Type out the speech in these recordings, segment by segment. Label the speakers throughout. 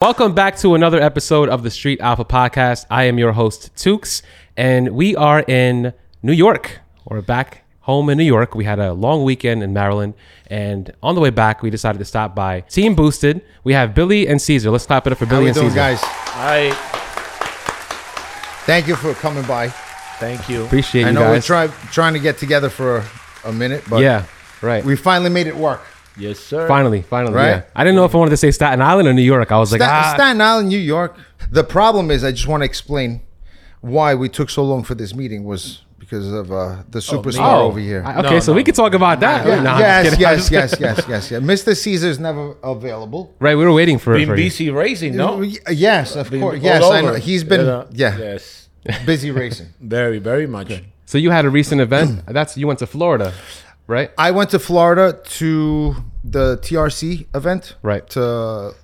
Speaker 1: Welcome back to another episode of the Street Alpha Podcast. I am your host, Tukes, and we are in New York. We're back home in New York. We had a long weekend in Maryland, and on the way back, we decided to stop by Team Boosted. We have Billy and Caesar. Let's clap it up for
Speaker 2: How
Speaker 1: Billy
Speaker 2: we
Speaker 1: and
Speaker 2: doing,
Speaker 1: Caesar.
Speaker 2: guys?
Speaker 3: I
Speaker 2: Thank you for coming by.
Speaker 3: thank you.
Speaker 1: Appreciate
Speaker 2: I
Speaker 1: you
Speaker 2: know
Speaker 1: guys.
Speaker 2: we're try, trying to get together for a, a minute, but
Speaker 1: yeah, right.
Speaker 2: we finally made it work.
Speaker 3: Yes, sir.
Speaker 1: finally, finally.
Speaker 2: Right?
Speaker 1: Yeah. I didn't know if I wanted to say Staten Island or New York. I was like,
Speaker 2: Sta-
Speaker 1: ah.
Speaker 2: Staten Island, New York. The problem is, I just want to explain why we took so long for this meeting was because of uh, the superstar
Speaker 1: Oh,
Speaker 2: over here.
Speaker 1: I- okay,
Speaker 3: No,
Speaker 1: so
Speaker 3: no,
Speaker 1: we could talk about that.
Speaker 2: Yeah.
Speaker 1: Nah, I'm just
Speaker 2: yes,
Speaker 1: kidding.
Speaker 2: yes, yes, yes, yes, yes. Mr. Caesar's never available.
Speaker 1: Right, we were waiting for,
Speaker 3: Been
Speaker 1: for you.
Speaker 3: BC racing, no?
Speaker 2: Y- Yes, of
Speaker 3: Been all
Speaker 2: course. Yes, I know.
Speaker 3: over,
Speaker 2: He's been
Speaker 3: you know?
Speaker 2: yeah
Speaker 3: Yes.
Speaker 2: busy racing.
Speaker 3: Very, very much.
Speaker 1: So you had a recent event. That's you went to Florida, right?
Speaker 2: I went to Florida to the TRC event.
Speaker 1: Right.
Speaker 2: To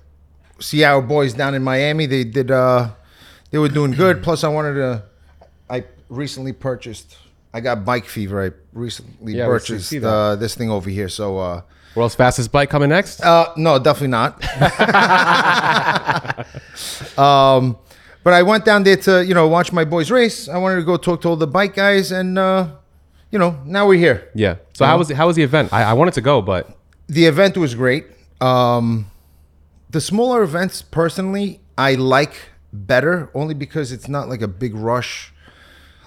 Speaker 2: see our boys down in Miami. They did uh they were doing good. Plus I wanted to I recently purchased I got bike fever. I recently
Speaker 1: Yeah, we see-
Speaker 2: purchased
Speaker 1: see that.
Speaker 2: uh, this thing over here. So uh
Speaker 1: World's fastest bike coming next.
Speaker 2: uh, no, definitely not. um, but I went down there to you know watch my boys race. I wanted to go talk to all the bike guys, and uh, you know now we're here.
Speaker 1: Yeah. So
Speaker 2: Uh-huh.
Speaker 1: how was how was the event? I, I wanted to go, but
Speaker 2: the event was great. Um, the smaller events, personally, I like better only because it's not like a big rush.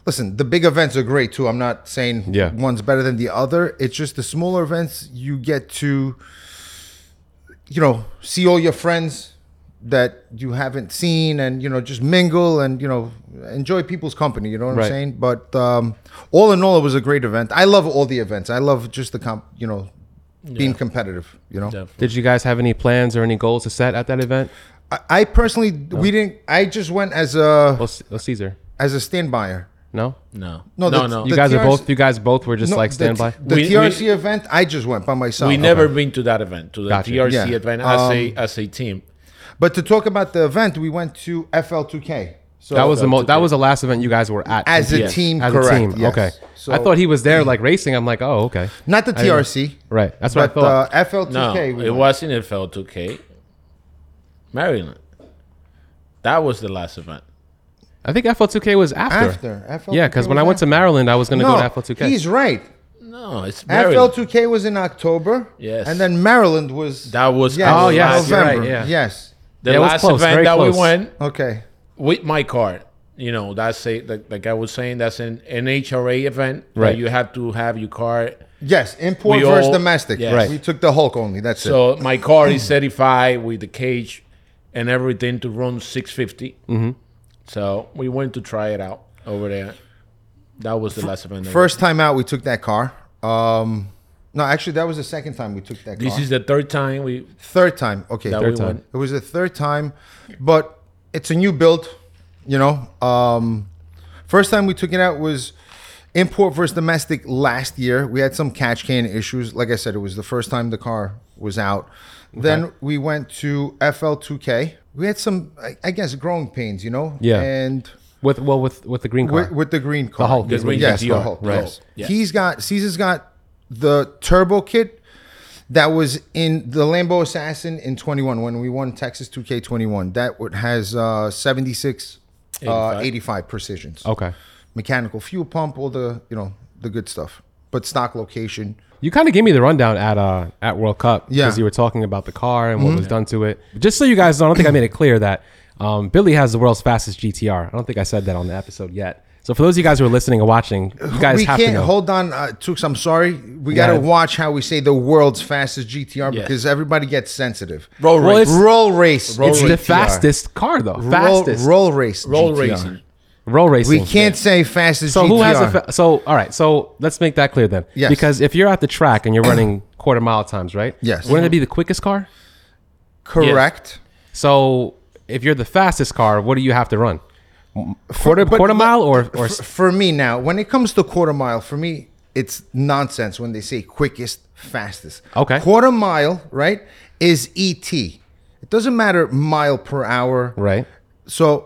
Speaker 2: Listen, the big events are great too. I'm not saying
Speaker 1: Yeah.
Speaker 2: one's better than the other. It's just the smaller events, you get to, you know, see all your friends that you haven't seen and, you know, just mingle and, you know, enjoy people's company. You know what
Speaker 1: Right.
Speaker 2: I'm saying? But um, all in all, it was a great event. I love all the events. I love just the comp, you know, being competitive, you know?
Speaker 3: Definitely.
Speaker 1: did you guys have any plans or any goals to set at that event?
Speaker 2: I, I personally, we didn't, I just went as a,
Speaker 1: Well, C- well Caesar,
Speaker 2: as a stand buyer.
Speaker 1: no.
Speaker 3: No.
Speaker 2: No,
Speaker 3: No,
Speaker 2: the-
Speaker 3: no.
Speaker 1: You
Speaker 2: The
Speaker 1: guys are
Speaker 2: TRC
Speaker 1: both. You guys both were just
Speaker 2: No,
Speaker 1: like
Speaker 2: the-
Speaker 1: standby.
Speaker 2: The,
Speaker 3: We- we-
Speaker 2: TRC event, I just went by myself.
Speaker 3: we never been to that event, to the
Speaker 1: Gotcha.
Speaker 3: TRC
Speaker 2: Yeah. Um,
Speaker 3: event as a as a team.
Speaker 2: But to talk about the event, we went to FL2K. So
Speaker 1: that was the mo-
Speaker 3: that's
Speaker 1: That
Speaker 3: okay.
Speaker 1: was the last event you guys were at
Speaker 2: as a
Speaker 3: Yes.
Speaker 2: team,
Speaker 1: As
Speaker 2: correct. yes.
Speaker 1: Okay.
Speaker 2: So,
Speaker 1: I thought he was there like racing. I'm like, oh, okay.
Speaker 2: not the TRC,
Speaker 1: Right. That's what I
Speaker 2: but
Speaker 1: thought.
Speaker 2: uh, FL2K.
Speaker 3: No,
Speaker 2: we went.
Speaker 3: it was in FL2K, Maryland. That was the last event.
Speaker 1: I think FL2K was after.
Speaker 2: after FL2K.
Speaker 1: Yeah, because when
Speaker 2: was
Speaker 1: I went to
Speaker 2: after.
Speaker 1: Maryland, I was going to
Speaker 2: no,
Speaker 1: go to FL2K.
Speaker 2: he's right.
Speaker 3: No, it's Maryland.
Speaker 2: FL2K was in October.
Speaker 3: Yes.
Speaker 2: And then Maryland was.
Speaker 3: That was
Speaker 2: yes,
Speaker 3: our
Speaker 1: Oh, yes,
Speaker 3: last-
Speaker 1: you're right,
Speaker 2: November.
Speaker 1: yeah.
Speaker 2: Yes.
Speaker 3: the
Speaker 1: Yeah, it was
Speaker 3: last
Speaker 1: close, very
Speaker 3: event that
Speaker 1: close.
Speaker 3: we went
Speaker 2: Okay.
Speaker 3: with my car. You know, that's a like, like I was saying, that's an NHRA event. that
Speaker 1: Right.
Speaker 3: You have to have your car
Speaker 2: Yes, import
Speaker 3: We
Speaker 2: versus
Speaker 3: all-
Speaker 2: domestic.
Speaker 3: yes. Right.
Speaker 2: We took the Hulk only. That's it.
Speaker 3: So my car is certified with the cage and everything to run 650. Mm-hmm. So we went to try it out over there. That was the last event. I
Speaker 2: First time out, we took that car. Um, no, actually, that was the second time we took that
Speaker 3: went. this
Speaker 2: car.
Speaker 3: is the third time we
Speaker 2: third time. Okay,
Speaker 3: that
Speaker 2: third
Speaker 3: we
Speaker 1: time.
Speaker 3: went.
Speaker 2: It was the third time, but it's a new build. You know, um, first time we took it out was import versus domestic last year. We had some catch can issues. Like I said, it was the first time the car was out. Then we went to FL2K. We had some, I- I guess, growing pains. You know.
Speaker 1: Yeah.
Speaker 2: And
Speaker 1: with well, with with the green car.
Speaker 2: with, with the green car.
Speaker 1: Hulk, The
Speaker 3: is what green you
Speaker 2: yes,
Speaker 3: said.
Speaker 2: the
Speaker 3: DR,
Speaker 2: Hulk.
Speaker 3: right.
Speaker 2: Yes.
Speaker 3: Yes.
Speaker 2: He's got Caesar's got the turbo kit that was in the Lambo Assassin in 21 when we won Texas 2K21. That would- has uh 76 uh
Speaker 3: 85.
Speaker 2: 85 precisions.
Speaker 1: okay.
Speaker 2: Mechanical fuel pump, all the, you know, the good stuff. But stock location.
Speaker 1: You kind of gave me the rundown at uh at World Cup
Speaker 2: Yeah. Mm-hmm.
Speaker 1: because you were talking about the car and what was done to it. Just so you guys know, I don't think I made it clear that um, Billy has the world's fastest GTR. I don't think I said that on the episode yet. So for those of you guys who are listening and watching, you guys
Speaker 2: we
Speaker 1: have to
Speaker 2: can't
Speaker 1: know.
Speaker 2: hold on, uh, Tooks. I'm sorry. We
Speaker 1: Yeah.
Speaker 2: got to watch how we say the world's fastest GTR
Speaker 3: Yes.
Speaker 2: because everybody gets sensitive.
Speaker 3: Roll
Speaker 1: Well,
Speaker 3: race.
Speaker 1: it's-
Speaker 2: Roll race.
Speaker 1: it's the
Speaker 2: GTR.
Speaker 1: fastest car though.
Speaker 2: Roll,
Speaker 1: Fastest roll,
Speaker 2: roll race.
Speaker 3: Roll
Speaker 2: GTR.
Speaker 3: racing.
Speaker 1: racing.
Speaker 2: We can't say fastest
Speaker 1: So
Speaker 2: GTR.
Speaker 1: who has a fa- so? All right, so let's make that clear then.
Speaker 2: Yes.
Speaker 1: Because if you're at the track and you're running quarter mile times, right?
Speaker 2: Yes.
Speaker 1: Wouldn't it be the quickest car?
Speaker 2: correct?
Speaker 1: So if you're the fastest car, what do you have to run? Quarter
Speaker 2: but
Speaker 1: quarter
Speaker 2: le-
Speaker 1: mile or or
Speaker 2: F- for me now, when it comes to quarter mile, for me it's nonsense when they say quickest, fastest.
Speaker 1: Okay.
Speaker 2: Quarter mile, right, E is ET. It doesn't matter mile per hour.
Speaker 1: right?
Speaker 2: So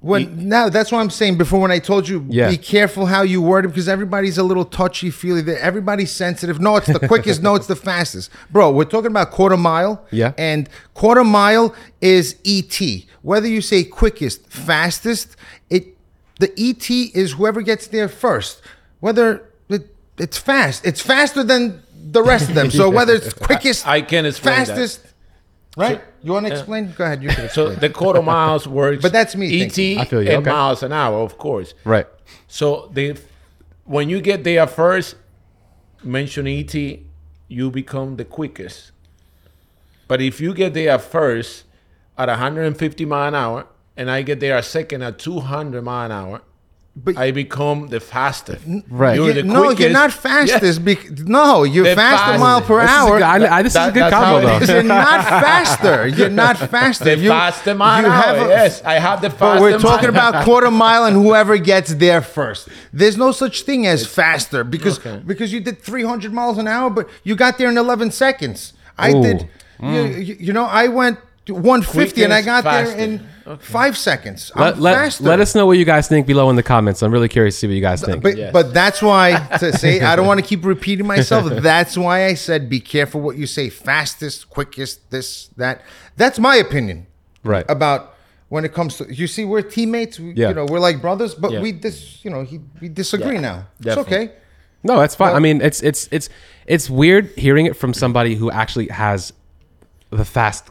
Speaker 2: When now that's what I'm saying. Before when I told you,
Speaker 1: Yeah.
Speaker 2: be careful how you word it because everybody's a little touchy feely. That everybody's sensitive. No, it's the quickest. no, it's the fastest. Bro, we're talking about quarter mile.
Speaker 1: Yeah.
Speaker 2: and quarter mile is ET. Whether you say quickest, fastest, it the ET is whoever gets there first. Whether it, it's fast, it's faster than the rest of them. So whether it's quickest,
Speaker 3: I can explain that.
Speaker 2: fastest, right? you want to explain? Go ahead. You can
Speaker 3: So
Speaker 2: explain.
Speaker 3: the quarter miles works.
Speaker 2: But that's me
Speaker 3: ET
Speaker 2: thinking.
Speaker 1: I feel you,
Speaker 3: and
Speaker 1: okay.
Speaker 3: miles an hour, of course.
Speaker 1: Right.
Speaker 3: So they, when you get there first, mention ET, you become the quickest. But if you get there first at 150 mile an hour, and I get there second at 200 mile an hour,
Speaker 2: But-
Speaker 3: I become the fastest.
Speaker 1: Right.
Speaker 3: You're
Speaker 2: You-
Speaker 3: the
Speaker 2: no, you're
Speaker 3: quickest.
Speaker 2: not
Speaker 3: Yeah.
Speaker 2: fastest. bec no, you're
Speaker 3: They're
Speaker 2: faster
Speaker 3: fast.
Speaker 2: mile per
Speaker 1: This is a
Speaker 2: hour.
Speaker 1: good- I- I- this is a
Speaker 3: That-
Speaker 1: good
Speaker 3: that's
Speaker 1: combo
Speaker 3: how it
Speaker 1: though.
Speaker 3: is.
Speaker 2: you're not faster. You're not faster.
Speaker 3: The fastest mile
Speaker 2: you
Speaker 3: an hour.
Speaker 2: have a-
Speaker 3: yes, I have the
Speaker 2: But
Speaker 3: fastest.
Speaker 2: we're talking
Speaker 3: mile-
Speaker 2: about quarter mile and whoever gets there first. There's no such thing as faster because because you did 300 miles an hour, but you got there in 11 seconds. I
Speaker 1: Ooh.
Speaker 2: did. You, you- you know, I went to 150 and I
Speaker 3: Mm. Quickest,
Speaker 2: got
Speaker 3: faster.
Speaker 2: there in five seconds.
Speaker 1: Let,
Speaker 2: I'm
Speaker 1: let,
Speaker 2: faster.
Speaker 1: let us know what you guys think below in the comments. I'm really curious to see what you guys think.
Speaker 2: But
Speaker 3: Yes.
Speaker 2: but that's why to say I don't want to keep repeating myself. That's why I said be careful what you say. Fastest, quickest, this, that. That's my opinion.
Speaker 1: Right.
Speaker 2: About when it comes to you see, we're teammates. We,
Speaker 1: Yeah.
Speaker 2: You know, we're like brothers, but
Speaker 3: Yeah.
Speaker 2: we dis you know, he, we disagree
Speaker 3: Yeah,
Speaker 2: now.
Speaker 3: definitely.
Speaker 2: It's okay.
Speaker 1: No, that's fine. I mean, it's it's it's it's weird hearing it from somebody who actually has the fast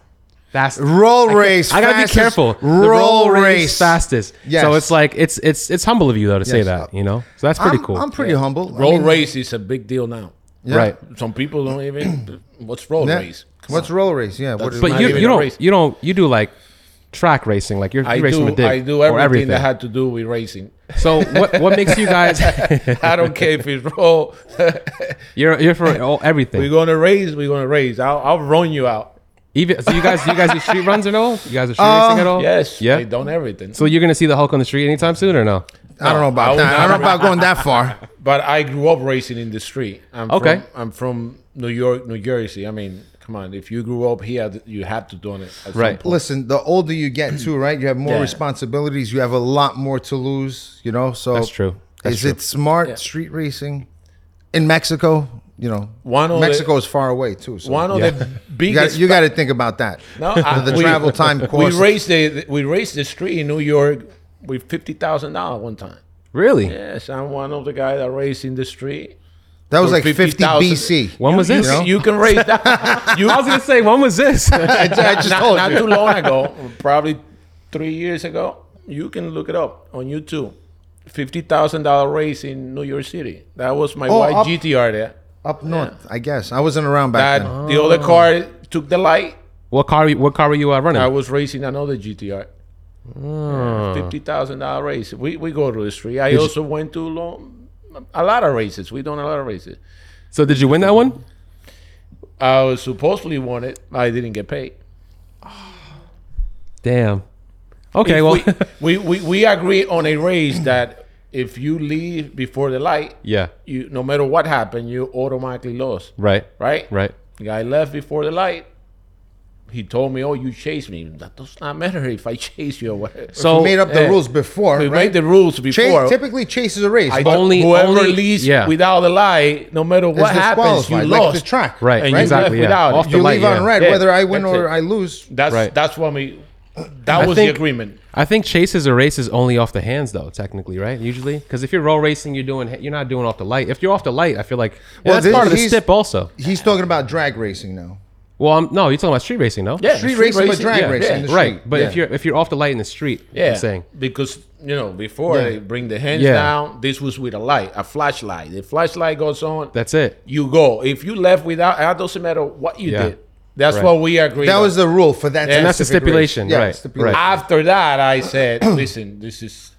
Speaker 1: fast
Speaker 2: Roll race.
Speaker 1: I gotta
Speaker 2: fastest,
Speaker 1: be careful. The
Speaker 2: Roll, race.
Speaker 1: fastest.
Speaker 2: Yes.
Speaker 1: So it's like it's it's it's humble of you though to say
Speaker 2: Yes.
Speaker 1: that. You know, so that's pretty
Speaker 2: I'm,
Speaker 1: cool.
Speaker 2: I'm pretty humble. I
Speaker 3: road
Speaker 2: mean,
Speaker 3: race is a big deal now.
Speaker 2: yeah.
Speaker 1: Right.
Speaker 3: Some people don't even. What's road
Speaker 2: Yeah.
Speaker 3: race?
Speaker 2: What's roll race? Yeah. What
Speaker 3: That's
Speaker 2: is
Speaker 1: But
Speaker 3: not
Speaker 1: you
Speaker 3: even
Speaker 1: you
Speaker 3: a
Speaker 1: don't
Speaker 3: race.
Speaker 1: you don't you do like track racing like you're,
Speaker 3: I
Speaker 1: you racing
Speaker 3: do.
Speaker 1: with Dick
Speaker 3: I do
Speaker 1: or
Speaker 3: everything, that had to do with racing.
Speaker 1: so what what makes you guys
Speaker 3: I don't care if it's roll.
Speaker 1: you're you're for all,
Speaker 3: we're
Speaker 1: everything
Speaker 3: gonna raise. We're gonna raise. I'll, I'll run you out.
Speaker 1: even so you guys you guys do street runs at all you guys are street racing at all
Speaker 3: Um, Yes.
Speaker 1: Oh. yeah
Speaker 3: I done everything.
Speaker 1: so you're gonna see the Hulk on the street anytime soon or no
Speaker 2: I don't know
Speaker 3: I
Speaker 2: about
Speaker 3: would
Speaker 2: that. I don't
Speaker 3: not-
Speaker 2: know about going that far.
Speaker 3: But I grew up racing in the street. I'm
Speaker 1: Okay.
Speaker 3: From, I'm from New York, New Jersey. I mean, come on. If you grew up here, th- you had to do it.
Speaker 1: Right.
Speaker 3: At Some point.
Speaker 2: Listen, the older you get too, right? You have more
Speaker 3: Yeah.
Speaker 2: responsibilities. You have a lot more to lose. You know, so
Speaker 1: That's true. That's
Speaker 2: is it smart street racing in Mexico? You know,
Speaker 3: One of the-
Speaker 2: Mexico is far away too. So
Speaker 3: One of
Speaker 1: Yeah.
Speaker 3: the
Speaker 2: you got
Speaker 3: biggest.
Speaker 2: you got to think about that.
Speaker 3: no, I-
Speaker 2: the travel time
Speaker 3: We
Speaker 2: cost.
Speaker 3: raced the we raced the street in New York with fifty thousand dollars one time.
Speaker 1: really
Speaker 3: Yes, I'm one of the guys that raced in the street.
Speaker 2: that was
Speaker 3: for
Speaker 2: like 50
Speaker 3: 50,000.
Speaker 2: BC.
Speaker 1: when was
Speaker 3: You,
Speaker 1: this
Speaker 3: can- you can raise that. You,
Speaker 1: I was gonna say when was this
Speaker 2: I, ju- I just
Speaker 3: not,
Speaker 2: told
Speaker 3: not
Speaker 2: you.
Speaker 3: too long ago, probably three years ago. You can look it up on YouTube. Fifty thousand dollar race in New York City. That was my
Speaker 2: Oh,
Speaker 3: white
Speaker 2: up-
Speaker 3: GTR there.
Speaker 2: Up north, I guess. I wasn't around back
Speaker 3: That
Speaker 2: then.
Speaker 3: the other car took the light.
Speaker 1: What car? What car were you uh, running?
Speaker 3: I was racing another GTR.
Speaker 2: Oh.
Speaker 3: Fifty thousand dollar race. We we go to the street. I also went to long, a lot of races. We done a lot of races.
Speaker 1: so did you win that one?
Speaker 3: I was supposedly won it. I didn't get paid.
Speaker 1: Damn. Okay.
Speaker 3: If
Speaker 1: Well.
Speaker 3: we, we, we we agree on a race that if you leave before the light,
Speaker 1: yeah.
Speaker 3: you no matter what happened, you automatically lost.
Speaker 1: Right.
Speaker 3: Right?
Speaker 1: Right.
Speaker 3: The guy left before the light. He told me, Oh, you chased me. That does not matter if I chase you or whatever.
Speaker 1: So
Speaker 2: we made up the
Speaker 3: yeah.
Speaker 2: rules before.
Speaker 3: we
Speaker 2: right?
Speaker 3: made the rules before.
Speaker 2: Chase, typically, chase is a race.
Speaker 3: I
Speaker 2: but
Speaker 1: only-
Speaker 3: whoever
Speaker 1: only-
Speaker 3: leaves
Speaker 1: yeah.
Speaker 3: without the light, no matter
Speaker 2: it's
Speaker 3: what happens, you
Speaker 2: disqualified,
Speaker 3: lost.
Speaker 2: Like the track.
Speaker 1: Right.
Speaker 3: And you
Speaker 1: exactly.
Speaker 3: left
Speaker 1: Yeah.
Speaker 3: without it.
Speaker 1: Off the
Speaker 2: You
Speaker 1: light,
Speaker 2: leave
Speaker 1: yeah.
Speaker 2: on red,
Speaker 3: Yeah,
Speaker 2: whether I win
Speaker 3: that's
Speaker 2: or
Speaker 3: it.
Speaker 2: I lose.
Speaker 3: That's
Speaker 1: Right.
Speaker 3: that's what we that
Speaker 1: I
Speaker 3: was
Speaker 1: think-
Speaker 3: the agreement.
Speaker 1: I think chases or races only off the hands though, technically, right? Usually, because if you're roll racing, you're doing you're not doing off the light. If you're off the light, I feel like well,
Speaker 2: Well,
Speaker 1: that's
Speaker 2: this-
Speaker 1: part of the
Speaker 2: he's-
Speaker 1: stip also.
Speaker 2: He's talking about drag racing now.
Speaker 1: Well, I'm, no, you're talking about street racing, no?
Speaker 3: Yeah,
Speaker 2: Street racing, but drag
Speaker 3: yeah,
Speaker 2: racing.
Speaker 3: yeah.
Speaker 2: the
Speaker 1: Right.
Speaker 2: street,
Speaker 1: But if
Speaker 2: yeah.
Speaker 1: you're if you're off the light in the street, yeah.
Speaker 3: Yeah,
Speaker 1: I'm saying
Speaker 3: because you know before
Speaker 2: Yeah.
Speaker 3: they bring the hands
Speaker 1: Yeah.
Speaker 3: down, this was with a light, a flashlight. The flashlight goes on,
Speaker 1: that's it.
Speaker 3: you go. If you left without, it doesn't matter what you
Speaker 1: Yeah.
Speaker 3: did. That's
Speaker 1: Right.
Speaker 3: what we agreed.
Speaker 2: That
Speaker 3: on.
Speaker 2: was the rule for that.
Speaker 3: And
Speaker 1: that's the
Speaker 2: specific race.
Speaker 1: stipulation,
Speaker 2: Yeah,
Speaker 1: right,
Speaker 2: stipulation.
Speaker 1: right.
Speaker 3: after that. I said, listen, this is.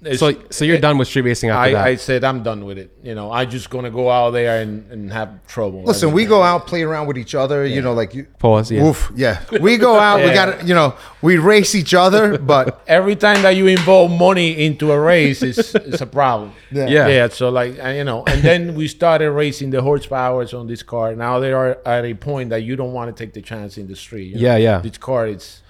Speaker 3: it's-
Speaker 1: So so you're done with street racing after
Speaker 3: I,
Speaker 1: that.
Speaker 3: I said I'm done with it. You know, I'm just gonna go out there and, and have trouble.
Speaker 2: Listen, we go out, play around with each other. You know, like you.
Speaker 1: Pause, yeah.
Speaker 2: Oof, yeah. We go out. We
Speaker 3: Yeah.
Speaker 2: got to you know. We race each other, but
Speaker 3: every time that you involve money into a race is it's a problem.
Speaker 2: Yeah.
Speaker 1: Yeah.
Speaker 3: So like uh, you know, and then we started racing the horsepowers on this car. Now they are at a point that you don't want to take the chance in the street. you know.
Speaker 1: Yeah, yeah.
Speaker 3: This car, it's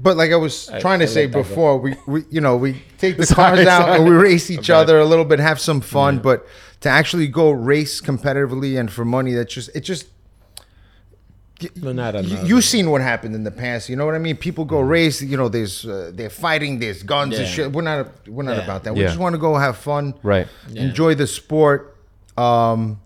Speaker 2: But like I was trying to
Speaker 3: I
Speaker 2: say
Speaker 3: like that one.
Speaker 2: before, we, we you know we take the
Speaker 1: Sorry,
Speaker 2: cars out and
Speaker 1: sorry.
Speaker 2: we race each other a little bit, have some fun. But to actually go race competitively and for money, that just it just
Speaker 3: No, not
Speaker 2: you,
Speaker 3: another.
Speaker 2: you've seen what happened in the past. You know what I mean? People go race. You know, there's uh, they're fighting, there's guns and
Speaker 3: Yeah.
Speaker 2: shit. We're not we're not
Speaker 3: Yeah.
Speaker 2: about that. We
Speaker 1: Yeah.
Speaker 2: just want to go have fun,
Speaker 1: Right.
Speaker 2: Enjoy the sport. Um,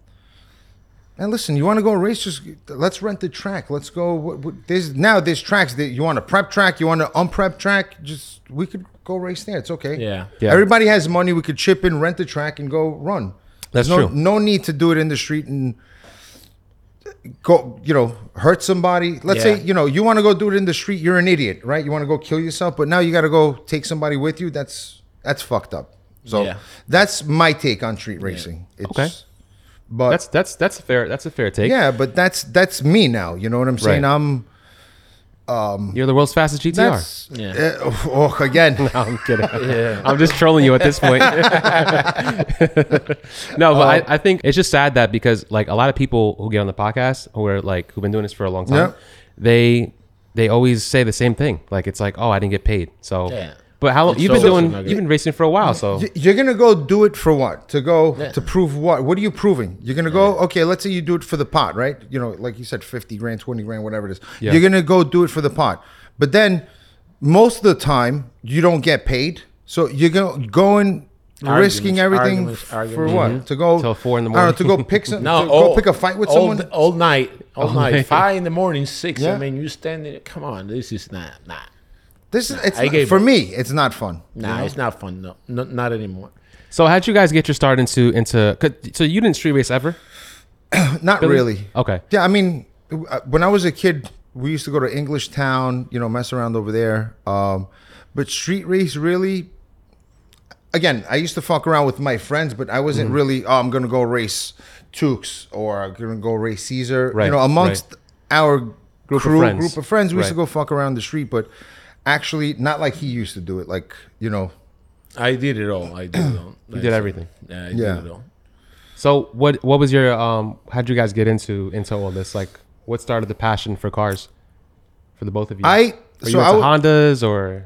Speaker 2: and listen, you want to go race? Just let's rent the track. Let's go. What, what, there's now there's tracks that you want a prep track, you want an unprep track. Just we could go race there. It's okay.
Speaker 3: Yeah.
Speaker 1: Yeah.
Speaker 2: Everybody has money. We could chip in, rent the track, and go run.
Speaker 1: That's
Speaker 2: no,
Speaker 1: true.
Speaker 2: No need to do it in the street and go, you know, hurt somebody. Let's
Speaker 3: Yeah.
Speaker 2: say, you know, you want to go do it in the street, you're an idiot, right? You want to go kill yourself, but now you got to go take somebody with you. That's that's fucked up. So
Speaker 3: Yeah.
Speaker 2: that's my take on street racing. It's,
Speaker 1: Okay.
Speaker 2: But
Speaker 1: That's that's that's a fair that's a fair take.
Speaker 2: yeah, but that's that's me now. You know what I'm saying?
Speaker 1: Right.
Speaker 2: I'm
Speaker 1: You're the world's fastest GTR.
Speaker 2: that's
Speaker 3: Yeah.
Speaker 2: uh, oh again.
Speaker 1: I'm kidding. I'm just trolling you at this point. no, but I, I think it's just sad that because like a lot of people who get on the podcast who are like who've been doing this for a long time,
Speaker 2: Yeah.
Speaker 1: they they always say the same thing. Like it's like, oh, I didn't get paid. So,
Speaker 3: Yeah.
Speaker 1: but how long
Speaker 3: It's
Speaker 1: you've been
Speaker 3: so-
Speaker 1: doing?
Speaker 3: so
Speaker 1: You've been racing for a while, so
Speaker 2: Y- You're gonna go do it for what? To go
Speaker 3: Yeah.
Speaker 2: to prove what? What are you proving? You're gonna go okay. Let's say you do it for the pot, right? You know, like you said, fifty grand, twenty grand, whatever it is.
Speaker 1: Yeah.
Speaker 2: You're gonna go do it for the pot, but then most of the time you don't get paid, so you're going going risking
Speaker 3: Arguments,
Speaker 2: everything
Speaker 3: arguments,
Speaker 2: f-
Speaker 3: arguments. Mm-hmm.
Speaker 2: for what? To go
Speaker 1: Till four in the
Speaker 2: I don't know, to go pick some.
Speaker 3: No, oh,
Speaker 2: to
Speaker 3: all,
Speaker 2: go pick a fight with
Speaker 3: all
Speaker 2: someone.
Speaker 3: th- all night, all, night. Five in the morning, six.
Speaker 2: Yeah.
Speaker 3: I mean, you standing. Come on, this is not, not,
Speaker 2: this is it's
Speaker 3: I
Speaker 2: not,
Speaker 3: gave
Speaker 2: for
Speaker 3: up.
Speaker 2: me. It's not fun.
Speaker 3: nah. It's not fun. No, no not anymore.
Speaker 1: so how'd you guys get your start into into? 'cause- So you didn't street race ever?
Speaker 2: Not really.
Speaker 1: Okay.
Speaker 2: Yeah, I mean, uh, when I was a kid, we used to go to English Town, you know, mess around over there. Um, but street race really, again, I used to fuck around with my friends, but I wasn't
Speaker 1: Mm-hmm.
Speaker 2: really, oh, I'm going to go race Tukes or I'm going to go race Caesar.
Speaker 1: Right,
Speaker 2: You know, amongst
Speaker 1: right.
Speaker 2: our
Speaker 1: of
Speaker 2: crew,
Speaker 1: friends.
Speaker 2: group of friends, we used to
Speaker 1: Right.
Speaker 2: go fuck around the street, but actually, not like he used to do it. Like, you know,
Speaker 3: I did it all. I did it all. you
Speaker 1: did everything.
Speaker 3: Yeah, I
Speaker 2: Yeah.
Speaker 3: did it all.
Speaker 1: So what what was your um? How'd you guys get into into all this? Like, what started the passion for cars, for the both of you?
Speaker 2: I.
Speaker 1: Are
Speaker 2: so
Speaker 1: you
Speaker 2: I
Speaker 1: into
Speaker 2: w-
Speaker 1: Hondas or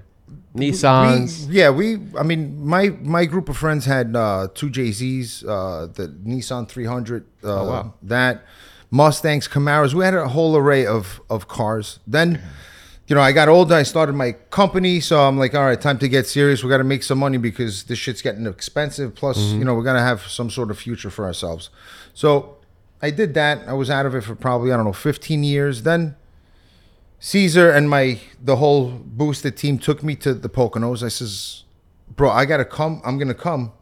Speaker 1: Nissans?
Speaker 2: We, yeah, we. I mean, my my group of friends had uh, two JZs, uh, the Nissan 300, uh,
Speaker 1: wow.
Speaker 2: that Mustangs, Camaros. We had a whole array of of cars. Then, you know, I got older. I started my company, so I'm like, all right, time to get serious. We got to make some money because this shit's getting expensive. Plus, you know, we got to have some sort of future for ourselves. So, I did that. I was out of it for probably I don't know 15 years. Then. Caesar and my the whole boosted team took me to the Poconos. I says, "Bro, I gotta come. I'm gonna come,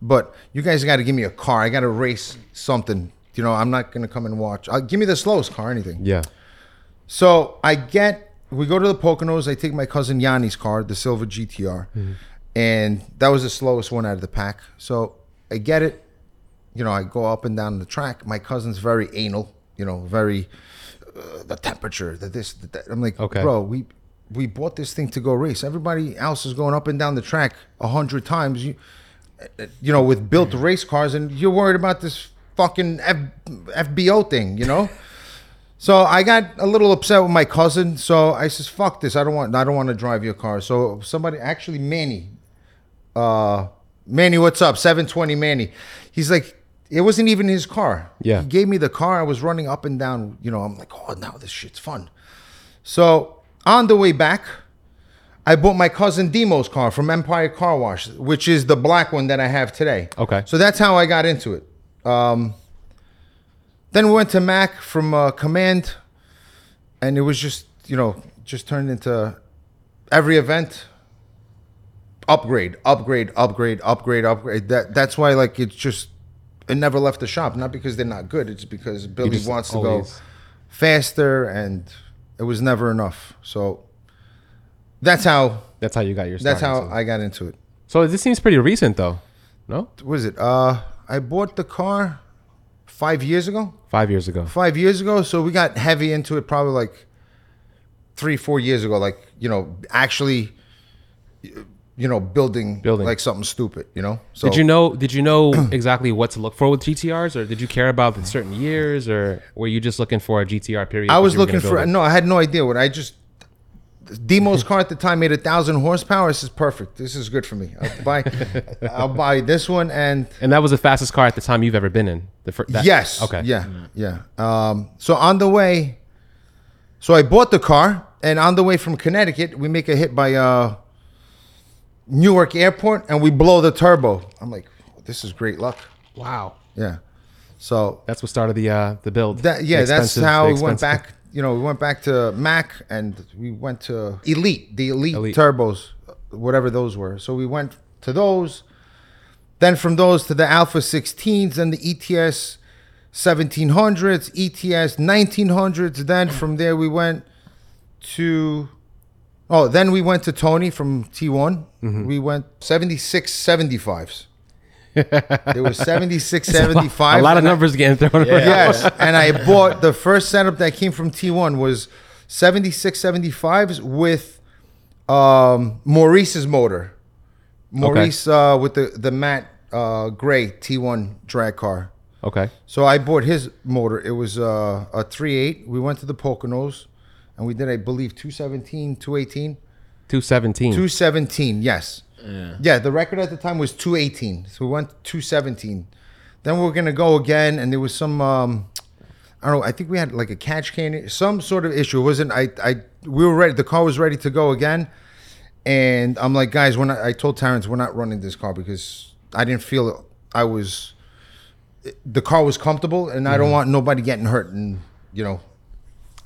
Speaker 2: but you guys gotta give me a car. I gotta race something. You know, I'm not gonna come and watch. Uh, give me the slowest car, anything."
Speaker 1: yeah.
Speaker 2: So I get, we go to the Poconos. I take my cousin Yanni's car, the silver GTR, and that was the slowest one out of the pack. So I get it. You know, I go up and down the track. My cousin's very anal. You know, very uh, the temperature, the this, the that. I'm like,
Speaker 1: Okay.
Speaker 2: bro, we we bought this thing to go race. Everybody else is going up and down the track a hundred times. You, uh, you know, with built race cars, and you're worried about this fucking F- FBO thing, you know. so I got a little upset with my cousin, so I says, "Fuck this! I don't want, I don't want to drive your car." So somebody, actually Manny, uh, Manny, what's up? Seven twenty, Manny. He's like, it wasn't even his car.
Speaker 1: Yeah.
Speaker 2: he gave me the car. I was running up and down. You know, I'm like, oh, now this shit's fun. So on the way back, I bought my cousin Demo's car from Empire Car Wash, which is the black one that I have today.
Speaker 1: Okay.
Speaker 2: So that's how I got into it. Um, then we went to Mac from uh, Command, and it was just you know just turned into every event upgrade, upgrade, upgrade, upgrade, upgrade. That that's why like it's just it never left the shop. Not because they're not good. It's because Billy
Speaker 1: just
Speaker 2: wants to go
Speaker 1: always-
Speaker 2: faster, and it was never enough. So that's how
Speaker 1: That's how you got your. Start
Speaker 2: that's how
Speaker 1: into it.
Speaker 2: I got into it.
Speaker 1: so this seems pretty recent, though. No,
Speaker 2: What is it? Uh, I bought the car five years ago.
Speaker 1: five years ago.
Speaker 2: Five years ago. So we got heavy into it probably like three, four years ago. Like you know, actually, you know, building,
Speaker 1: Building.
Speaker 2: like something stupid. You know. So
Speaker 1: Did you know? Did you know exactly what to look for with GTRs, or did you care about the certain years, or were you just looking for a GTR period?
Speaker 2: I
Speaker 1: 'cause
Speaker 2: was
Speaker 1: you were
Speaker 2: looking
Speaker 1: gonna build
Speaker 2: for
Speaker 1: it?
Speaker 2: no. I had no idea what I just. Demo's car at the time made a thousand horsepower. This is perfect. This is good for me. I'll buy, I'll buy this one and
Speaker 1: And that was the fastest car at the time you've ever been in. The fir- that-
Speaker 2: yes.
Speaker 1: Okay.
Speaker 2: Yeah. Yeah. Um, so on the way, so I bought the car, and on the way from Connecticut, we make a hit by uh, Newark Airport, and we blow the turbo. I'm like, "Oh, this is great luck.
Speaker 1: Wow.
Speaker 2: Yeah. So
Speaker 1: That's what started the uh, the build.
Speaker 2: that yeah,
Speaker 1: The
Speaker 2: that's
Speaker 1: expensive-
Speaker 2: how
Speaker 1: the
Speaker 2: we went
Speaker 1: expensive-
Speaker 2: back. You know, we went back to Mac, and we went to Elite, the Elite,
Speaker 1: Elite.
Speaker 2: turbos, whatever those were. So we went to those. Then from those to the Alpha 16s, then the E ETS 1700s, ETS 1900s. Then from there we went to, oh, then we went to Tony from T1.
Speaker 1: Mm-hmm.
Speaker 2: We went 76 75s. there was 76 75.
Speaker 1: A lot of numbers getting thrown around.
Speaker 2: Yes, and I bought the first setup that came from T1 was 76 75s with um, Maurice's motor. Maurice uh, with the the matte uh, gray T1 drag car.
Speaker 1: Okay.
Speaker 2: So I bought his motor. It was uh, a 3.8. We went to the Poconos and we did I believe 217, 218.
Speaker 1: 217.
Speaker 2: 217, yes. Yeah. the record at the time was 218. So we went 217. Then we are going to go again, and there was some, um, I don't know, I think we had like a catch can, some sort of issue. It wasn't, I, I, we were ready, the car was ready to go again. And I'm like, guys, we're not, I told Terrence, we're not running this car because I didn't feel I was, the car was comfortable, and I don't want nobody getting hurt. And, you know,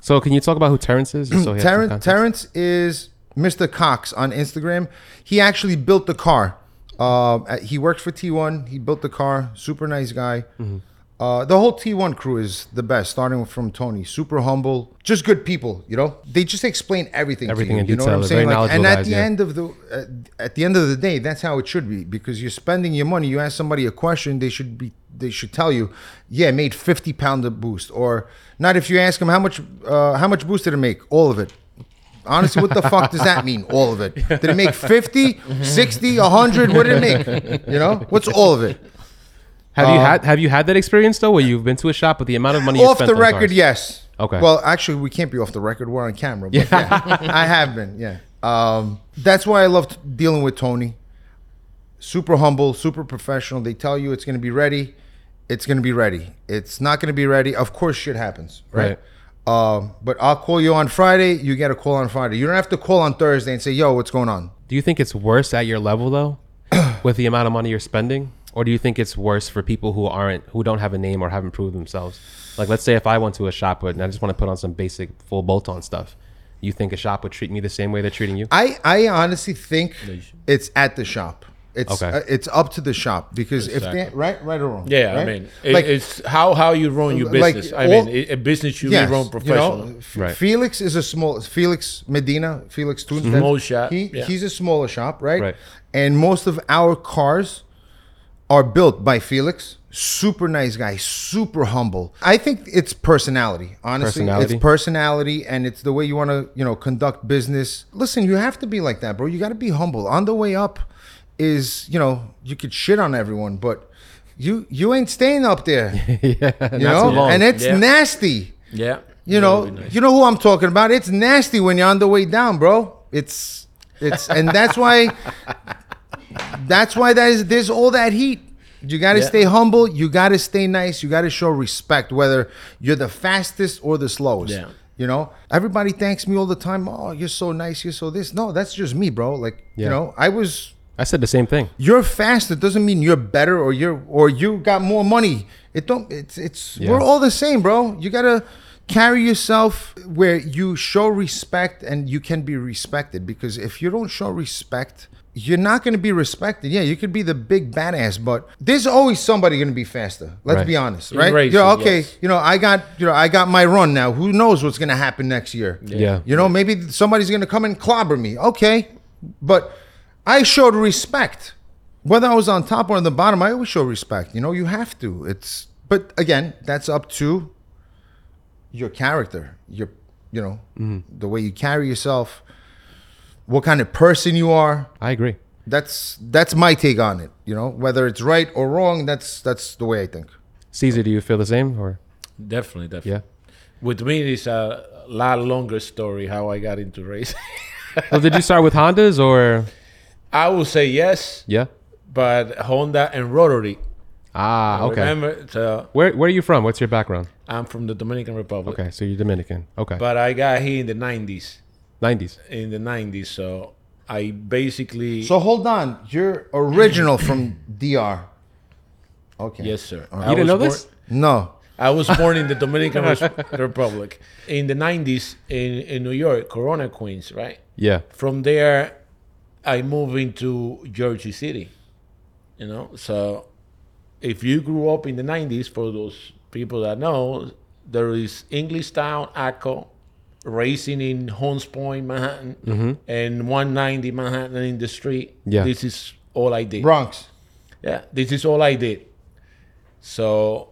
Speaker 1: so can you talk about who Terrence is? Just so he has some
Speaker 2: Terrence,
Speaker 1: context.
Speaker 2: Terrence is Mr. Cox on Instagram. He actually built the car. Uh, he worked for T1. He built the car. Super nice guy.
Speaker 1: Mm-hmm.
Speaker 2: Uh, the whole T1 crew is the best, starting from Tony. Super humble, just good people. You know, they just explain everything.
Speaker 1: Everything
Speaker 2: to you,
Speaker 1: in
Speaker 2: you know
Speaker 1: detail.
Speaker 2: What I'm
Speaker 1: They're very
Speaker 2: saying? Like, and
Speaker 1: knowledgeable
Speaker 2: at
Speaker 1: guys,
Speaker 2: the
Speaker 1: yeah.
Speaker 2: end of the, uh, at the end of the day, that's how it should be because you're spending your money. You ask somebody a question, they should be, they should tell you, yeah, it made 50 pound of boost, or not. If you ask them how much, uh, how much boost did it make? All of it. Honestly, what the fuck does that mean? All of it. Did it make 50, 60, 100? What did it make? You know, what's all of it?
Speaker 1: Have you had Have you had that experience though, where you've been to a shop with the amount of money you
Speaker 2: uh, off
Speaker 1: spent
Speaker 2: the
Speaker 1: on
Speaker 2: record,
Speaker 1: cars?
Speaker 2: yes.
Speaker 1: Okay.
Speaker 2: Well, actually, we can't be off the record. We're on camera. But yeah. I have been. Yeah. Um, that's why I loved dealing with Tony. Super humble, super professional. They tell you it's going to be ready. It's going to be ready. It's not going to be ready. Of course, shit happens, right?
Speaker 1: Right.
Speaker 2: Um, but I'll call you on Friday. You get a call on Friday. You don't have to call on Thursday and say, "Yo, what's going on?"
Speaker 1: Do you think it's worse at your level though, with the amount of money you're spending, or do you think it's worse for people who aren't who don't have a name or haven't proved themselves? Like, let's say if I went to a shop with and I just want to put on some basic full bolt on stuff, you think a shop would treat me the same way they're treating you?
Speaker 2: I I honestly think it's at the shop. It's
Speaker 1: Okay.
Speaker 2: uh, it's up to the shop because if they
Speaker 3: Exactly.
Speaker 2: right right or wrong.
Speaker 3: Yeah, I
Speaker 2: right?
Speaker 3: mean, it, it's how how you run your
Speaker 2: Like,
Speaker 3: business. I
Speaker 2: all-
Speaker 3: mean, i- a business you
Speaker 2: Yes,
Speaker 3: run professional.
Speaker 2: You know, F-
Speaker 1: Right.
Speaker 2: Felix is a small Felix Medina, Felix Tunstead.
Speaker 3: Small shop,
Speaker 2: He,
Speaker 3: yeah.
Speaker 2: He's a smaller shop, right?
Speaker 1: Right.
Speaker 2: And most of our cars are built by Felix. Super nice guy, super humble. I think it's personality. Honestly,
Speaker 1: Personality?
Speaker 2: it's personality and it's the way you want to, you know, conduct business. Listen, you have to be like that, bro. You got to be humble. On the way up is, you know, you could shit on everyone, but you you ain't staying up there.
Speaker 1: yeah,
Speaker 2: You know,
Speaker 1: long.
Speaker 2: and it's
Speaker 3: Yeah.
Speaker 2: nasty.
Speaker 3: Yeah,
Speaker 2: You know, you know who I'm talking about. It's nasty when you're on the way down, bro. It's it's and that's why that's why that is there's all that heat. You got to
Speaker 3: Yeah.
Speaker 2: stay humble, you got to stay nice, you got to show respect whether you're the fastest or the slowest.
Speaker 3: Yeah.
Speaker 2: You know, everybody thanks me all the time. Oh, you're so nice, you're so this. No, that's just me, bro. Like,
Speaker 1: Yeah.
Speaker 2: you know, I was
Speaker 1: I said the same thing.
Speaker 2: you're faster doesn't mean you're better or you're or you got more money. It don't it's it's
Speaker 1: Yeah.
Speaker 2: we're all the same, bro. You gotta carry yourself where you show respect and you can be respected because if you don't show respect you're not going to be respected. Yeah, you could be the big badass, but there's always somebody going to be faster. Let's
Speaker 1: Right.
Speaker 2: be honest,
Speaker 3: In
Speaker 2: right?
Speaker 3: racing,
Speaker 2: yeah, okay.
Speaker 3: yes.
Speaker 2: You know, I got you know, I got my run now. Who knows what's going to happen next year?
Speaker 1: Yeah.
Speaker 2: You know, maybe somebody's going to come and clobber me. Okay. But I showed respect. Whether I was on top or on the bottom, I always show respect. You know, you have to. It's but again, that's up to your character, your you know, the way you carry yourself, what kind of person you are.
Speaker 1: I agree.
Speaker 2: That's that's my take on it, you know, whether it's right or wrong, that's that's the way I think.
Speaker 1: Caesar, do you feel the same or
Speaker 3: definitely, definitely.
Speaker 1: yeah?
Speaker 3: With me, it's a lot longer story how I got into racing.
Speaker 1: well, did you start with Hondas or
Speaker 3: I would say yes,
Speaker 1: yeah?
Speaker 3: but Honda and Rotary.
Speaker 1: Ah, okay.
Speaker 3: Remember, so
Speaker 1: Where Where are you from? What's your background?
Speaker 3: I'm from the Dominican Republic,
Speaker 1: Okay, so you're Dominican. Okay,
Speaker 3: but I got here in the 90s.
Speaker 1: 90s.
Speaker 3: In the 90s, so I basically
Speaker 2: So hold on, you're original from DR. Okay.
Speaker 3: yes, sir.
Speaker 2: Uh-huh.
Speaker 3: I
Speaker 1: You didn't
Speaker 3: was
Speaker 1: know
Speaker 3: born-
Speaker 1: this?
Speaker 2: No.
Speaker 3: I was born in the Dominican Res- Republic in the 90s in, in New York, Corona, Queens, right?
Speaker 1: Yeah.
Speaker 3: From there, I moved into Jersey City, you know? So if you grew up in the 90s, for those people that know, there is Englishtown, Akko, racing in Hunts Point, Manhattan, and 190 Manhattan in the street.
Speaker 1: Yeah.
Speaker 3: This is all I did.
Speaker 2: Bronx.
Speaker 3: Yeah, this is all I did. So,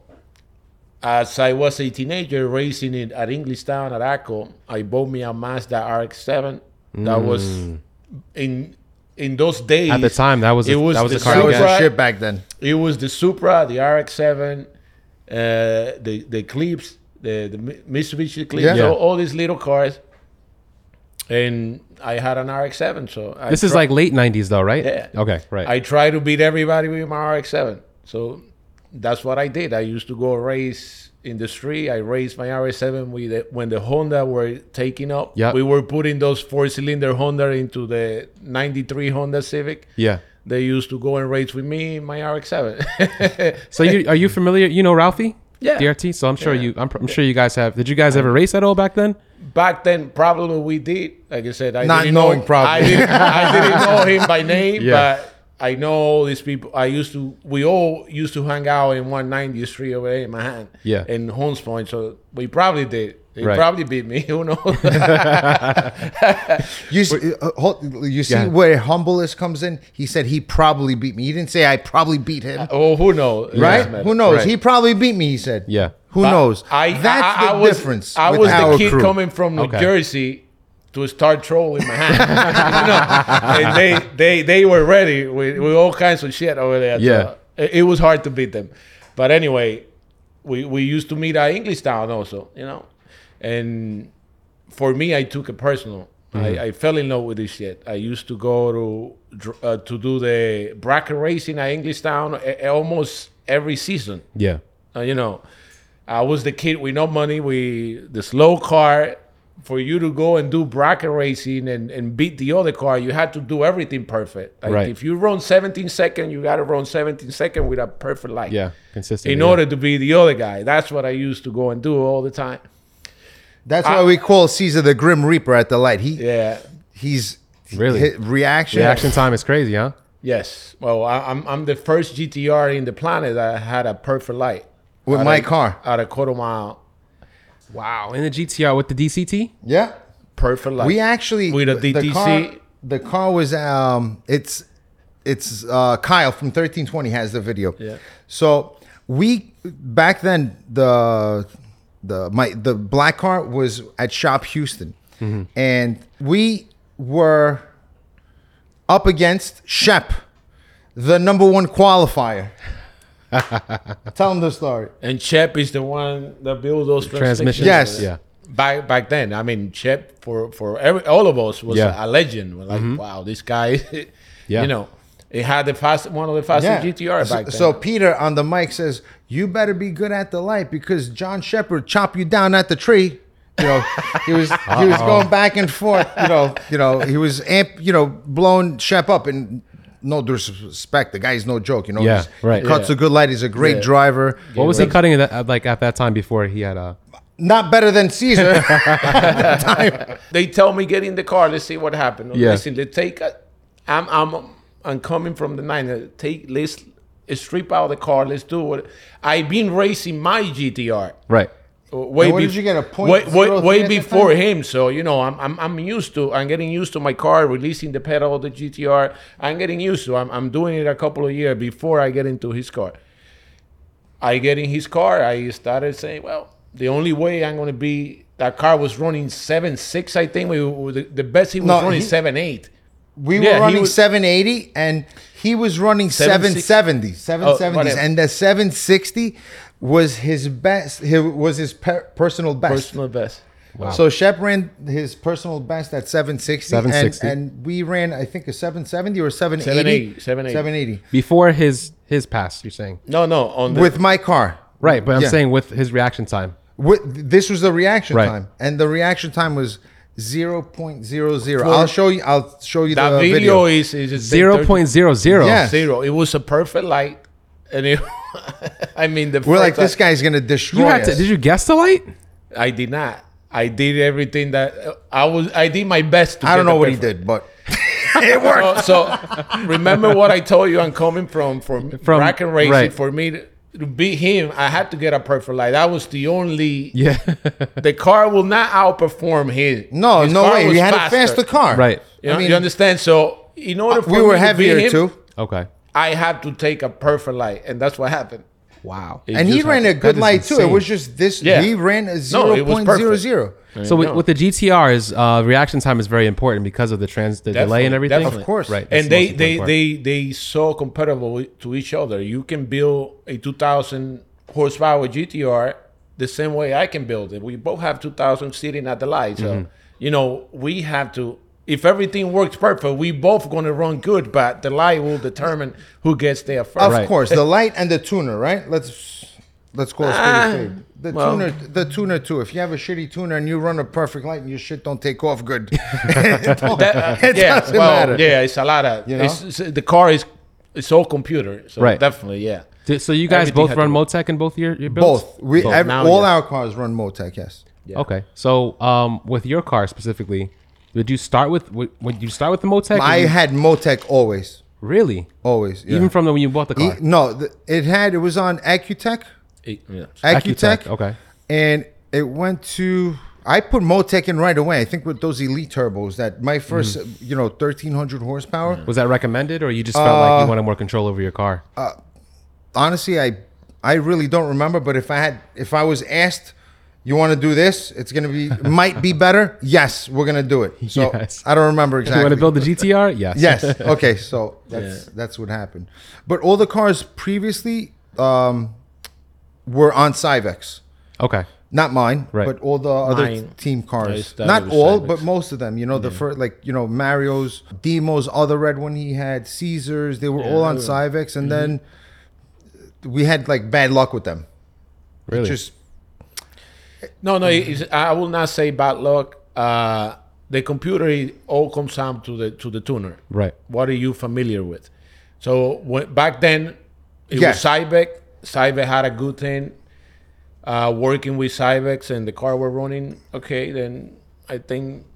Speaker 3: as I was a teenager racing it at Englishtown at Akko, I bought me a Mazda RX-7 that was in in those days
Speaker 1: Mm. At the time, that was a,
Speaker 3: It was
Speaker 1: that was
Speaker 3: the
Speaker 1: a car.
Speaker 2: That
Speaker 1: to
Speaker 2: was
Speaker 1: get.
Speaker 2: the
Speaker 3: Supra.
Speaker 2: shit back then.
Speaker 3: It was the Supra, the RX-7, uh, the the Eclipse, the the Mi- Mitsubishi Eclipse,
Speaker 2: Yeah.
Speaker 1: Yeah.
Speaker 3: all, all these little cars. And I had an RX-7, so I
Speaker 1: This is
Speaker 3: dro-
Speaker 1: like late 90s though, right?
Speaker 3: Yeah.
Speaker 1: Okay, right.
Speaker 3: I try to beat everybody with my RX-7. So that's what I did. I used to go race in the street. I raced my RX-7 with the, when the Honda were taking up.
Speaker 1: Yeah.
Speaker 3: We were putting those four-cylinder Honda into the 93 Honda Civic.
Speaker 1: yeah.
Speaker 3: They used to go and race with me in my RX-7.
Speaker 1: So you are you familiar? You know Ralphie?
Speaker 3: Yeah.
Speaker 1: DRT. So I'm sure you. I'm, pr- I'm sure you guys have. Did you guys ever race at all back then?
Speaker 3: Back then, probably we did. Like I said, I
Speaker 2: Not
Speaker 3: didn't
Speaker 2: knowing
Speaker 3: know,
Speaker 2: probably.
Speaker 3: I didn't, I didn't know him by name,
Speaker 1: Yeah.
Speaker 3: but I know all these people. I used to, we all used to hang out in 190 Street over there in Manhattan.
Speaker 1: Yeah.
Speaker 3: In Holmes Point. So we probably did. They
Speaker 1: Right.
Speaker 3: probably beat me. Who knows?
Speaker 2: You see, uh, hold, you see
Speaker 1: Yeah.
Speaker 2: where humbleness comes in. He said he probably beat me. He didn't say I probably beat him.
Speaker 3: oh, who knows?
Speaker 2: Right?
Speaker 3: Yeah.
Speaker 2: Who knows?
Speaker 1: Right.
Speaker 2: He probably beat me. He said.
Speaker 1: Yeah.
Speaker 2: Who
Speaker 3: But
Speaker 2: knows?
Speaker 3: I,
Speaker 2: That's
Speaker 3: I, I
Speaker 2: the
Speaker 3: was,
Speaker 2: difference.
Speaker 3: I
Speaker 2: with
Speaker 3: was the
Speaker 2: our
Speaker 3: kid
Speaker 2: crew.
Speaker 3: coming from New
Speaker 1: Okay.
Speaker 3: Jersey to start trolling Manhattan. you know? And they, they, they were ready with, with all kinds of shit over there.
Speaker 1: Yeah.
Speaker 3: So it, it was hard to beat them. But anyway, we, we used to meet at English Town also, you know? And for me, I took it personal.
Speaker 2: Mm-hmm.
Speaker 3: I, I fell in love with this shit. I used to go to dr- uh, to do the bracket racing at English Town a- a- almost every season.
Speaker 1: Yeah.
Speaker 3: Uh, you know, I was the kid with no money. We the slow car. For you to go and do bracket racing and, and beat the other car, you had to do everything perfect. Like
Speaker 1: Right.
Speaker 3: If you run 17 second, you got to run 17 second with a perfect light.
Speaker 1: Yeah. Consistent.
Speaker 3: In
Speaker 1: yeah.
Speaker 3: order to be the other guy, that's what I used to go and do all the time.
Speaker 2: That's why we call Caesar the Grim Reaper at the light. He
Speaker 3: Yeah.
Speaker 2: he's
Speaker 1: Really?
Speaker 2: his reaction.
Speaker 1: Reaction time is crazy, huh?
Speaker 3: Yes. Well, I, I'm I'm the first GTR in the planet that had a perfect light
Speaker 2: with
Speaker 3: At
Speaker 2: my
Speaker 3: a-
Speaker 2: car.
Speaker 3: at a quarter mile.
Speaker 1: Wow. In the GTR with the DCT.
Speaker 2: Yeah.
Speaker 3: Perfect light.
Speaker 2: We actually
Speaker 3: with a
Speaker 2: The
Speaker 3: DTC.
Speaker 2: car, the car was um it's it's uh Kyle from 1320 has the video.
Speaker 3: Yeah.
Speaker 2: So we back then the the my the black car was at Shop Houston.
Speaker 3: Mm-hmm.
Speaker 2: And we were up against Shep, the number one qualifier. Tell him the story.
Speaker 3: And Chep is the one that built those
Speaker 1: Transmission.
Speaker 3: transmissions.
Speaker 2: Yes.
Speaker 1: Yeah.
Speaker 3: Back back then, I mean, Chep for for every, all of us was
Speaker 1: Yeah. Mm-hmm.
Speaker 3: a legend. We're like, wow, this guy,
Speaker 1: Yeah.
Speaker 3: you know, he had the fast one of the fastest GTR
Speaker 2: so,
Speaker 3: back then.
Speaker 2: so Peter on the mic says, "You better be good at the light because John Shepard chop you down at the tree." You know, he was he
Speaker 3: Uh-huh.
Speaker 2: was going back and forth. You know, you know he was amp, you know, blowing Shep up and. No disrespect, the guy's no joke. You know,
Speaker 1: Yeah,
Speaker 2: He's-
Speaker 1: right.
Speaker 2: He cuts
Speaker 3: Yeah.
Speaker 2: a good light. He's a great
Speaker 3: Yeah.
Speaker 2: driver.
Speaker 1: What was he cutting at that, like at that time before he had uh, a?
Speaker 2: Not better than Caesar.
Speaker 3: they tell me get in the car. Let's see what happened.
Speaker 1: Yeah.
Speaker 3: Listen, they take. A, I'm I'm I'm coming from the nine. uh, Take let's strip out the car. Let's do it. I've been racing my GTR.
Speaker 1: Right.
Speaker 3: Way
Speaker 2: And what did you get, a
Speaker 3: way, way,
Speaker 2: 0.03
Speaker 3: way
Speaker 2: at that
Speaker 3: before
Speaker 2: time?
Speaker 3: him. So you know, I'm, I'm I'm used to. I'm getting used to my car releasing the pedal, the GTR. I'm getting used to. I'm I'm doing it a couple of years before I get into his car. I get in his car. I started saying, well, the only way I'm going to be. That car was running seven six. I think we, we the, the best he was
Speaker 2: No,
Speaker 3: running
Speaker 2: he-
Speaker 3: seven eight.
Speaker 2: We
Speaker 3: Yeah,
Speaker 2: were
Speaker 3: he
Speaker 2: running
Speaker 3: was-
Speaker 2: 780 and he was running
Speaker 3: 760.
Speaker 2: 770, 770s
Speaker 3: Oh, whatever.
Speaker 2: and the 760 was his best he was his per- personal best.
Speaker 3: Personal best.
Speaker 2: So Shep ran his personal best at 760,
Speaker 4: 760.
Speaker 2: And, and we ran I think a 770 or 780,
Speaker 3: 780, 780.
Speaker 2: 780
Speaker 1: Before his his pass, you're saying
Speaker 3: No, no. On the,
Speaker 2: with my car.
Speaker 1: right, but I'm
Speaker 2: Yeah.
Speaker 1: saying with his reaction time.
Speaker 2: With, this was the reaction
Speaker 1: Right.
Speaker 2: time, and the reaction time was 0.00. I'll show you. I'll show you the,
Speaker 3: that video,
Speaker 2: video.
Speaker 3: is is just
Speaker 1: Zero point zero zero.
Speaker 2: Yeah.
Speaker 3: zero. It was a perfect light, and it, I mean the
Speaker 2: We're like,
Speaker 3: first
Speaker 2: this guy's gonna destroy
Speaker 1: You had to.
Speaker 2: us.
Speaker 1: Did you guess the light?
Speaker 3: I did not. I did everything that I was. I did my best. To
Speaker 2: I don't
Speaker 3: get
Speaker 2: know
Speaker 3: the
Speaker 2: what he
Speaker 3: perfect-
Speaker 2: did, but
Speaker 3: So, so remember what I told you. I'm coming from from,
Speaker 1: From-
Speaker 3: rack and racing.
Speaker 1: right.
Speaker 3: For me to, to beat him, I had to get a perfect light. That was the only.
Speaker 1: Yeah.
Speaker 3: The car will not outperform his.
Speaker 2: no,
Speaker 3: His
Speaker 2: no
Speaker 3: car
Speaker 2: way.
Speaker 3: was
Speaker 2: We had a faster car,
Speaker 1: Right.
Speaker 3: You, know,
Speaker 2: I mean, uh,
Speaker 3: you understand? So in order for
Speaker 2: we
Speaker 3: me
Speaker 2: were
Speaker 3: to beat
Speaker 2: heavier
Speaker 3: him,
Speaker 2: too,
Speaker 1: okay.
Speaker 3: I had to take a perfect light, and that's what happened.
Speaker 1: Wow.
Speaker 2: and he
Speaker 3: just
Speaker 2: ran a
Speaker 1: happened.
Speaker 2: good
Speaker 1: That is
Speaker 2: light too. It
Speaker 1: insane.
Speaker 2: was just this.
Speaker 3: Yeah.
Speaker 2: He ran a
Speaker 3: No, it
Speaker 2: zero
Speaker 3: was
Speaker 2: point
Speaker 3: perfect.
Speaker 2: zero zero.
Speaker 1: So with, with the GTRs, uh, reaction time is very important because of the trans, the delay and
Speaker 3: Definitely,
Speaker 1: everything.
Speaker 3: definitely.
Speaker 2: Of course.
Speaker 1: Right. that's
Speaker 3: and
Speaker 1: the
Speaker 3: they
Speaker 1: most
Speaker 3: they,
Speaker 1: important part.
Speaker 3: they they so compatible to each other. You can build a 2,000 horsepower GTR the same way I can build it. We both have 2,000 sitting at the light, so
Speaker 1: Mm-hmm.
Speaker 3: you know we have to. If everything works perfect, we both gonna run good, but the light will determine who gets there first.
Speaker 2: Of
Speaker 1: Right.
Speaker 2: course, the light and the tuner, right? Let's let's call it
Speaker 3: Ah,
Speaker 2: spade a spade. The
Speaker 3: well.
Speaker 2: tuner, the tuner too. If you have a shitty tuner and you run a perfect light and your shit don't take off good,
Speaker 3: That- uh,
Speaker 2: It
Speaker 3: yeah,
Speaker 2: doesn't
Speaker 3: well,
Speaker 2: matter.
Speaker 3: yeah, it's a lot of.
Speaker 2: You know?
Speaker 3: it's- it's- the car is it's all computer, so
Speaker 1: Right.
Speaker 3: definitely, yeah.
Speaker 1: Did- So you guys
Speaker 3: Everything
Speaker 1: both
Speaker 3: had
Speaker 1: run
Speaker 3: to work.
Speaker 1: Motec in both your, your builds?
Speaker 2: both we ev-
Speaker 3: Now,
Speaker 2: all
Speaker 3: yes.
Speaker 2: our cars run Motec. Yes,
Speaker 3: Yeah.
Speaker 1: Okay. So um, with your car specifically, did you start with would would you start with the Motec? or
Speaker 2: I
Speaker 1: you-
Speaker 2: had Motec always,
Speaker 1: really
Speaker 2: always. yeah.
Speaker 1: even from the, when you bought the car.
Speaker 2: E- no, th- it had it was on Acutech,
Speaker 3: It- yeah.
Speaker 2: Acutech,
Speaker 1: Okay.
Speaker 2: and it went to. I put Motec in right away. I think with those elite turbos that my 1st
Speaker 1: Mm-hmm.
Speaker 2: you know, thirteen hundred horsepower.
Speaker 3: Mm.
Speaker 1: Was that recommended, or you just felt
Speaker 2: Uh,
Speaker 1: like you wanted more control over your car?
Speaker 2: honestly i i really don't remember but if i had if i was asked you want to do this it's gonna be might be better yes we're gonna do it so
Speaker 1: Yes.
Speaker 2: i don't remember
Speaker 1: You want
Speaker 2: exactly
Speaker 1: to build the GTR? Yes.
Speaker 2: yes okay so that's that's what happened but all the cars previously um were on cyvex
Speaker 1: Okay.
Speaker 2: not mine,
Speaker 1: Right.
Speaker 2: but all the other
Speaker 3: Mine.
Speaker 2: team
Speaker 3: I
Speaker 2: cars.
Speaker 3: started
Speaker 2: Not
Speaker 3: with
Speaker 2: all,
Speaker 3: Cyvex.
Speaker 2: but most of them. You know, the first, like, you know, Mario's, Demo's other red one he had, Caesar's, they were all on Cyvex. And
Speaker 3: Mm-hmm.
Speaker 2: then we had, like, bad luck with them. It
Speaker 1: Really?
Speaker 2: just,
Speaker 3: No, no,
Speaker 2: Mm-hmm.
Speaker 3: it's, I will not say bad luck. Uh, the computer it all comes down to the to the tuner.
Speaker 1: Right.
Speaker 3: What are you familiar with? So when, back then, it
Speaker 2: Yes.
Speaker 3: was Cybex. Cybex had a good thing. Uh, working with Cybex and the car we're running, okay, then I think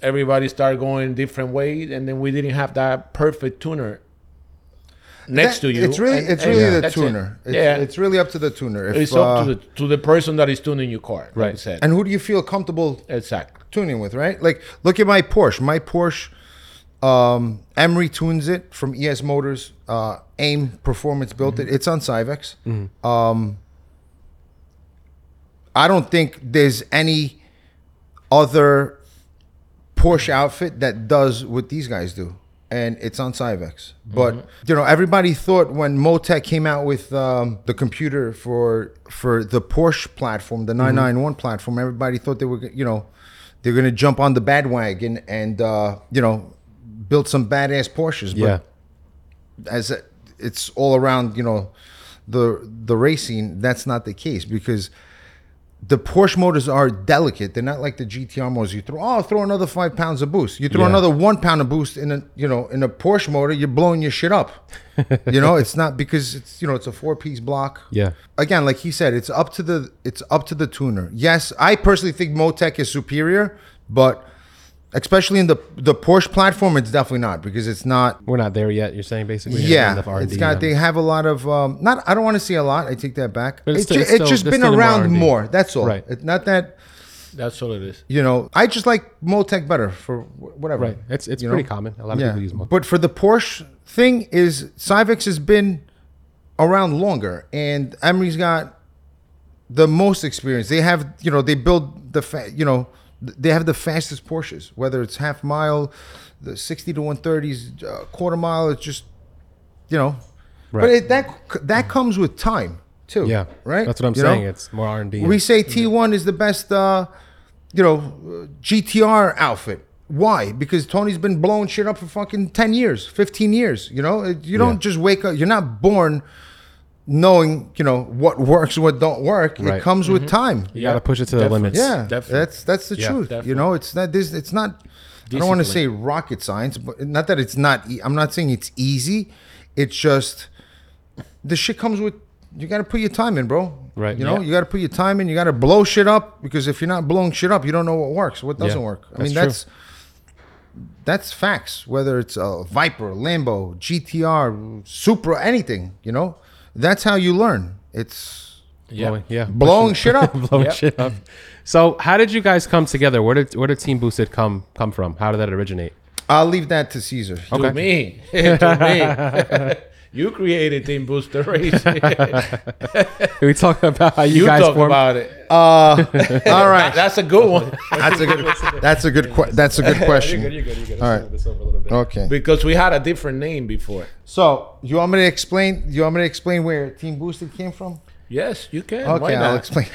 Speaker 3: everybody started going different ways, and then we didn't have that perfect tuner next
Speaker 2: that-
Speaker 3: to you.
Speaker 2: It's really,
Speaker 3: and-
Speaker 2: it's
Speaker 3: and
Speaker 2: really the
Speaker 3: that's it.
Speaker 2: tuner. It's,
Speaker 3: yeah,
Speaker 2: it's really up to the tuner. If,
Speaker 3: it's up
Speaker 2: uh,
Speaker 3: to the to the person that is tuning your car. Like I
Speaker 1: Right.
Speaker 3: said.
Speaker 2: And who do you feel comfortable
Speaker 3: exactly.
Speaker 2: tuning with, right? Like, look at my Porsche. My Porsche, um, Emery tunes it from ES Motors. Uh, AIM Performance built
Speaker 3: Mm-hmm.
Speaker 2: it. It's on Cyvex. Um, I don't think there's any other Porsche outfit that does what these guys do, and it's on Cyvex. But you know, everybody thought when Motec came out with um, the computer for for the Porsche platform, the 991 platform, everybody thought they were g- you know they're gonna jump on the bad wagon and uh, you know build some badass Porsches.
Speaker 1: Yeah.
Speaker 2: But as a- it's all around, you know, the the racing, that's not the case because the Porsche motors are delicate. They're not like the GTR motors. You throw oh, throw another five pounds of boost. You throw
Speaker 1: Yeah.
Speaker 2: another one pound of boost in a you know in a Porsche motor, you're blowing your shit up. you know, it's not because it's you know it's a four piece block.
Speaker 1: Yeah.
Speaker 2: Again, like he said, it's up to the it's up to the tuner. Yes, I personally think Motec is superior, but especially in the the Porsche platform, it's definitely not because it's not
Speaker 1: We're not there yet. You're saying basically. We haven't done
Speaker 2: yeah,
Speaker 1: enough R&D
Speaker 2: it's got.
Speaker 1: on-
Speaker 2: They have a lot of um, not. I don't want to say a lot. I take that back.
Speaker 1: But it's
Speaker 2: it's,
Speaker 1: still-
Speaker 2: ju-
Speaker 1: it's
Speaker 2: it's
Speaker 1: still-
Speaker 2: just
Speaker 1: there's
Speaker 2: been
Speaker 1: still more
Speaker 2: around
Speaker 1: R&D.
Speaker 2: more. That's all.
Speaker 1: Right.
Speaker 2: It, not that
Speaker 3: That's all it is.
Speaker 2: you know. I just like Motec better for wh- whatever.
Speaker 1: Right. It's it's
Speaker 2: You
Speaker 1: pretty
Speaker 2: know?
Speaker 1: common. A lot of
Speaker 2: Yeah,
Speaker 1: people use Motec.
Speaker 2: but for the Porsche thing, is Cyvex has been around longer, and Emery's got the most experience. They have you know they build the fa- you know th- they have the fastest Porsches, whether it's half mile, the sixty to one thirties, uh, quarter mile. It's just you know, but
Speaker 1: Right.
Speaker 2: it, that c- that comes with time too.
Speaker 1: Yeah.
Speaker 2: right.
Speaker 1: That's what I'm
Speaker 2: You know?
Speaker 1: saying. It's more R and D.
Speaker 2: we say T one is the best. Uh, you know, uh, GTR outfit. Why? Because Tony's been blowing shit up for fucking 10 years, 15 years. You know, It- you don't
Speaker 1: Yeah.
Speaker 2: just wake up, you're not born knowing, you know, what works, what don't work.
Speaker 1: Right. Mm-hmm.
Speaker 2: It comes with time.
Speaker 1: You got to push it to the
Speaker 3: Definitely.
Speaker 1: limits.
Speaker 2: Yeah,
Speaker 3: Definitely.
Speaker 2: that's that's the
Speaker 1: Yeah.
Speaker 2: truth. You know, it's not this. It's not. I don't want to say rocket science, but not that it's not. E- I'm not saying it's easy. It's just the shit comes with. You got to put your time in, bro.
Speaker 1: Right.
Speaker 2: You know,
Speaker 1: Yeah.
Speaker 2: you got to put your time in. You got to blow shit up because if you're not blowing shit up, you don't know what works, what doesn't work. I
Speaker 1: That's
Speaker 2: mean,
Speaker 1: true.
Speaker 2: that's that's facts. Whether it's a Viper, Lambo, GTR, Supra, anything, you know, that's how you learn. It's
Speaker 1: Blowing, yeah.
Speaker 2: blowing shit up.
Speaker 1: blowing
Speaker 3: Yep.
Speaker 1: shit up. So, how did you guys come together? Where did where did Team Boosted come come from? How did that originate?
Speaker 2: I'll leave that to Caesar.
Speaker 3: To me, to me, you created Team Booster Racing.
Speaker 1: Can we talk about how you,
Speaker 3: you
Speaker 1: guys
Speaker 3: talk
Speaker 1: formed?
Speaker 3: about it.
Speaker 2: Uh, all right.
Speaker 3: That's a good one
Speaker 2: That's a good. That's a good. Que- that's a good question.
Speaker 1: good. You're good.
Speaker 2: All right.
Speaker 1: This over a little bit.
Speaker 2: Okay.
Speaker 3: because we had a different name before.
Speaker 2: So you want me to explain? You want me to explain where Team Boosted came from?
Speaker 3: Yes, you can. Why
Speaker 2: Okay,
Speaker 3: not?
Speaker 2: I'll explain.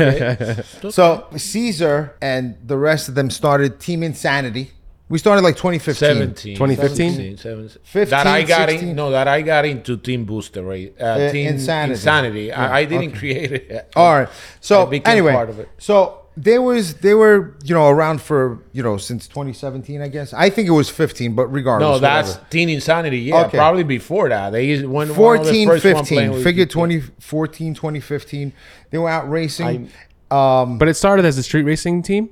Speaker 3: okay.
Speaker 2: So Caesar and the rest of them started Team Insanity. We started like 2015.
Speaker 3: 17.
Speaker 1: 2015?
Speaker 3: 17, 17.
Speaker 2: 15,
Speaker 3: that I got in,
Speaker 2: 16.
Speaker 3: no, that I got into Team Booster, right? Uh, Team
Speaker 2: Insanity.
Speaker 3: Insanity. I, I didn't create it. yet.
Speaker 2: All right. So
Speaker 3: I became
Speaker 2: anyway,
Speaker 3: part of it.
Speaker 2: so they was they were you know around for you know since 2017 I guess I think it was 15 but regardless
Speaker 3: No, that's
Speaker 2: whatever.
Speaker 3: Teen Insanity. Yeah,
Speaker 2: Okay.
Speaker 3: probably before that. They used one, one of the
Speaker 2: 14
Speaker 3: first one playing
Speaker 2: 15
Speaker 3: with-
Speaker 2: figure 2014 2015 they were out racing um
Speaker 1: But it started as a street racing team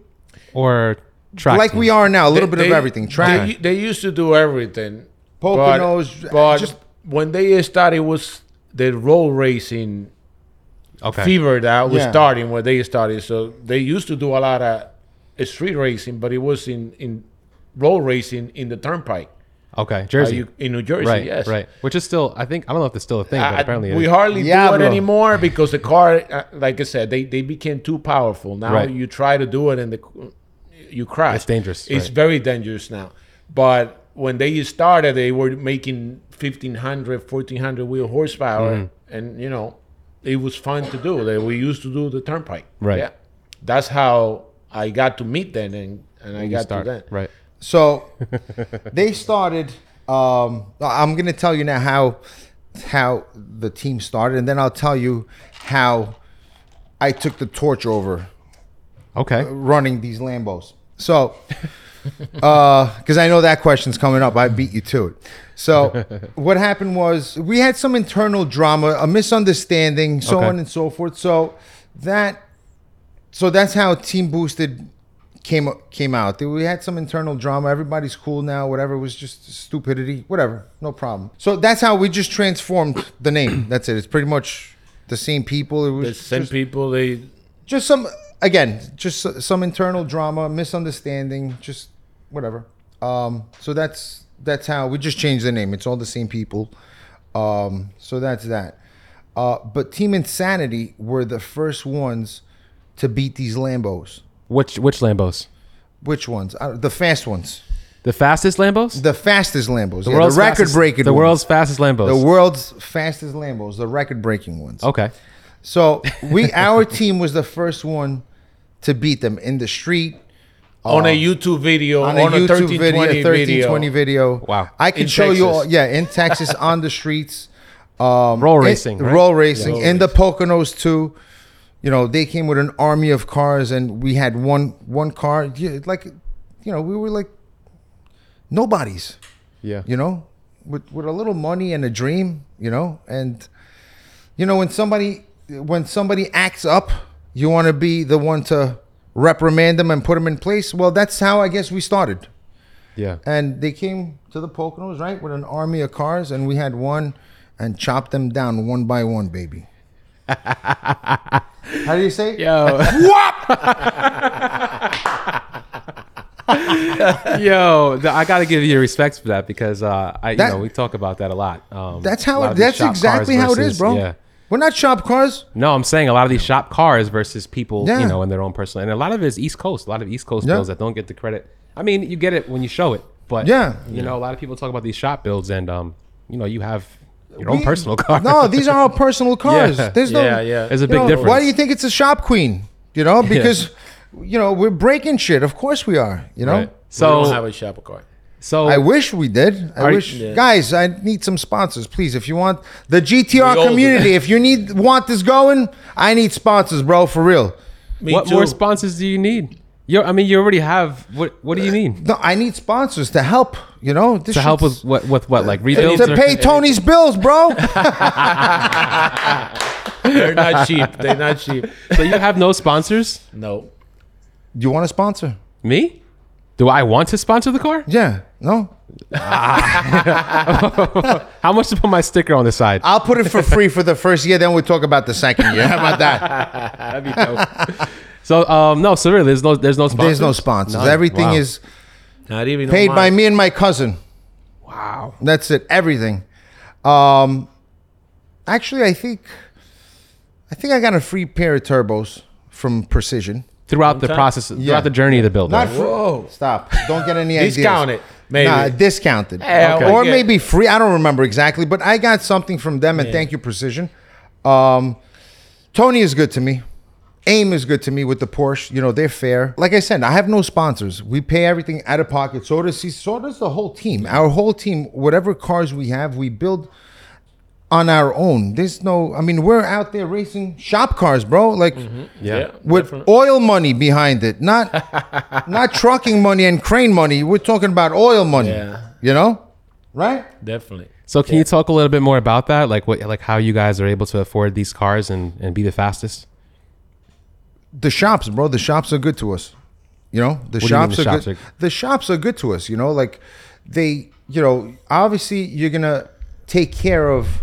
Speaker 1: or track.
Speaker 2: like
Speaker 1: team?
Speaker 2: we are now a little bit of
Speaker 3: They-
Speaker 2: everything track
Speaker 3: They, they used to do everything.
Speaker 2: Poconos,
Speaker 3: but, but
Speaker 2: uh, just-
Speaker 3: when they started, it was the roll racing
Speaker 1: Okay.
Speaker 3: fever that was
Speaker 2: Yeah.
Speaker 3: starting where they started. So they used to do a lot of uh, street racing, but it was in in roll racing in the turnpike
Speaker 1: Okay.
Speaker 3: uh,
Speaker 1: Jersey.
Speaker 3: you, in New Jersey.
Speaker 1: right.
Speaker 3: yes,
Speaker 1: Right. Which is still, I think, I don't know if it's still a thing, but
Speaker 3: I-
Speaker 1: apparently it
Speaker 3: we
Speaker 1: is.
Speaker 3: hardly do
Speaker 2: Diablo.
Speaker 3: it anymore because the car, uh, like I said, they, they became too powerful. Now
Speaker 1: Right.
Speaker 3: you try to do it and the you crash.
Speaker 1: It's dangerous,
Speaker 3: It's
Speaker 1: right.
Speaker 3: very dangerous now. But when they started, they were making 1500, 1400 wheel horsepower,
Speaker 1: Mm-hmm.
Speaker 3: and you know, it was fun to do. They we used to do the turnpike.
Speaker 1: Right.
Speaker 3: Yeah, that's how I got to meet them, and and I
Speaker 1: You
Speaker 3: got
Speaker 1: start.
Speaker 3: to that.
Speaker 1: Right.
Speaker 2: So they started. Um, I'm going to tell you now how how the team started, and then I'll tell you how I took the torch over
Speaker 1: Okay.
Speaker 2: uh, running these Lambos. So, because I know that question's coming up, I beat you to it. So, what happened was we had some internal drama, a misunderstanding, so
Speaker 1: Okay.
Speaker 2: on and so forth. So that, so that's how Team Boosted came came out. We had some internal drama. Everybody's cool now. Whatever it was just stupidity. Whatever, no problem. So that's how we just transformed the name. That's it. It's pretty much the same people. It was
Speaker 3: The
Speaker 2: just-
Speaker 3: same people they
Speaker 2: just some again just s- some internal drama misunderstanding just whatever um so that's that's how we just changed the name it's all the same people um so that's that uh but team insanity were the first ones to beat these lambos
Speaker 1: Which which Lambos?
Speaker 2: which ones uh, the fast ones
Speaker 1: The fastest Lambos?
Speaker 2: the fastest lambos the, yeah,
Speaker 1: world's
Speaker 2: the record
Speaker 1: fastest-
Speaker 2: breaking
Speaker 1: The world's fastest Oh. Lambos.
Speaker 2: the world's fastest lambos the record breaking ones
Speaker 1: okay.
Speaker 2: so we our team was the first one to beat them in the street
Speaker 1: Oh.
Speaker 3: on a YouTube video
Speaker 2: on a YouTube video,
Speaker 3: 1320
Speaker 2: 1320 video.
Speaker 1: Wow.
Speaker 2: I can
Speaker 3: In
Speaker 2: show you all,
Speaker 3: Texas.
Speaker 2: yeah, in Texas on the streets. Um,
Speaker 1: Roll
Speaker 2: in-
Speaker 1: racing, right?
Speaker 2: Roll racing.
Speaker 3: Roll
Speaker 2: in the Poconos too. You know, they came with an army of cars and we had one one car. Yeah, like you know, we were like nobodies,
Speaker 1: Yeah.
Speaker 2: you know, with with a little money and a dream, you know, and you know, when somebody when somebody acts up, you want to be the one to reprimand them and put them in place. Well, that's how I guess we started
Speaker 1: Yeah.
Speaker 2: and they came to the Poconos, right, with an army of cars, and we had one and chopped them down one by one, baby. How do you say? it?
Speaker 1: Yo. Yo, th- I got to give you respect for that because uh, I,
Speaker 2: That-
Speaker 1: you know, we talk about that a lot. Um,
Speaker 2: That's
Speaker 1: a lot
Speaker 2: how.
Speaker 1: of these
Speaker 2: That's
Speaker 1: shop
Speaker 2: exactly
Speaker 1: cars
Speaker 2: how it is,
Speaker 1: versus-
Speaker 2: bro.
Speaker 1: Yeah.
Speaker 2: We're not shop cars.
Speaker 1: No, I'm saying a lot of these shop cars versus people,
Speaker 2: Yeah.
Speaker 1: you know, in their own personal, and a lot of it is East Coast. A lot of East Coast
Speaker 2: Yeah.
Speaker 1: builds that don't get the credit. I mean, you get it when you show it, but
Speaker 2: Yeah.
Speaker 1: you know, a lot of people talk about these shop builds, and um, you know, you have your own
Speaker 2: We-
Speaker 1: personal car.
Speaker 2: No, these are our personal cars. There's no.
Speaker 3: Yeah, yeah.
Speaker 1: There's a
Speaker 2: you
Speaker 1: big
Speaker 2: know,
Speaker 1: difference.
Speaker 2: Why do you think it's a shop queen? You know, because you know, we're breaking shit. Of course we are. You know,
Speaker 3: Right.
Speaker 1: So-
Speaker 3: we don't have a shopper card.
Speaker 1: So
Speaker 2: I wish we did. I
Speaker 1: Oh. Are-
Speaker 2: wish,
Speaker 3: Yeah.
Speaker 2: guys. I need some sponsors, please. If you want the GTR
Speaker 3: We all do.
Speaker 2: community, if you need want this going, I need sponsors, bro, for real.
Speaker 3: Me
Speaker 1: what
Speaker 3: too.
Speaker 1: more sponsors do you need? You I mean you already have what what do you mean?
Speaker 2: No, I need sponsors to help. You know, this
Speaker 1: To help
Speaker 2: shit's-
Speaker 1: with what with what like
Speaker 2: to,
Speaker 1: rebuilds
Speaker 2: to
Speaker 1: or-
Speaker 2: pay Tony's bills, bro.
Speaker 3: They're not cheap. They're not cheap.
Speaker 1: So you have no sponsors?
Speaker 3: No.
Speaker 2: you want a sponsor?
Speaker 1: Me? Do I want to sponsor the car?
Speaker 2: Yeah. No.
Speaker 1: How much to put my sticker on the side?
Speaker 2: I'll put it for free for the first year. Then we'll talk about the second year. How about that?
Speaker 1: So um no, so really there's no there's no sponsors.
Speaker 2: There's no sponsors.
Speaker 1: None.
Speaker 2: Everything
Speaker 1: Wow.
Speaker 2: is
Speaker 3: Not even
Speaker 2: paid by
Speaker 3: online.
Speaker 2: me and my cousin.
Speaker 1: wow.
Speaker 2: That's it. Everything. Um, actually, I think, I think I got a free pair of turbos from Precision.
Speaker 1: Throughout the
Speaker 3: time?
Speaker 1: process throughout
Speaker 2: Yeah.
Speaker 1: the journey of the build.
Speaker 2: Not
Speaker 1: right?
Speaker 2: free.
Speaker 3: Whoa.
Speaker 2: Stop. Don't get any ideas.
Speaker 3: Discount it. Maybe.
Speaker 2: Nah, discounted.
Speaker 3: Yeah,
Speaker 1: Okay.
Speaker 2: Or
Speaker 3: okay.
Speaker 2: maybe free. I don't remember exactly, but I got something from them, and thank you, Precision. Um, Tony is good to me. AIM is good to me with the Porsche. You know, they're fair. Like I said, I have no sponsors. We pay everything out of pocket. So does, so does the whole team. Our whole team, whatever cars we have, we build on our own. There's no, I mean, we're out there racing shop cars, bro. Like,
Speaker 3: Mm-hmm.
Speaker 1: Yeah.
Speaker 2: with
Speaker 3: definitely.
Speaker 2: oil money behind it, not not trucking money and crane money. We're talking about oil money.
Speaker 3: Yeah.
Speaker 2: You know, right?
Speaker 3: Definitely.
Speaker 1: So can you talk a little bit more about that? Like what like how you guys are able to afford these cars and, and be the fastest?
Speaker 2: The shops, bro. The shops are good to us. You know, the
Speaker 1: you mean
Speaker 2: shops
Speaker 1: the
Speaker 2: are
Speaker 1: shops
Speaker 2: good.
Speaker 1: are-
Speaker 2: The shops are good to us. You know, like they, you know, obviously you're gonna take care of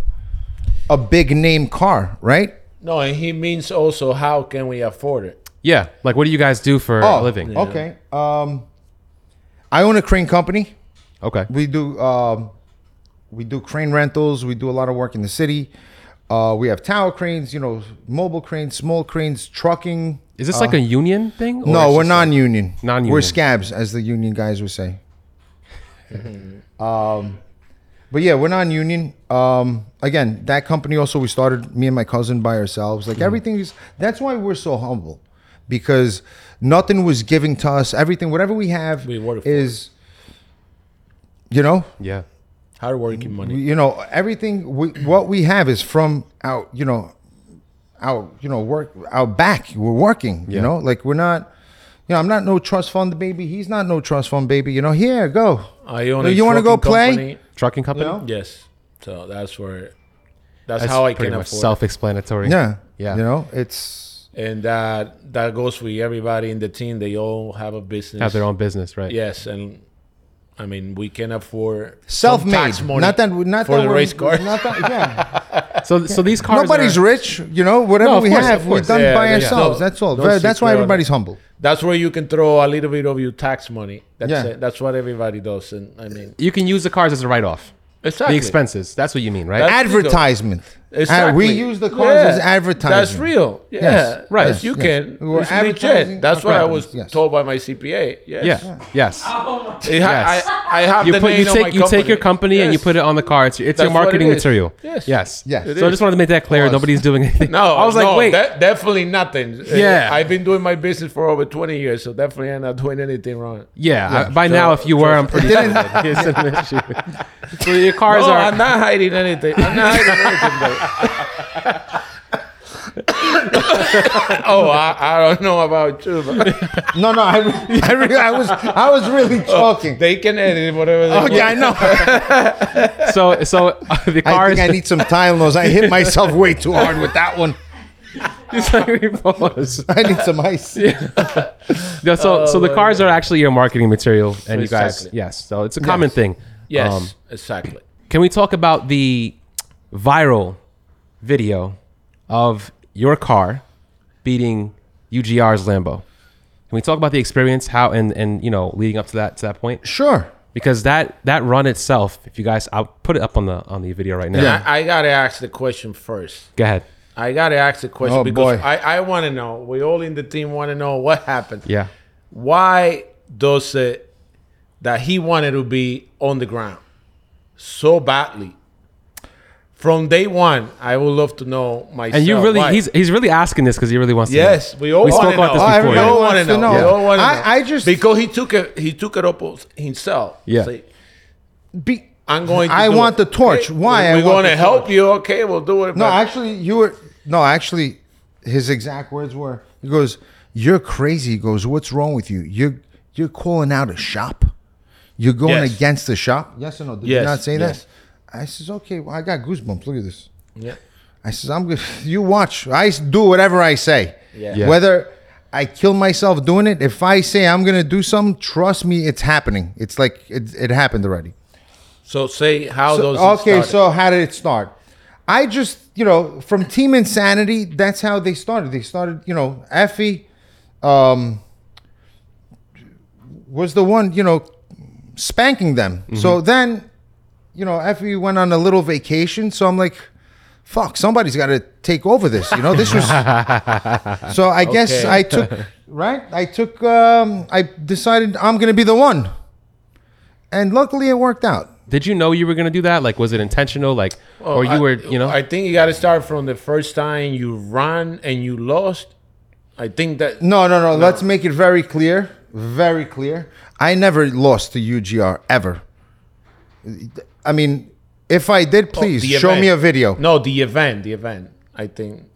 Speaker 2: a big name car, right?
Speaker 3: No, and he means also how can we afford it?
Speaker 1: Yeah. Like what do you guys do for
Speaker 2: Oh.
Speaker 1: a living?
Speaker 2: Okay. Um, I own a crane company.
Speaker 1: Okay.
Speaker 2: we do um, we do crane rentals. We do a lot of work in the city. Uh, we have tower cranes, you know, mobile cranes, small cranes, trucking.
Speaker 1: Is this like a union thing? or
Speaker 2: Uh, No,
Speaker 1: it's
Speaker 2: we're
Speaker 1: just like-
Speaker 2: non-union.
Speaker 1: Non-union.
Speaker 2: We're scabs, as the union guys would say. um, but yeah, we're non-union. Um, again, that company also we started me and my cousin by ourselves.
Speaker 1: Mm-hmm.
Speaker 2: Like everything is. That's why we're so humble, because nothing was giving to us. Everything, whatever we have,
Speaker 3: We worked for it.
Speaker 2: is. You know,
Speaker 1: Yeah.
Speaker 3: Hard working money.
Speaker 2: you know everything we, what we have is from our you know our you know work our back we're working you
Speaker 1: Yeah.
Speaker 2: know like we're not you know i'm not no trust fund baby he's not no trust fund baby you know here go
Speaker 3: I own a
Speaker 2: You wanna go
Speaker 3: trucking
Speaker 2: play?
Speaker 3: company.
Speaker 1: Trucking company?
Speaker 2: No.
Speaker 3: Yes. So that's where that's,
Speaker 1: That's
Speaker 3: how I
Speaker 1: pretty
Speaker 3: can
Speaker 1: much
Speaker 3: afford it.
Speaker 1: self-explanatory.
Speaker 2: yeah
Speaker 1: Yeah.
Speaker 2: you know it's
Speaker 3: and that that goes with everybody in the team. They all have a business.
Speaker 1: Have their own business, right?
Speaker 3: Yes, and I mean we can afford some
Speaker 2: self-made
Speaker 3: tax money
Speaker 2: not that we- not
Speaker 3: for
Speaker 2: that
Speaker 3: the
Speaker 2: we're-
Speaker 3: race car.
Speaker 2: not that, yeah.
Speaker 1: So so these cars
Speaker 2: nobody's
Speaker 1: are,
Speaker 2: rich you know whatever
Speaker 1: No, of
Speaker 2: we
Speaker 1: course,
Speaker 2: have
Speaker 1: of
Speaker 2: we've
Speaker 1: course.
Speaker 2: done
Speaker 3: Yeah,
Speaker 2: by
Speaker 3: yeah.
Speaker 2: ourselves
Speaker 3: No,
Speaker 2: that's all
Speaker 3: no
Speaker 2: that's why
Speaker 3: secret.
Speaker 2: everybody's humble
Speaker 3: That's where you can throw a little bit of your tax money. That's
Speaker 2: Yeah.
Speaker 3: it. That's what everybody does. And I mean,
Speaker 1: you can use the cars as a write-off.
Speaker 3: exactly.
Speaker 1: The expenses. That's what you mean, right?
Speaker 3: That's-
Speaker 2: advertisement
Speaker 3: Exactly.
Speaker 2: Uh, we use the cars
Speaker 3: Yeah.
Speaker 2: as advertisement
Speaker 3: That's real. Yeah.
Speaker 2: Yes,
Speaker 3: Right.
Speaker 1: yes,
Speaker 3: you
Speaker 2: yes.
Speaker 3: can.
Speaker 2: We were
Speaker 3: it's legit.
Speaker 2: advertising
Speaker 3: That's
Speaker 2: our
Speaker 3: what I
Speaker 2: products,
Speaker 3: was
Speaker 2: yes.
Speaker 3: told by my CPA. Yes.
Speaker 1: yeah. Yes.
Speaker 3: It ha-
Speaker 1: Yes.
Speaker 3: I, I have
Speaker 1: You
Speaker 3: the
Speaker 1: put you
Speaker 3: name of my
Speaker 1: take you take your company and you
Speaker 3: Yes.
Speaker 1: put it on the car. It's, it's your
Speaker 3: That's what it
Speaker 1: marketing
Speaker 3: is.
Speaker 1: material.
Speaker 3: Yes.
Speaker 1: Yes.
Speaker 2: Yes. It
Speaker 1: So I
Speaker 3: is.
Speaker 1: just wanted to make that clear.
Speaker 2: Pause.
Speaker 1: Nobody's doing anything.
Speaker 3: No,
Speaker 1: I was
Speaker 3: no,
Speaker 1: like, wait.
Speaker 3: de- definitely nothing. Uh,
Speaker 1: Yeah.
Speaker 3: I've been doing my business for over 20 years, so definitely I'm not doing anything wrong.
Speaker 1: yeah. I- by now, if you were, I'm pretty sure that it's an issue. so your cars
Speaker 3: No,
Speaker 1: are.
Speaker 3: I'm not hiding anything. I'm not hiding anything. But... oh, I, I don't know about you, but
Speaker 2: no no I, re- I, re- I was i was really talking
Speaker 3: they can edit whatever they
Speaker 2: okay Oh, i
Speaker 3: want.
Speaker 2: know
Speaker 1: so so uh, the
Speaker 2: I
Speaker 1: cars.
Speaker 2: think I need some Tylenols. I hit myself way too hard with that one.
Speaker 1: it's like we pause.
Speaker 2: I need some ice.
Speaker 1: No, so so the cars are actually your marketing material, and you guys.
Speaker 3: Oh, Exactly.
Speaker 1: Yes. So it's a common thing.
Speaker 3: Yes,
Speaker 1: Um,
Speaker 3: exactly.
Speaker 1: Can we talk about the viral video of your car beating UGR's Lambo? Can we talk about the experience, how and and you know leading up to that to that point?
Speaker 2: Sure.
Speaker 1: Because that that run itself, if you guys, I'll put it up on the on the video right now.
Speaker 3: I, I gotta ask the question first.
Speaker 1: Go ahead.
Speaker 3: I gotta ask the question
Speaker 2: Oh,
Speaker 3: because
Speaker 2: boy.
Speaker 3: I, I want to know. We all in the team want to know what happened.
Speaker 1: Yeah.
Speaker 3: why does it that he wanted to be on the ground so badly From day one, I would love to know myself.
Speaker 1: And you really,
Speaker 3: why.
Speaker 1: he's he's really asking this because he really wants to. know.
Speaker 3: Yes, we all
Speaker 1: We
Speaker 3: want
Speaker 1: spoke
Speaker 3: to
Speaker 1: about
Speaker 3: know.
Speaker 1: this
Speaker 2: Oh,
Speaker 1: before.
Speaker 3: we
Speaker 2: everybody
Speaker 3: all
Speaker 2: wants
Speaker 3: want
Speaker 2: to
Speaker 3: to know.
Speaker 2: know.
Speaker 3: We all wanna
Speaker 2: I-
Speaker 3: know.
Speaker 2: I just-
Speaker 3: because he took it. He took it up himself.
Speaker 1: Yeah.
Speaker 3: Say,
Speaker 2: Be,
Speaker 3: I'm going. to
Speaker 2: I
Speaker 3: do
Speaker 2: want
Speaker 3: it.
Speaker 2: the torch.
Speaker 3: Okay,
Speaker 2: Why? I
Speaker 3: We're
Speaker 2: want
Speaker 3: going
Speaker 2: the
Speaker 3: to help you. Okay, we'll do it.
Speaker 2: no,
Speaker 3: but-
Speaker 2: actually, you were no, actually, his exact words were, he goes, "You're crazy." He goes, "What's wrong with you? You're you're calling out a shop. You're going
Speaker 3: Yes.
Speaker 2: against the shop." Yes or no? Did you
Speaker 3: Yes,
Speaker 2: not say
Speaker 3: yes.
Speaker 2: that? I says, "Okay, well, I got goosebumps. Look at this."
Speaker 3: Yeah.
Speaker 2: I says, I'm good. You watch. I s- do whatever I say.
Speaker 3: Yeah.
Speaker 1: Yeah.
Speaker 2: Whether I kill myself doing it, if I say I'm gonna do something, trust me, it's happening. It's like it, it happened already.
Speaker 3: So say how
Speaker 2: So-
Speaker 3: those.
Speaker 2: okay,
Speaker 3: started.
Speaker 2: so how did it start? I just, you know, from Team Insanity, that's how they started. They started, you know, Effie um, was the one, you know, spanking them.
Speaker 3: Mm-hmm.
Speaker 2: So then, you know, Effie went on a little vacation. So I'm like, fuck, somebody's got to take over this. You know, this was. so I guess
Speaker 3: Okay.
Speaker 2: I took, right? I took, um, I decided I'm going to be the one. And luckily it worked out.
Speaker 1: Did you know you were gonna do that? Like, was it intentional? Like,
Speaker 3: Well,
Speaker 1: or you
Speaker 3: I-
Speaker 1: were, you know?
Speaker 3: I think you got to start from the first time you run and you lost. I think that
Speaker 2: No, no, no. Let's make it very clear. Very clear. I never lost to UGR ever. I mean, if I did, please
Speaker 3: Oh, the
Speaker 2: show me a
Speaker 3: event.
Speaker 2: video.
Speaker 3: No, the event, the event. I think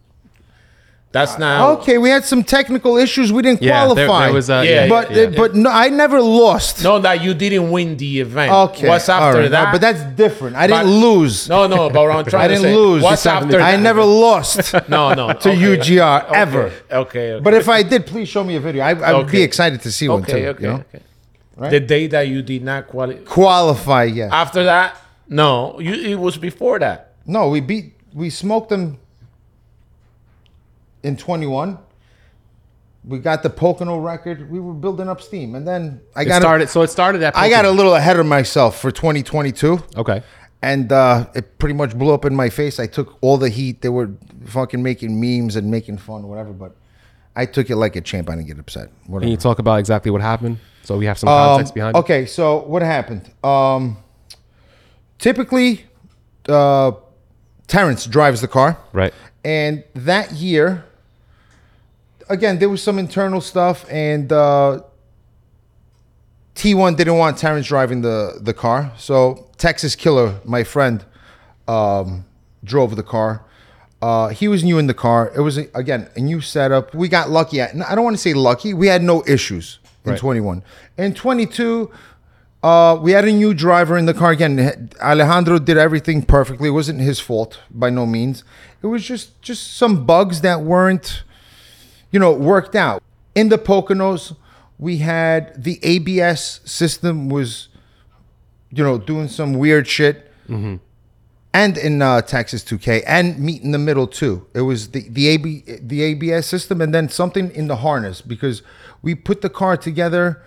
Speaker 3: that's not
Speaker 2: Uh, Okay, we had some technical issues. We didn't
Speaker 1: yeah, there,
Speaker 2: qualify.
Speaker 1: there was a.
Speaker 3: Yeah,
Speaker 2: but
Speaker 1: yeah.
Speaker 2: but no, I never lost.
Speaker 3: No, that you didn't win the event.
Speaker 2: Okay.
Speaker 3: What's after
Speaker 2: all right,
Speaker 3: that?
Speaker 2: But that's different. I didn't
Speaker 3: But-
Speaker 2: lose.
Speaker 3: no, no. But what I'm trying
Speaker 2: I
Speaker 3: to
Speaker 2: didn't
Speaker 3: say,
Speaker 2: lose.
Speaker 3: What's
Speaker 2: This
Speaker 3: after?
Speaker 2: I
Speaker 3: that?
Speaker 2: never lost to
Speaker 3: No, no. to
Speaker 2: UGR ever.
Speaker 3: Okay. okay.
Speaker 2: But if I did, please show me a video. I, I would be
Speaker 3: Okay.
Speaker 2: excited to see one too.
Speaker 3: okay,
Speaker 2: you
Speaker 3: okay,
Speaker 2: know?
Speaker 3: okay. The day that you did not qualify.
Speaker 2: Qualify, yeah.
Speaker 3: After that, no. You it was before that.
Speaker 2: No, we beat we smoked them in 21. We got the Pocono record. We were building up steam, and then I
Speaker 1: it
Speaker 2: got a,
Speaker 1: started. So it started at.
Speaker 2: I
Speaker 1: Pokemon.
Speaker 2: got a little ahead of myself for 2022,
Speaker 1: Okay.
Speaker 2: and uh, it pretty much blew up in my face. I took all the heat. They were fucking making memes and making fun, or whatever. But I took it like a champ. I didn't get upset.
Speaker 1: Can
Speaker 2: Whatever.
Speaker 1: you talk about exactly what happened? So we have some
Speaker 2: Um,
Speaker 1: context behind. it?
Speaker 2: Okay, so what happened? Um, typically, uh, Terrence drives the car.
Speaker 1: Right.
Speaker 2: And that year, again, there was some internal stuff, and uh, T1 didn't want Terrence driving the, the car. So Texas Killer, my friend, um, drove the car. Uh, he was new in the car. It was, again, a new setup. We got lucky. At, I don't want to say lucky. We had no issues in
Speaker 1: Right.
Speaker 2: 21. In 22, uh, we had a new driver in the car again. Alejandro did everything perfectly. It wasn't his fault by no means. It was just just some bugs that weren't, you know, worked out. In the Poconos, we had the ABS system was, you know, doing some weird shit. And in uh, Texas 2K and meet in the middle too. It was the the AB the ABS system and then something in the harness because we put the car together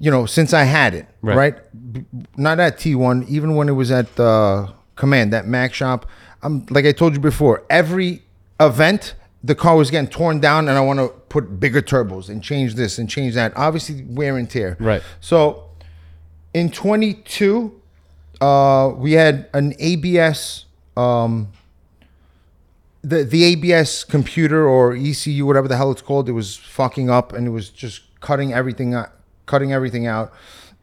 Speaker 2: you know, since I had it,
Speaker 1: Right.
Speaker 2: right? B- Not at T1, even when it was at uh, Command, that Mac shop. I'm like I told you before, every event the car was getting torn down, and I want to put bigger turbos and change this and change that. Obviously, wear and tear.
Speaker 1: Right.
Speaker 2: So in 22, uh, we had an ABS. Um, the, the ABS computer or ECU, whatever the hell it's called, it was fucking up and it was just cutting everything out, cutting everything out.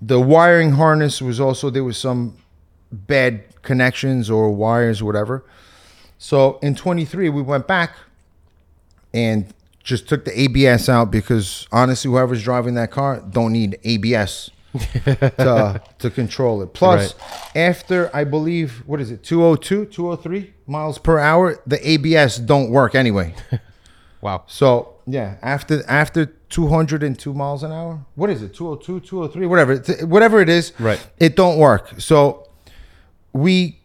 Speaker 2: The wiring harness was also there was some bad connections or wires, whatever. So in 23, we went back and just took the ABS out because honestly, whoever's driving that car don't need ABS to, to control it. Plus, after I believe what is it, 202, 203 miles per hour, the ABS don't work anyway.
Speaker 1: Wow.
Speaker 2: So yeah, after after 202 miles an hour, what is it? 202, 203, whatever, it's- whatever it is.
Speaker 1: Right.
Speaker 2: It don't work. So we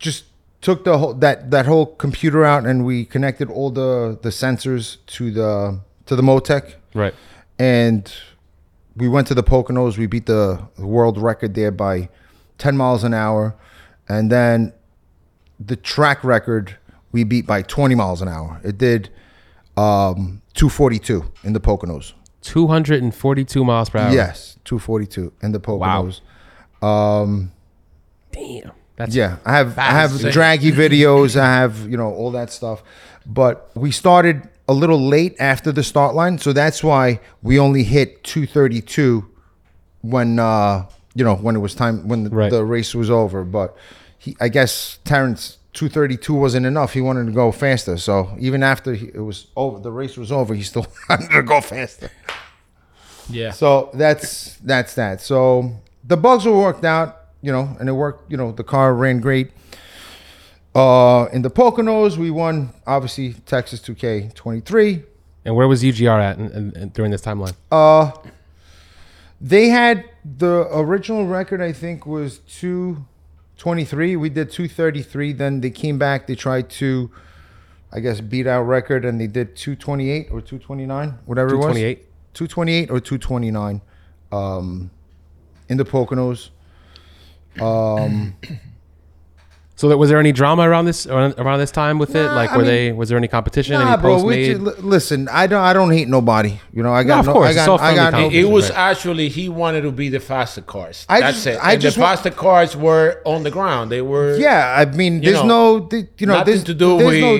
Speaker 2: just took the whole that that whole computer out and we connected all the the sensors to the to the Motec
Speaker 1: Right.
Speaker 2: and we went to the Poconos. We beat the world record there by 10 miles an hour. And then the track record we beat by 20 miles an hour. It did um, 242 in the Poconos.
Speaker 1: 242 miles per hour.
Speaker 2: Yes, 242 in the Poconos.
Speaker 1: Damn. That's
Speaker 2: Yeah, I have I have
Speaker 3: Fascinating.
Speaker 2: draggy videos. I have you know all that stuff, but we started a little late after the start line, so that's why we only hit two thirty two when uh you know when it was time when the,
Speaker 1: Right.
Speaker 2: the race was over. But he, I guess Terrence two thirty two wasn't enough. He wanted to go faster, so even after he, it was over, the race was over, he still wanted to go faster.
Speaker 1: yeah.
Speaker 2: So that's that's that. So the bugs were worked out, you know, and it worked. You know, the car ran great. Uh, in the Poconos, we won obviously Texas 2K23.
Speaker 1: And where was UGR at in, in, in- during this timeline?
Speaker 2: Uh, they had the original record, I think, was 223. We did 233. Then they came back. They tried to, I guess, beat our record, and they did 228 or 229, whatever it was.
Speaker 1: 228.
Speaker 2: 228 or 229 um, in the Poconos. Um,
Speaker 1: So there, was there any drama around this around, around this time with it?
Speaker 2: Nah,
Speaker 1: Like,
Speaker 2: I
Speaker 1: were
Speaker 2: mean-
Speaker 1: they was there any competition?
Speaker 2: nah,
Speaker 1: any
Speaker 2: bro.
Speaker 1: posts
Speaker 2: We
Speaker 1: made?
Speaker 2: just, li- listen, I don't. I don't hate nobody. You know, I got.
Speaker 1: of
Speaker 2: No,
Speaker 1: course,
Speaker 2: I
Speaker 1: it's
Speaker 2: got.
Speaker 1: all
Speaker 2: I
Speaker 1: friendly
Speaker 2: got.
Speaker 1: competition.
Speaker 2: No,
Speaker 3: It was
Speaker 1: Right.
Speaker 3: actually he wanted to be the faster cars.
Speaker 2: I
Speaker 3: That's
Speaker 2: just-
Speaker 3: it.
Speaker 2: I
Speaker 3: and
Speaker 2: just
Speaker 3: the
Speaker 2: wa-
Speaker 3: faster cars were on the ground. They were
Speaker 2: yeah, I mean, there's
Speaker 3: know,
Speaker 2: no. th- You know,
Speaker 3: nothing
Speaker 2: there's
Speaker 3: to do
Speaker 2: there's
Speaker 3: with
Speaker 2: no-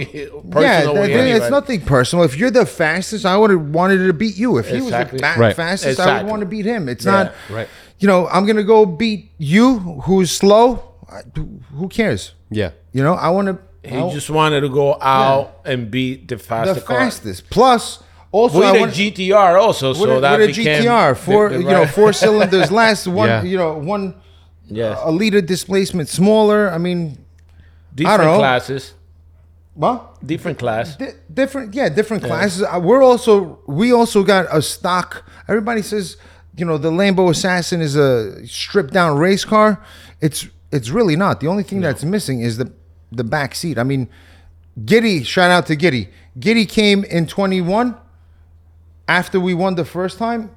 Speaker 3: personal
Speaker 2: yeah, th-
Speaker 3: with
Speaker 2: th- it's
Speaker 3: anybody.
Speaker 2: nothing personal. If you're the fastest, I would have wanted to beat you. If he
Speaker 3: Exactly.
Speaker 2: was the fa-
Speaker 1: Right.
Speaker 2: fastest, I would
Speaker 3: Exactly.
Speaker 2: want to beat him. It's
Speaker 3: Yeah,
Speaker 2: not.
Speaker 1: right.
Speaker 2: You know, I'm gonna go beat you, who's slow. I, who cares?
Speaker 1: yeah.
Speaker 2: You know, I want to.
Speaker 3: He just wanted to go out and beat the faster
Speaker 2: Oh. the
Speaker 3: cars.
Speaker 2: fastest. Plus, also I
Speaker 3: with a
Speaker 2: want-
Speaker 3: GTR also,
Speaker 2: with
Speaker 3: so
Speaker 2: a,
Speaker 3: that
Speaker 2: with a
Speaker 3: became
Speaker 2: GTR four,
Speaker 3: the- the
Speaker 2: you know,
Speaker 3: right-
Speaker 2: four uh, cylinders less, one,
Speaker 1: Yeah.
Speaker 2: you know, one
Speaker 3: yes,
Speaker 2: a liter displacement smaller. I mean,
Speaker 3: different
Speaker 2: know.
Speaker 3: classes,
Speaker 2: well,
Speaker 3: different class.
Speaker 2: di- different, yeah, different classes. Uh, We're also we also got a stock. Everybody says, you know, the Lambo Assassin is a stripped down race car. It's it's really not. The only thing that's missing is the the back seat. I mean, Giddy, shout out to Giddy. Giddy came in 21 after we won the first time,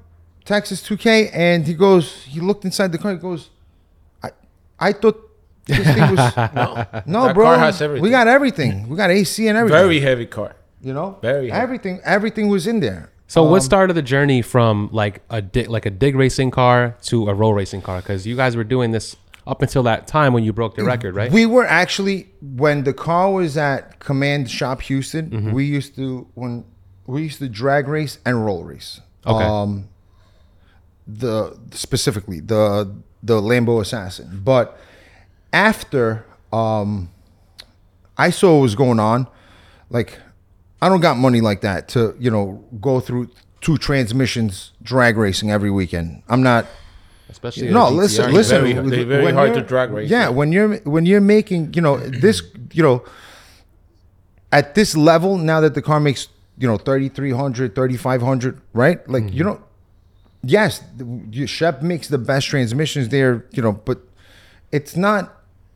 Speaker 2: Texas 2K, and he goes, he looked inside the car, he goes, I, I thought this thing was, no,
Speaker 3: that
Speaker 2: bro,
Speaker 3: car has
Speaker 2: we
Speaker 3: everything.
Speaker 2: got everything. We got AC and everything,
Speaker 3: Very heavy car.
Speaker 2: you know?
Speaker 3: very heavy.
Speaker 2: Everything, everything was in there.
Speaker 1: So what started the journey from like a dig, like a dig racing car to a roll racing car? Because you guys were doing this up until that time when you broke the record, right?
Speaker 2: Mm, We were actually when the car was at Command Shop Houston.
Speaker 3: Mm-hmm.
Speaker 2: We used to when we used to drag race and roll race.
Speaker 1: Okay.
Speaker 2: Um, the specifically the the Lambo Assassin, but after um, I saw what was going on, like I don't got money like that to you know go through two transmissions drag racing every weekend. I'm not
Speaker 1: Especially
Speaker 2: no,
Speaker 1: a GTR.
Speaker 2: listen,
Speaker 3: They're
Speaker 2: listen.
Speaker 3: very-
Speaker 2: w-
Speaker 3: they're very
Speaker 2: when
Speaker 3: hard
Speaker 2: you're-
Speaker 3: to drag race.
Speaker 2: Yeah, when you're when you're making, you know, this, you know, at this level now that the car makes, you know, 3300, 3500, right? Like,
Speaker 3: Mm-hmm.
Speaker 2: you know, yes, the- you- Shep makes the best transmissions there, you know, but it's not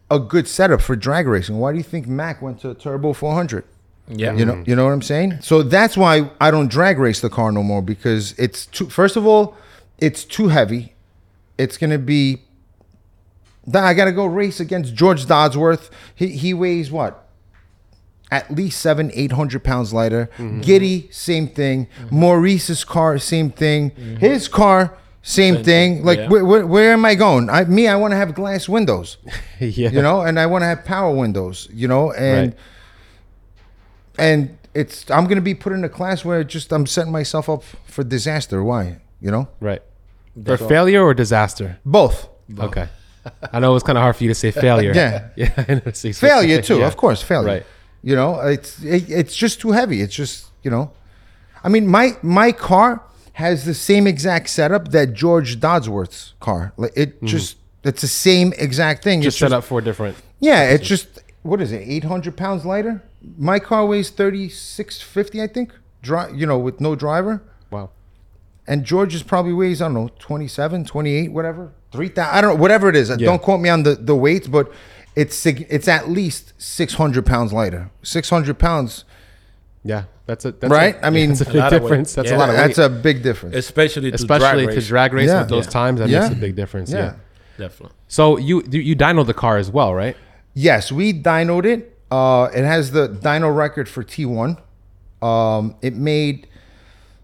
Speaker 2: a good setup for drag racing. Why do you think Mac went to a turbo 400?
Speaker 3: Yeah,
Speaker 2: You know, you know what I'm saying? So that's why I don't drag race the car no more because it's too first of all, it's too heavy. It's gonna be then I gotta go race against George Dodsworth. He he weighs what? At least seven, eight hundred pounds lighter. Giddy, same thing. Maurice's car, same thing. His car, same, thing. Like
Speaker 3: yeah.
Speaker 2: where, where, where am I going? I me, I wanna have glass windows
Speaker 1: yeah.
Speaker 2: you know and i want to have power windows you know and
Speaker 1: Right.
Speaker 2: and it's i'm going to be put in a class where just i'm setting myself up for disaster why you know
Speaker 1: right. For failure or disaster?
Speaker 2: both
Speaker 1: Okay. I know it was kind of hard for you to say failure.
Speaker 2: Yeah.
Speaker 1: Yeah. I know, it's-
Speaker 2: failure too
Speaker 1: yeah.
Speaker 2: of course failure
Speaker 1: Right.
Speaker 2: you know it's it, it's just too heavy it's just you know i mean my my car has the same exact setup that george dodsworth's car like it just it's the same exact thing
Speaker 1: Mm. Just
Speaker 2: it's
Speaker 1: set up for different.
Speaker 2: Yeah, it's just what is it? Eight hundred pounds lighter. My car weighs thirty six fifty, I think. Dri you know, with no driver.
Speaker 1: Wow.
Speaker 2: And George's probably weighs I don't know 27, 28, whatever, three thousand. I don't know, whatever it is. Don't quote me on the the weights, but it's sig- it's at least six hundred pounds lighter. Six hundred pounds,
Speaker 1: Yeah. That's a that's
Speaker 2: Right?
Speaker 1: I
Speaker 2: I mean-
Speaker 1: that's a big
Speaker 3: lot of weight.
Speaker 1: difference. That's
Speaker 3: Yeah.
Speaker 1: a lot of weight.
Speaker 2: That's a big difference.
Speaker 3: especially to
Speaker 1: Especially
Speaker 3: drag race.
Speaker 1: to drag race
Speaker 2: Yeah.
Speaker 1: at those
Speaker 3: Yeah.
Speaker 1: times, that
Speaker 2: Yeah.
Speaker 1: makes a big difference. Yeah.
Speaker 2: yeah.
Speaker 3: Definitely.
Speaker 1: So you you you dynoed the car as well, right?
Speaker 2: Yes, we dynoed it. Uh, it has the dyno record for T1. Um, it made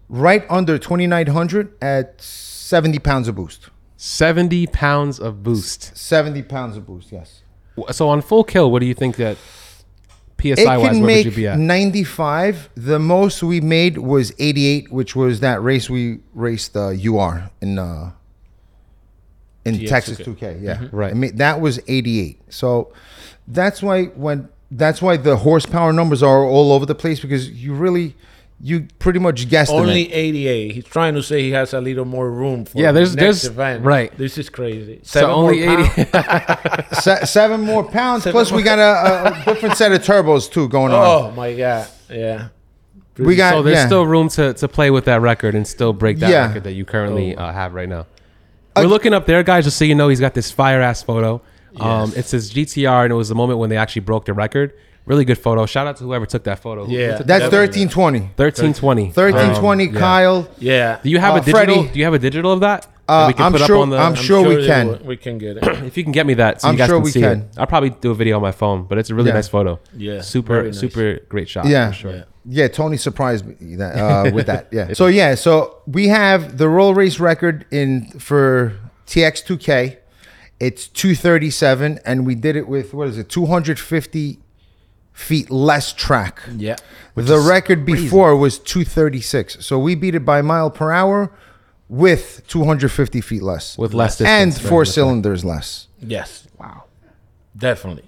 Speaker 2: right under 2,900 at 70 pounds of boost.
Speaker 1: Seventy pounds of boost.
Speaker 2: 70 pounds of boost, yes.
Speaker 1: So on full kill, what do you think that PSI wise
Speaker 2: It can
Speaker 1: where would you
Speaker 2: make
Speaker 1: be at?
Speaker 2: 95. The most we made was 88, which was that race we raced uh, UR in uh, in Texas 2K. Yeah,
Speaker 1: Right.
Speaker 2: I mean that was 88. So that's why when that's why the horsepower numbers are all over the place because you really you pretty much guessed
Speaker 3: Only 88. He's trying to say he has a little more room for
Speaker 1: Yeah, there's-
Speaker 3: the next
Speaker 1: there's-
Speaker 3: event.
Speaker 1: right.
Speaker 3: This is crazy.
Speaker 1: So
Speaker 3: Seven
Speaker 1: only
Speaker 3: more pounds.
Speaker 1: eighty.
Speaker 2: Se- seven more pounds. Plus, we got a, a- a different set of turbos too going on.
Speaker 3: Oh my god. Yeah.
Speaker 2: we got
Speaker 1: so there's
Speaker 2: Uh, yeah.
Speaker 1: still room to, to play with that record and still break that
Speaker 2: Yeah. Oh. Uh,
Speaker 1: record that you currently uh, have right now. We're looking up there, guys, just so you know. He's got this fire ass photo. Um, It's his GTR, and it was the moment when they actually broke the record. Really good photo. Shout out to whoever took that photo. Who- who
Speaker 3: Yeah.
Speaker 1: took-
Speaker 2: that's
Speaker 3: Definitely.
Speaker 2: 1320.
Speaker 1: 1320.
Speaker 2: 1320,
Speaker 1: Um, yeah.
Speaker 2: Kyle.
Speaker 3: Yeah.
Speaker 1: Do you have
Speaker 2: Uh,
Speaker 1: a digital?
Speaker 2: Freddie.
Speaker 1: Do you have a digital of that?
Speaker 2: Uh,
Speaker 1: that we can
Speaker 2: I'm
Speaker 1: put
Speaker 2: sure-
Speaker 1: up on the, um,
Speaker 2: I'm sure we
Speaker 3: they
Speaker 2: can.
Speaker 3: will- We can get it.
Speaker 1: If you can get me that, so
Speaker 2: I'm
Speaker 1: you guys
Speaker 2: sure
Speaker 1: can
Speaker 2: we
Speaker 1: see
Speaker 2: can.
Speaker 1: it. I'll probably do a video on my phone, but it's a really
Speaker 2: Yeah.
Speaker 1: nice photo.
Speaker 3: Yeah,
Speaker 1: super,
Speaker 3: very nice.
Speaker 1: super great shot.
Speaker 2: Yeah.
Speaker 1: for sure.
Speaker 3: Yeah.
Speaker 2: Yeah, Tony surprised me that, uh, with that. Yeah. So yeah, so we have the roll race record in for TX2K. It's 237, and we did it with what is it, 250 feet less track.
Speaker 3: Yeah.
Speaker 2: the record before was 236, so we beat it by mile per hour with 250 feet less
Speaker 1: With less
Speaker 2: and
Speaker 1: distance, right,
Speaker 2: four
Speaker 1: that's right.
Speaker 2: cylinders less.
Speaker 3: Yes. Wow. Definitely.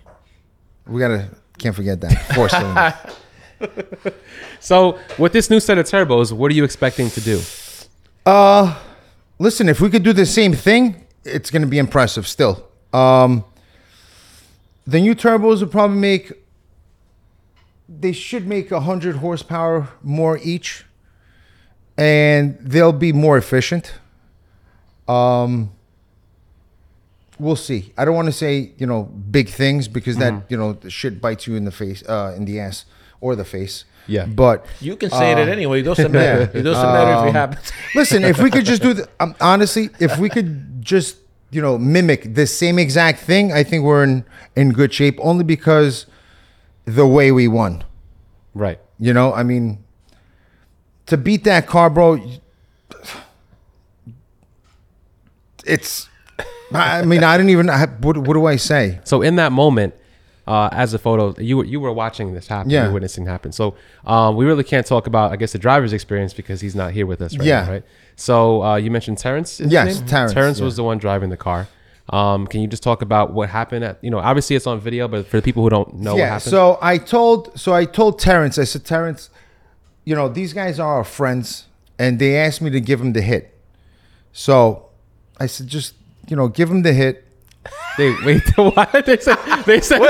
Speaker 2: We gotta can't forget that four cylinders.
Speaker 1: So with this new set of turbos, what are you expecting to do?
Speaker 2: Listen, if we could do the same thing, it's going to be impressive still. Um, the new turbos will probably make, they should make 100 horsepower more each, and they'll be more efficient. Um, we'll see. I don't want to say, you know, big things because that, you know, the shit bites you in the face, uh, in the ass or the face.
Speaker 1: Yeah.
Speaker 2: But
Speaker 3: You can say it anyway. It doesn't matter. It doesn't matter if it happens.
Speaker 2: Listen, if we could just do, the, um, honestly, if we could just, you know, mimic the same exact thing, I think we're in in good shape. Only because the way we won,
Speaker 1: Right.
Speaker 2: you know, I mean, to beat that car, bro, y- it's. I I mean, I don't even. I, what, what do I say?
Speaker 1: So in that moment, uh, as the photo, you were you were watching this happen, you
Speaker 2: Yeah.
Speaker 1: were witnessing happen. So um, we really can't talk about, I guess, the driver's experience because he's not here with us right
Speaker 2: Yeah.
Speaker 1: now, right? So uh, you mentioned Terrence. is his
Speaker 2: Yes,
Speaker 1: name?
Speaker 2: Terrence,
Speaker 1: Terrence was
Speaker 2: yeah.
Speaker 1: the one driving the car. Um, can you just talk about what happened? At you know, obviously it's on video, but for the people who don't know what
Speaker 2: yeah.
Speaker 1: happened,
Speaker 2: So I told. So I told Terrence. I said, Terrence, you know, these guys are our friends, and they asked me to give him the hit. So I said, just you know, give him the hit.
Speaker 1: they wait. what they said? They said.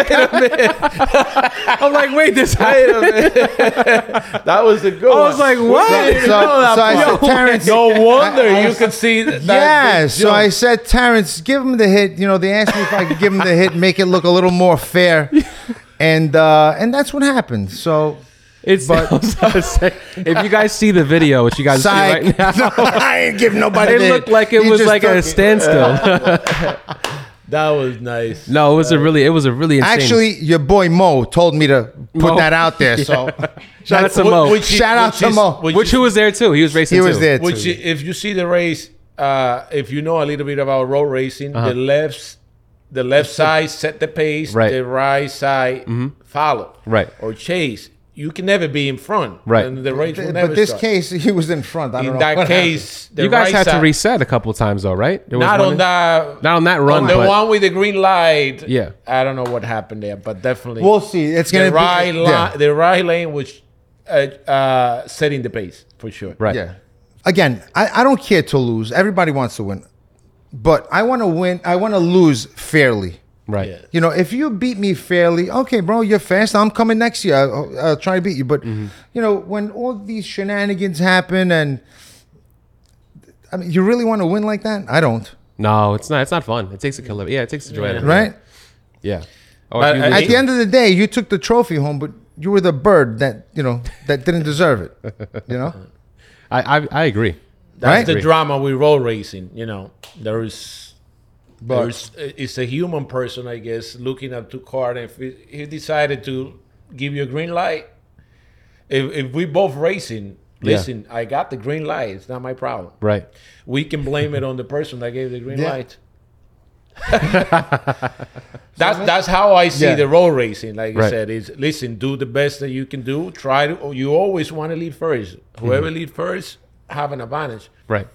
Speaker 1: I'm like, wait, this.
Speaker 3: Wait a minute. that was a good
Speaker 1: I was like, what?
Speaker 2: So,
Speaker 3: I didn't
Speaker 2: so
Speaker 3: know that
Speaker 2: I said,
Speaker 3: part.
Speaker 2: Terrence.
Speaker 3: No wonder
Speaker 2: I- I
Speaker 3: you
Speaker 2: was-
Speaker 3: could see that.
Speaker 2: Yeah,
Speaker 3: big
Speaker 2: so I
Speaker 3: jump.
Speaker 2: said, Terrence, give him the hit. You know, they asked me if I could give him the hit, make it look a little more fair, and uh, and that's what happened. So
Speaker 1: It's
Speaker 2: But-
Speaker 1: I was gonna say, if you guys see the video, which you guys see
Speaker 2: psych.
Speaker 1: right now,
Speaker 2: No, I ain't give nobody. the
Speaker 1: it
Speaker 2: hit.
Speaker 1: looked like it
Speaker 2: He
Speaker 1: was
Speaker 2: just
Speaker 1: like
Speaker 2: took
Speaker 1: a
Speaker 2: it.
Speaker 1: standstill.
Speaker 3: that was nice.
Speaker 1: no, it was a really, it was a really insane.
Speaker 2: Actually, your boy Mo told me to put
Speaker 1: Mo.
Speaker 2: that out there. So
Speaker 1: shout out to
Speaker 3: Wh-
Speaker 1: Mo,
Speaker 3: which
Speaker 1: which,
Speaker 3: is-
Speaker 2: Shout out
Speaker 3: which
Speaker 2: to
Speaker 3: is-
Speaker 2: Mo.
Speaker 3: which is-
Speaker 1: who was there too. He was racing.
Speaker 2: he was
Speaker 1: too.
Speaker 2: there.
Speaker 3: Which,
Speaker 2: too.
Speaker 3: i- if you see the race, uh, if you know a little bit about road racing, the left, the left side set the pace,
Speaker 1: Right.
Speaker 3: the right side follow,
Speaker 1: Right.
Speaker 3: or chase. You can never be in front,
Speaker 1: Right.
Speaker 3: And the race will never
Speaker 2: but this
Speaker 3: start.
Speaker 2: case, he was in front. I don't
Speaker 3: in
Speaker 2: know.
Speaker 3: that
Speaker 2: what
Speaker 3: case, the
Speaker 1: You guys
Speaker 3: right
Speaker 1: had to
Speaker 3: side-
Speaker 1: reset a couple times though, right? There was
Speaker 3: Not
Speaker 1: one
Speaker 3: on
Speaker 1: in-
Speaker 3: that.
Speaker 1: Not on that run,
Speaker 3: on the
Speaker 1: but
Speaker 3: one with the green light.
Speaker 1: Yeah.
Speaker 3: I don't know what happened there, but definitely
Speaker 2: happened. we'll see. It's gonna
Speaker 3: the right
Speaker 2: be
Speaker 3: lane. The right lane was uh, uh, setting the pace for sure.
Speaker 1: right.
Speaker 2: Yeah. Again, I, I don't care to lose. Everybody wants to win, but I want to win. I want to lose fairly.
Speaker 1: Right.
Speaker 3: Yeah.
Speaker 2: You know, if you beat me fairly, okay, bro, you're fast. I'm coming next year. I'll, I'll try to beat you. But
Speaker 1: Mm-hmm.
Speaker 2: you know, when all these shenanigans happen, and I mean, you really want to win like that? I don't.
Speaker 1: No, it's not. It's not fun. It takes a killer. Yeah, it takes a joy. out of it.
Speaker 2: Right.
Speaker 1: Yeah. Or if
Speaker 3: But
Speaker 1: you
Speaker 3: I
Speaker 1: lose
Speaker 2: At
Speaker 1: it.
Speaker 2: the end of the day, you took the trophy home, but you were the bird that you know that didn't deserve it. You know,
Speaker 1: I, I I agree.
Speaker 2: right?
Speaker 3: That's the drama with road racing. You know, there is,
Speaker 2: But-
Speaker 3: there's, it's a human person, I guess, looking at two cars. If he, he decided to give you a green light, if, if we both racing,
Speaker 1: Yeah.
Speaker 3: listen, I got the green light. It's not my problem.
Speaker 1: Right.
Speaker 3: We can blame it on the person that gave the green
Speaker 2: Yeah.
Speaker 3: light. That's that's how I see
Speaker 2: Yeah.
Speaker 3: the road racing. Like I
Speaker 1: Right.
Speaker 3: said, is listen, do the best that you can do. Try to. or You always want to lead first. Whoever
Speaker 2: Mm-hmm.
Speaker 3: lead first have an advantage.
Speaker 1: Right.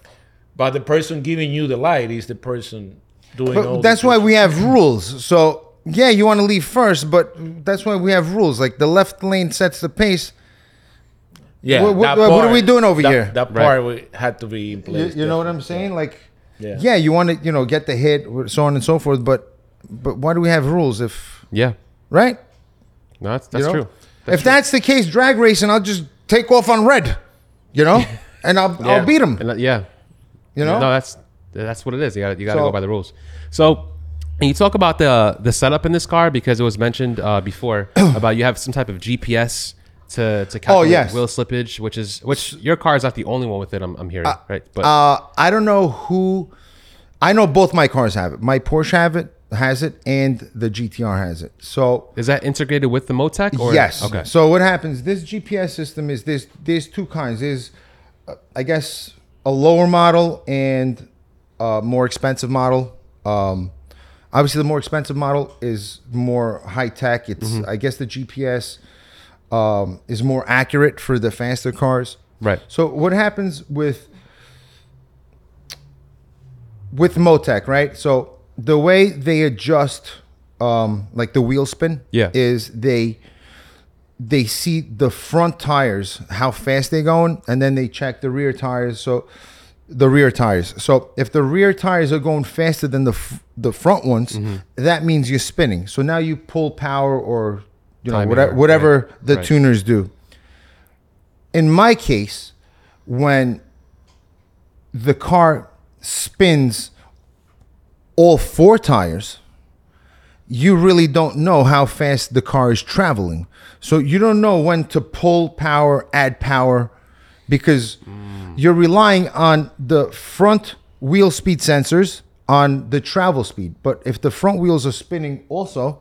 Speaker 3: But the person giving you the light is the person doing all.
Speaker 2: But
Speaker 3: the
Speaker 2: that's why
Speaker 3: pushing.
Speaker 2: we have rules. So yeah, you want to leave first, but that's why we have rules. Like the left lane sets the pace.
Speaker 3: Yeah.
Speaker 2: What- what-
Speaker 3: that
Speaker 2: what are we doing over
Speaker 3: that-
Speaker 2: here?
Speaker 3: That
Speaker 1: Right.
Speaker 3: part we had to be in
Speaker 2: You,
Speaker 3: place.
Speaker 2: you know what I'm saying? Like,
Speaker 3: Yeah.
Speaker 2: yeah, you want to, you know, get the hit, so on and so forth. But, but why do we have rules if
Speaker 1: Yeah.
Speaker 2: right?
Speaker 1: No, that's,
Speaker 2: You
Speaker 1: that's
Speaker 2: know?
Speaker 1: true.
Speaker 2: if that's the case, drag racing, I'll just take off on red, you know, and I'll I'll beat him.
Speaker 1: And, uh, yeah.
Speaker 2: You know,
Speaker 1: No, that's that's what it is. You got you got to
Speaker 2: So-
Speaker 1: go by the rules. So, and you talk about the the setup in this car because it was mentioned uh, before about you have some type of GPS to to calculate
Speaker 2: Oh, yes.
Speaker 1: wheel slippage, which is which your car is not the only one with it. I'm, I'm hearing right, but
Speaker 2: uh, I don't know who. I know both my cars have it. My Porsche have it, has it, and the GTR has it. So
Speaker 1: is that integrated with the Motec? Or,
Speaker 2: yes.
Speaker 1: Okay.
Speaker 2: So what happens? This GPS system is this. There's two kinds. There's, uh, I guess, a lower model and a more expensive model. Um, obviously, the more expensive model is more high tech. It's
Speaker 1: Mm-hmm.
Speaker 2: I guess the GPS um, is more accurate for the faster cars.
Speaker 1: Right.
Speaker 2: So what happens with with Motec, right? So the way they adjust um like the wheel spin
Speaker 1: Yeah.
Speaker 2: is they they see the front tires how fast they're going and then they check the rear tires so the rear tires so if the rear tires are going faster than the f- the front ones
Speaker 1: Mm-hmm.
Speaker 2: that means you're spinning so now you pull power or you know
Speaker 1: Timing
Speaker 2: whatever,
Speaker 1: or-
Speaker 2: whatever
Speaker 1: right,
Speaker 2: the
Speaker 1: right.
Speaker 2: tuners do in my case when the car spins all four tires, you really don't know how fast the car is traveling. So you don't know when to pull power, add power, because you're relying on the front wheel speed sensors on the travel speed. But if the front wheels are spinning also,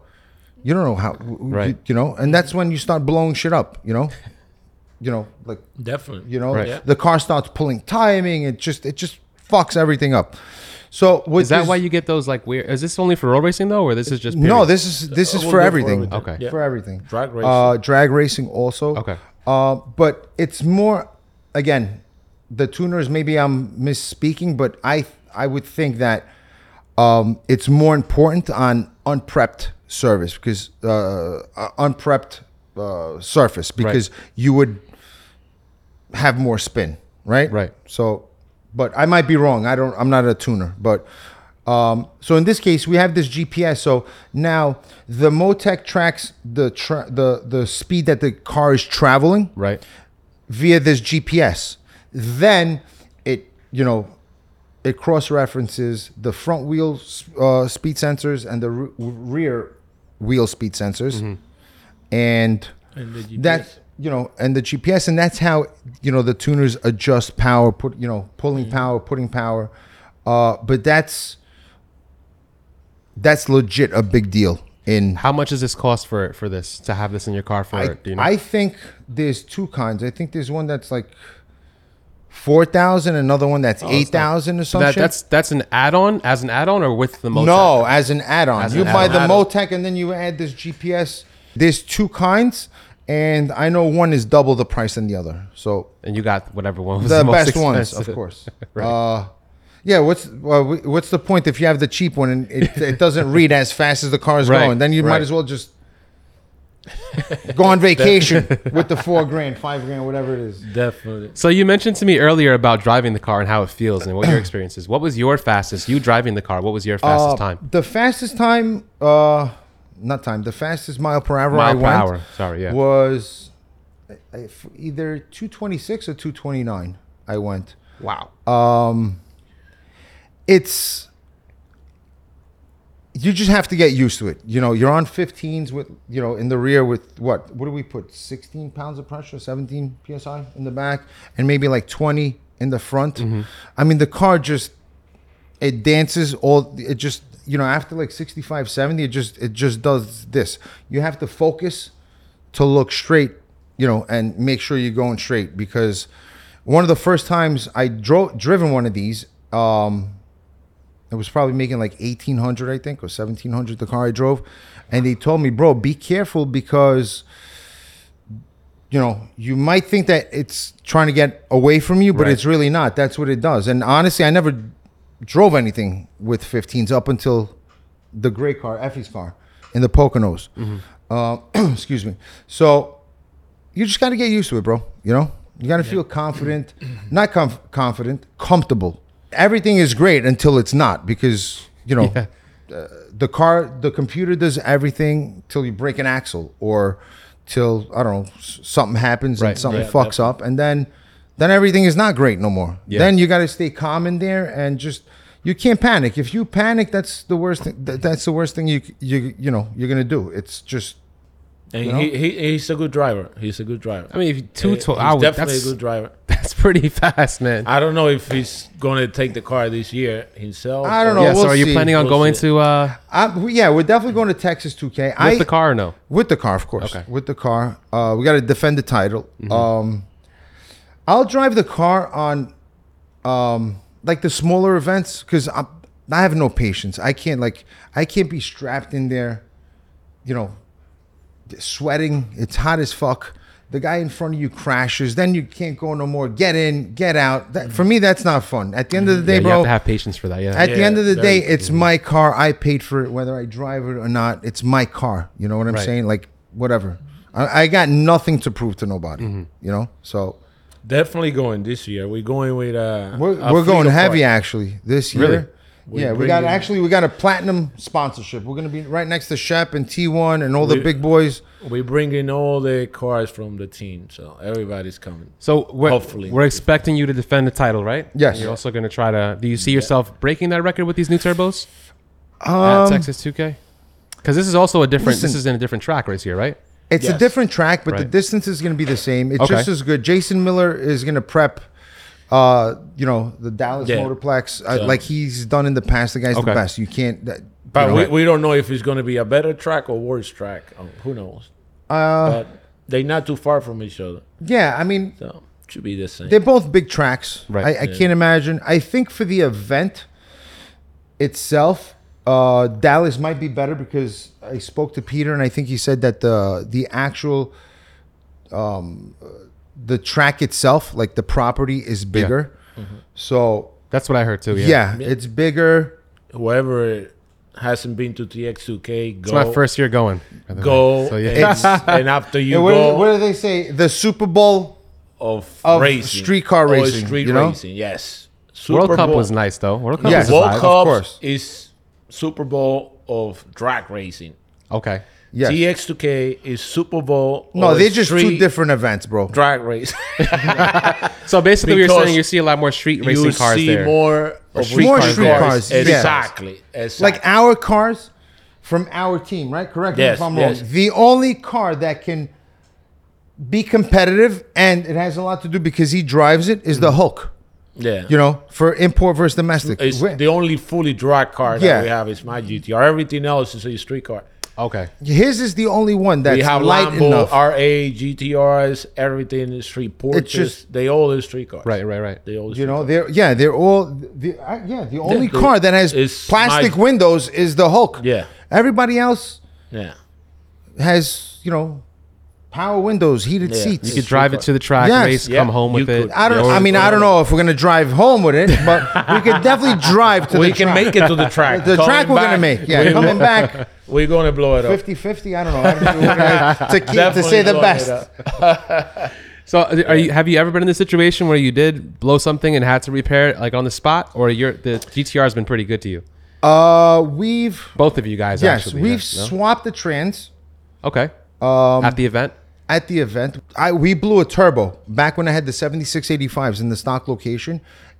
Speaker 2: you don't know how, right.
Speaker 1: Right.
Speaker 2: you, know, and that's when you start blowing shit up, you know? You know, like
Speaker 3: Definitely.
Speaker 2: you know
Speaker 1: Right. Yeah.
Speaker 2: the car starts pulling timing it just it just fucks everything up so what
Speaker 1: Is that
Speaker 2: this-
Speaker 1: why you get those like weird? Is this only for road racing though, or this is just
Speaker 2: no
Speaker 1: period?
Speaker 2: this is this
Speaker 3: Uh,
Speaker 2: is
Speaker 3: we'll
Speaker 2: for
Speaker 3: go
Speaker 2: everything
Speaker 3: forward
Speaker 1: then. Okay.
Speaker 3: Yeah.
Speaker 2: for everything
Speaker 3: Drag
Speaker 2: uh drag racing also
Speaker 1: Okay.
Speaker 2: uh but it's more again the tuners maybe i'm misspeaking but i i would think that um it's more important on unprepped service because uh uh, unprepped uh surface because you would have more spin, right?
Speaker 1: Right.
Speaker 2: So, but I might be wrong. I don't. I'm not a tuner, but um, so in this case, we have this GPS. So now the Motec tracks the tra- the the speed that the car is traveling
Speaker 1: right.
Speaker 2: via this GPS. Then it you know it cross references the front wheel s- uh, speed sensors and the re- rear wheel speed sensors, and
Speaker 3: And the
Speaker 2: that you know and the gps and that's how you know the tuners adjust power put you know pulling
Speaker 1: Mm-hmm.
Speaker 2: power putting power uh but that's that's legit a big deal in
Speaker 1: How much does this cost for for this to have this in your car for?
Speaker 2: I,
Speaker 1: do you know?
Speaker 2: I think there's two kinds i think there's one that's like 4000 another one that's 8000 or something
Speaker 1: Oh, that, that's that's an add-on as an add-on or with the Motec?
Speaker 2: No, as an add-on.
Speaker 1: As
Speaker 2: you
Speaker 1: an
Speaker 2: buy the
Speaker 3: add-on.
Speaker 2: Motec and then you add this GPS. There's two kinds, and I know one is double the price than the other. So
Speaker 1: and you got whatever one was
Speaker 2: the,
Speaker 1: most
Speaker 2: best ones,
Speaker 1: expensive.
Speaker 2: of course.
Speaker 1: Right.
Speaker 2: uh, yeah, what's well, we- what's the point if you have the cheap one and it, it doesn't read as fast as the car is
Speaker 1: Right,
Speaker 2: going? Then you
Speaker 1: right.
Speaker 2: might as well just go on vacation with the four grand, five grand, whatever it is.
Speaker 3: Definitely.
Speaker 1: So you mentioned to me earlier about driving the car and how it feels and what your experience is. What was your fastest? You driving the car? What was your fastest
Speaker 2: Uh,
Speaker 1: time?
Speaker 2: The fastest time, uh, not time, the fastest mile per hour I
Speaker 1: Mile per
Speaker 2: went
Speaker 1: hour. Sorry, yeah.
Speaker 2: was uh, if either 226 or 229 I went.
Speaker 1: Wow.
Speaker 2: it's you just have to get used to it. You know, you're on 15s with you know in the rear with what? What do we put? 16 pounds of pressure, 17 psi in the back, and maybe like 20 in the front. I mean, the car just it dances all. It just you know after like 65, 70, it just it just does this. You have to focus to look straight, you know, and make sure you're going straight because one of the first times I drove driven one of these, um, It was probably making like eighteen hundred, I think, or seventeen hundred. The car I drove, and they told me, "Bro, be careful because." You know, you might think that it's trying to get away from you, but
Speaker 1: Right.
Speaker 2: it's really not. That's what it does. And honestly, I never drove anything with 15s up until the gray car, Effie's car, in the Poconos. Uh, excuse me. So you just got to get used to it, bro. You know, you got to feel confident, not conf- confident, comfortable. Everything is great until it's not because, you know, uh, the car, the computer does everything till you break an axle or till, I don't know, s- something happens
Speaker 1: Right,
Speaker 2: and something
Speaker 3: yeah,
Speaker 2: fucks up. And then, then everything is not great no more.
Speaker 1: Yeah.
Speaker 2: Then you got to stay calm in there and just, you can't panic. If you panic, that's the worst thing. That, that's the worst thing you, c- you, you know, you're going to do. It's just,
Speaker 3: And
Speaker 2: You know?
Speaker 3: he, he he's a good driver. He's a good driver.
Speaker 1: I mean, if you- two
Speaker 3: He-
Speaker 1: to
Speaker 3: he's
Speaker 1: hours,
Speaker 3: definitely a
Speaker 1: that's,
Speaker 3: good driver.
Speaker 1: that's pretty fast, man.
Speaker 3: I don't know if he's going to take the car this year himself.
Speaker 2: I don't
Speaker 3: or-
Speaker 2: know.
Speaker 1: yeah, so
Speaker 2: we'll
Speaker 1: are you
Speaker 2: see.
Speaker 1: planning on
Speaker 3: We'll
Speaker 1: going
Speaker 3: see.
Speaker 1: to uh,
Speaker 2: I, we- yeah, we're definitely going to Texas 2K.
Speaker 1: with
Speaker 2: I,
Speaker 1: the car or no?
Speaker 2: With the car, of course.
Speaker 1: Okay. Mm-hmm.
Speaker 2: With the car, uh, we got to defend the title. Um, I'll drive the car on, um, like the smaller events because I have no patience. I can't like I can't be strapped in there, you know, sweating. It's hot as fuck. The guy in front of you crashes. Then you can't go no more. Get in, get out. That, for me, that's not fun. At the end of the day,
Speaker 1: Mm-hmm. Yeah, you
Speaker 2: bro,
Speaker 1: have to have patience for that. Yeah.
Speaker 2: at the
Speaker 3: Yeah,
Speaker 2: end of the
Speaker 3: very
Speaker 2: day, it's my car. I paid for it, whether I drive it or not. It's my car. You know what I'm
Speaker 1: Right.
Speaker 2: saying? Like whatever. I, I got nothing to prove to nobody.
Speaker 3: Mm-hmm.
Speaker 2: You know, so
Speaker 3: Definitely going this year. We're going with uh,
Speaker 2: we're,
Speaker 3: a
Speaker 2: we're
Speaker 3: fleet
Speaker 2: going
Speaker 3: of
Speaker 2: heavy
Speaker 3: cars.
Speaker 2: actually this year.
Speaker 1: Really?
Speaker 3: We
Speaker 2: yeah, we
Speaker 3: bring
Speaker 2: got
Speaker 3: in-
Speaker 2: actually we got a platinum sponsorship. We're gonna be right next to Shep and T1 and all the
Speaker 3: We-
Speaker 2: big boys.
Speaker 3: We bring in all the cars from the team, so everybody's coming.
Speaker 1: So we're,
Speaker 3: Hopefully.
Speaker 1: we're expecting you to defend the title, right?
Speaker 2: Yes.
Speaker 1: And you're also going to try to. Do you see yourself breaking that record with these new turbos at Texas 2K? Because this is also a different. this
Speaker 2: Um, listen.
Speaker 1: is in a different track race here, right?
Speaker 2: It's a
Speaker 3: Yes.
Speaker 2: different track, but the
Speaker 1: Right.
Speaker 2: distance is going to be the same. It's
Speaker 1: Okay.
Speaker 2: just as good. Jason Miller is going to prep, uh, you know, the Dallas
Speaker 3: Yeah.
Speaker 2: Motorplex uh,
Speaker 3: So-
Speaker 2: like he's done in the past. The guy's
Speaker 1: Okay.
Speaker 2: the best. You can't. That,
Speaker 3: But
Speaker 2: you know.
Speaker 3: we, we don't know if it's going to be a better track or worse track. Oh, who knows?
Speaker 2: Uh,
Speaker 3: But they're not too far from each other,
Speaker 2: yeah, I mean,
Speaker 3: so it should be the same.
Speaker 2: they're both big tracks.
Speaker 1: Right.
Speaker 2: I, I can't imagine. I think for the event itself, uh, Dallas might be better because I spoke to Peter and I think he said that the the actual um, uh, the track itself, like the property, is bigger. So
Speaker 1: That's what I heard too. Yeah.
Speaker 2: yeah. it's bigger.
Speaker 3: Whoever hasn't been to TX2K, go.
Speaker 1: It's my first year going. by the way.
Speaker 3: Go
Speaker 1: So yeah.
Speaker 2: It's-
Speaker 3: and, and after you
Speaker 2: Yeah, what,
Speaker 3: go
Speaker 2: what do they say? The Super Bowl.
Speaker 3: of,
Speaker 2: of
Speaker 3: racing,
Speaker 2: street car
Speaker 3: Or
Speaker 2: racing,
Speaker 3: street
Speaker 2: you know?
Speaker 3: racing, yes. Super
Speaker 1: World Cup
Speaker 3: Bowl.
Speaker 1: was nice though. World Cup
Speaker 2: Yeah.
Speaker 1: was a
Speaker 3: World
Speaker 1: vibe.
Speaker 3: Cup
Speaker 2: course.
Speaker 3: is Super Bowl of drag racing.
Speaker 1: Okay.
Speaker 2: Yes.
Speaker 3: TX2K is Super Bowl.
Speaker 2: no,
Speaker 3: of
Speaker 2: they're just two
Speaker 3: street
Speaker 2: different events, bro.
Speaker 3: drag race.
Speaker 1: So basically, you're
Speaker 3: Because
Speaker 1: saying you see a lot more street racing
Speaker 3: you
Speaker 1: cars
Speaker 3: see
Speaker 1: there.
Speaker 3: more of
Speaker 1: street More cars street there.
Speaker 2: cars, yeah.
Speaker 3: Exactly.
Speaker 2: like
Speaker 3: exactly.
Speaker 2: our cars from our team, right? Correct me
Speaker 3: Yes,
Speaker 2: if I'm
Speaker 3: yes.
Speaker 2: wrong. The only car that can be competitive and it has a lot to do because he drives it is the
Speaker 3: Mm.
Speaker 2: Hulk.
Speaker 3: yeah.
Speaker 2: You know, for import versus domestic.
Speaker 3: it's
Speaker 2: Where-
Speaker 3: the only fully drag car that
Speaker 2: Yeah.
Speaker 3: we have is my GTR. Everything else is a street car.
Speaker 1: Okay.
Speaker 2: His is the only one that's
Speaker 3: we have
Speaker 2: light
Speaker 3: Lambo,
Speaker 2: enough.
Speaker 3: RA, GTRs, everything is street Porsches.
Speaker 2: just-
Speaker 3: they all are street cars.
Speaker 1: Right. Right. Right.
Speaker 3: They all
Speaker 2: you know, they're yeah, they're all the uh, yeah. The only
Speaker 3: the-
Speaker 2: car that has
Speaker 3: it's
Speaker 2: plastic
Speaker 3: my-
Speaker 2: windows is the Hulk.
Speaker 3: Yeah.
Speaker 2: everybody else
Speaker 3: Yeah.
Speaker 2: has you know power windows, heated
Speaker 3: Yeah.
Speaker 2: seats.
Speaker 1: You could drive it to the track,
Speaker 2: Yes.
Speaker 1: race,
Speaker 3: Yeah.
Speaker 1: come home
Speaker 3: You
Speaker 1: with it.
Speaker 3: could.
Speaker 2: I don't.
Speaker 3: Yeah.
Speaker 2: I mean, I don't know if we're gonna drive home with it, but we could definitely drive to
Speaker 3: We
Speaker 2: the
Speaker 3: can
Speaker 2: track.
Speaker 3: make it to the track.
Speaker 2: the
Speaker 3: Coming
Speaker 2: track we're gonna
Speaker 3: back,
Speaker 2: make. Yeah,
Speaker 3: we-
Speaker 2: coming back
Speaker 3: We're going to blow it up.
Speaker 2: 50-50, I don't know. I don't know. We're gonna- to keep to
Speaker 3: Definitely
Speaker 2: say the
Speaker 3: blowing
Speaker 2: best.
Speaker 3: it up.
Speaker 1: So, are you, have you ever been in this situation where you did blow something and had to repair it like on the spot, or your the GTR has been pretty good to you?
Speaker 2: Uh, we've
Speaker 1: Both of you guys,
Speaker 2: yes,
Speaker 1: actually,
Speaker 2: we've
Speaker 1: yeah, no?
Speaker 2: swapped the trans
Speaker 1: okay
Speaker 2: um,
Speaker 1: at the event.
Speaker 2: at the event. I we blew a turbo back when I had the seventy six eighty fives in the stock location.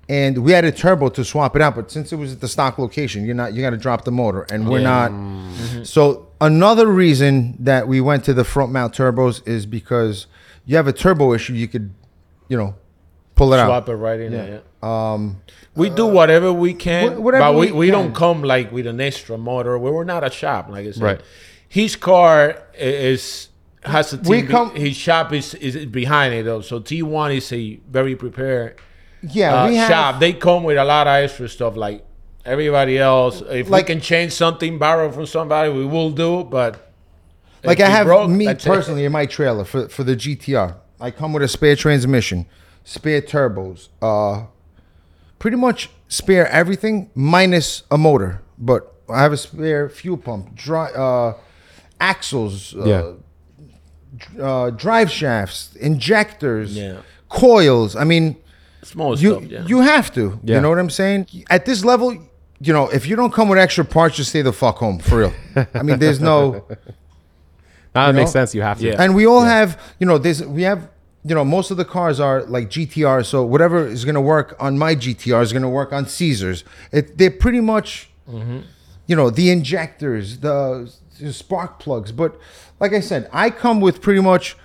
Speaker 2: And we had a turbo to swap it out, but since it was at the stock location, you're not you got to drop the motor, and we're
Speaker 3: Yeah. Mm-hmm.
Speaker 2: not. So another reason that we went to the front mount turbos is because you have a turbo issue, you could, you know, pull it out.
Speaker 3: Swap it right in there. Um, Oh. we do whatever we can,
Speaker 2: wh- whatever
Speaker 3: but we,
Speaker 2: we
Speaker 3: we don't
Speaker 2: can.
Speaker 3: come like with an extra motor. We were not a shop, like I said.
Speaker 1: Right.
Speaker 3: His car i- is has a team.
Speaker 2: We
Speaker 3: be-
Speaker 2: come-
Speaker 3: his shop is is behind it though. So T one is a very prepared
Speaker 2: Yeah,
Speaker 3: uh,
Speaker 2: we have.
Speaker 3: shop. They come with a lot of extra stuff like Everybody else, if
Speaker 2: Like-
Speaker 3: we can change something borrowed from somebody, we will do. But
Speaker 2: Like
Speaker 3: if
Speaker 2: I
Speaker 3: it
Speaker 2: have
Speaker 3: broke,
Speaker 2: me
Speaker 3: that's it.
Speaker 2: personally in my trailer for for the GTR. I come with a spare transmission, spare turbos, uh, pretty much spare everything minus a motor. But I have a spare fuel pump, dry, uh, axles, uh,
Speaker 1: Yeah.
Speaker 2: uh, drive shafts, injectors,
Speaker 3: Yeah.
Speaker 2: coils. I mean,
Speaker 3: small
Speaker 2: you
Speaker 3: stuff. Yeah.
Speaker 2: you have to.
Speaker 1: Yeah.
Speaker 2: You know what I'm saying? At this level, you know, if you don't come with extra parts, just stay the fuck home for real. I mean, there's no.
Speaker 1: Now that makes
Speaker 2: know?
Speaker 1: sense. You have to.
Speaker 3: Yeah.
Speaker 2: And we all have, you know, there's we have, you know, most of the cars are like GTR, so whatever is going to work on my GTR is going to work on Caesar's. It, they're pretty much,
Speaker 3: Mm-hmm.
Speaker 2: you know, the injectors, the, the spark plugs. But like I said, I come with pretty much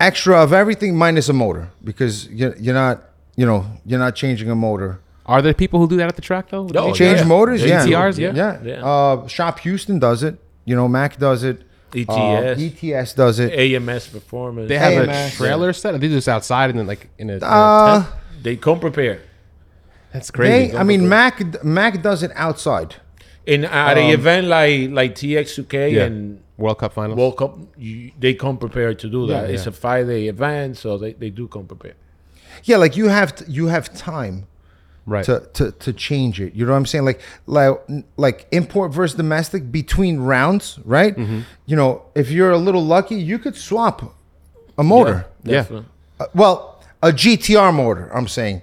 Speaker 2: extra of everything minus a motor because you're, you're not, you know, you're not changing a motor.
Speaker 1: Are there people who do that at the track though?
Speaker 3: No.
Speaker 1: They-
Speaker 2: Change
Speaker 3: Oh, yeah.
Speaker 2: motors, yeah.
Speaker 1: GTRs, yeah.
Speaker 2: yeah.
Speaker 3: Yeah.
Speaker 2: Uh, Shop Houston does it. You know, Mac does it.
Speaker 3: ETS,
Speaker 2: Uh, ETS does it.
Speaker 3: AMS performance.
Speaker 1: They have
Speaker 2: Hey,
Speaker 1: a
Speaker 2: man.
Speaker 1: trailer set. Or they do this outside and then like in a. in a
Speaker 2: Uh,
Speaker 1: tent?
Speaker 3: They come prepared.
Speaker 1: That's crazy.
Speaker 2: They, I mean, Mac Mac does it outside.
Speaker 3: In at an event like like TX2K
Speaker 1: Um, yeah.
Speaker 3: and
Speaker 1: World Cup finals.
Speaker 3: World Cup, you, they come prepared to do that.
Speaker 1: Yeah,
Speaker 3: it's
Speaker 1: yeah.
Speaker 3: a five day event, so they, they do come prepared.
Speaker 2: Yeah, like you have t- you have time
Speaker 1: right.
Speaker 2: to, to to change it. You know what I'm saying? Like like like import versus domestic between rounds, right?
Speaker 1: Mm-hmm.
Speaker 2: You know, if you're a little lucky, you could swap a motor.
Speaker 1: Yeah.
Speaker 3: definitely.
Speaker 2: Uh, well, a GTR motor. I'm saying,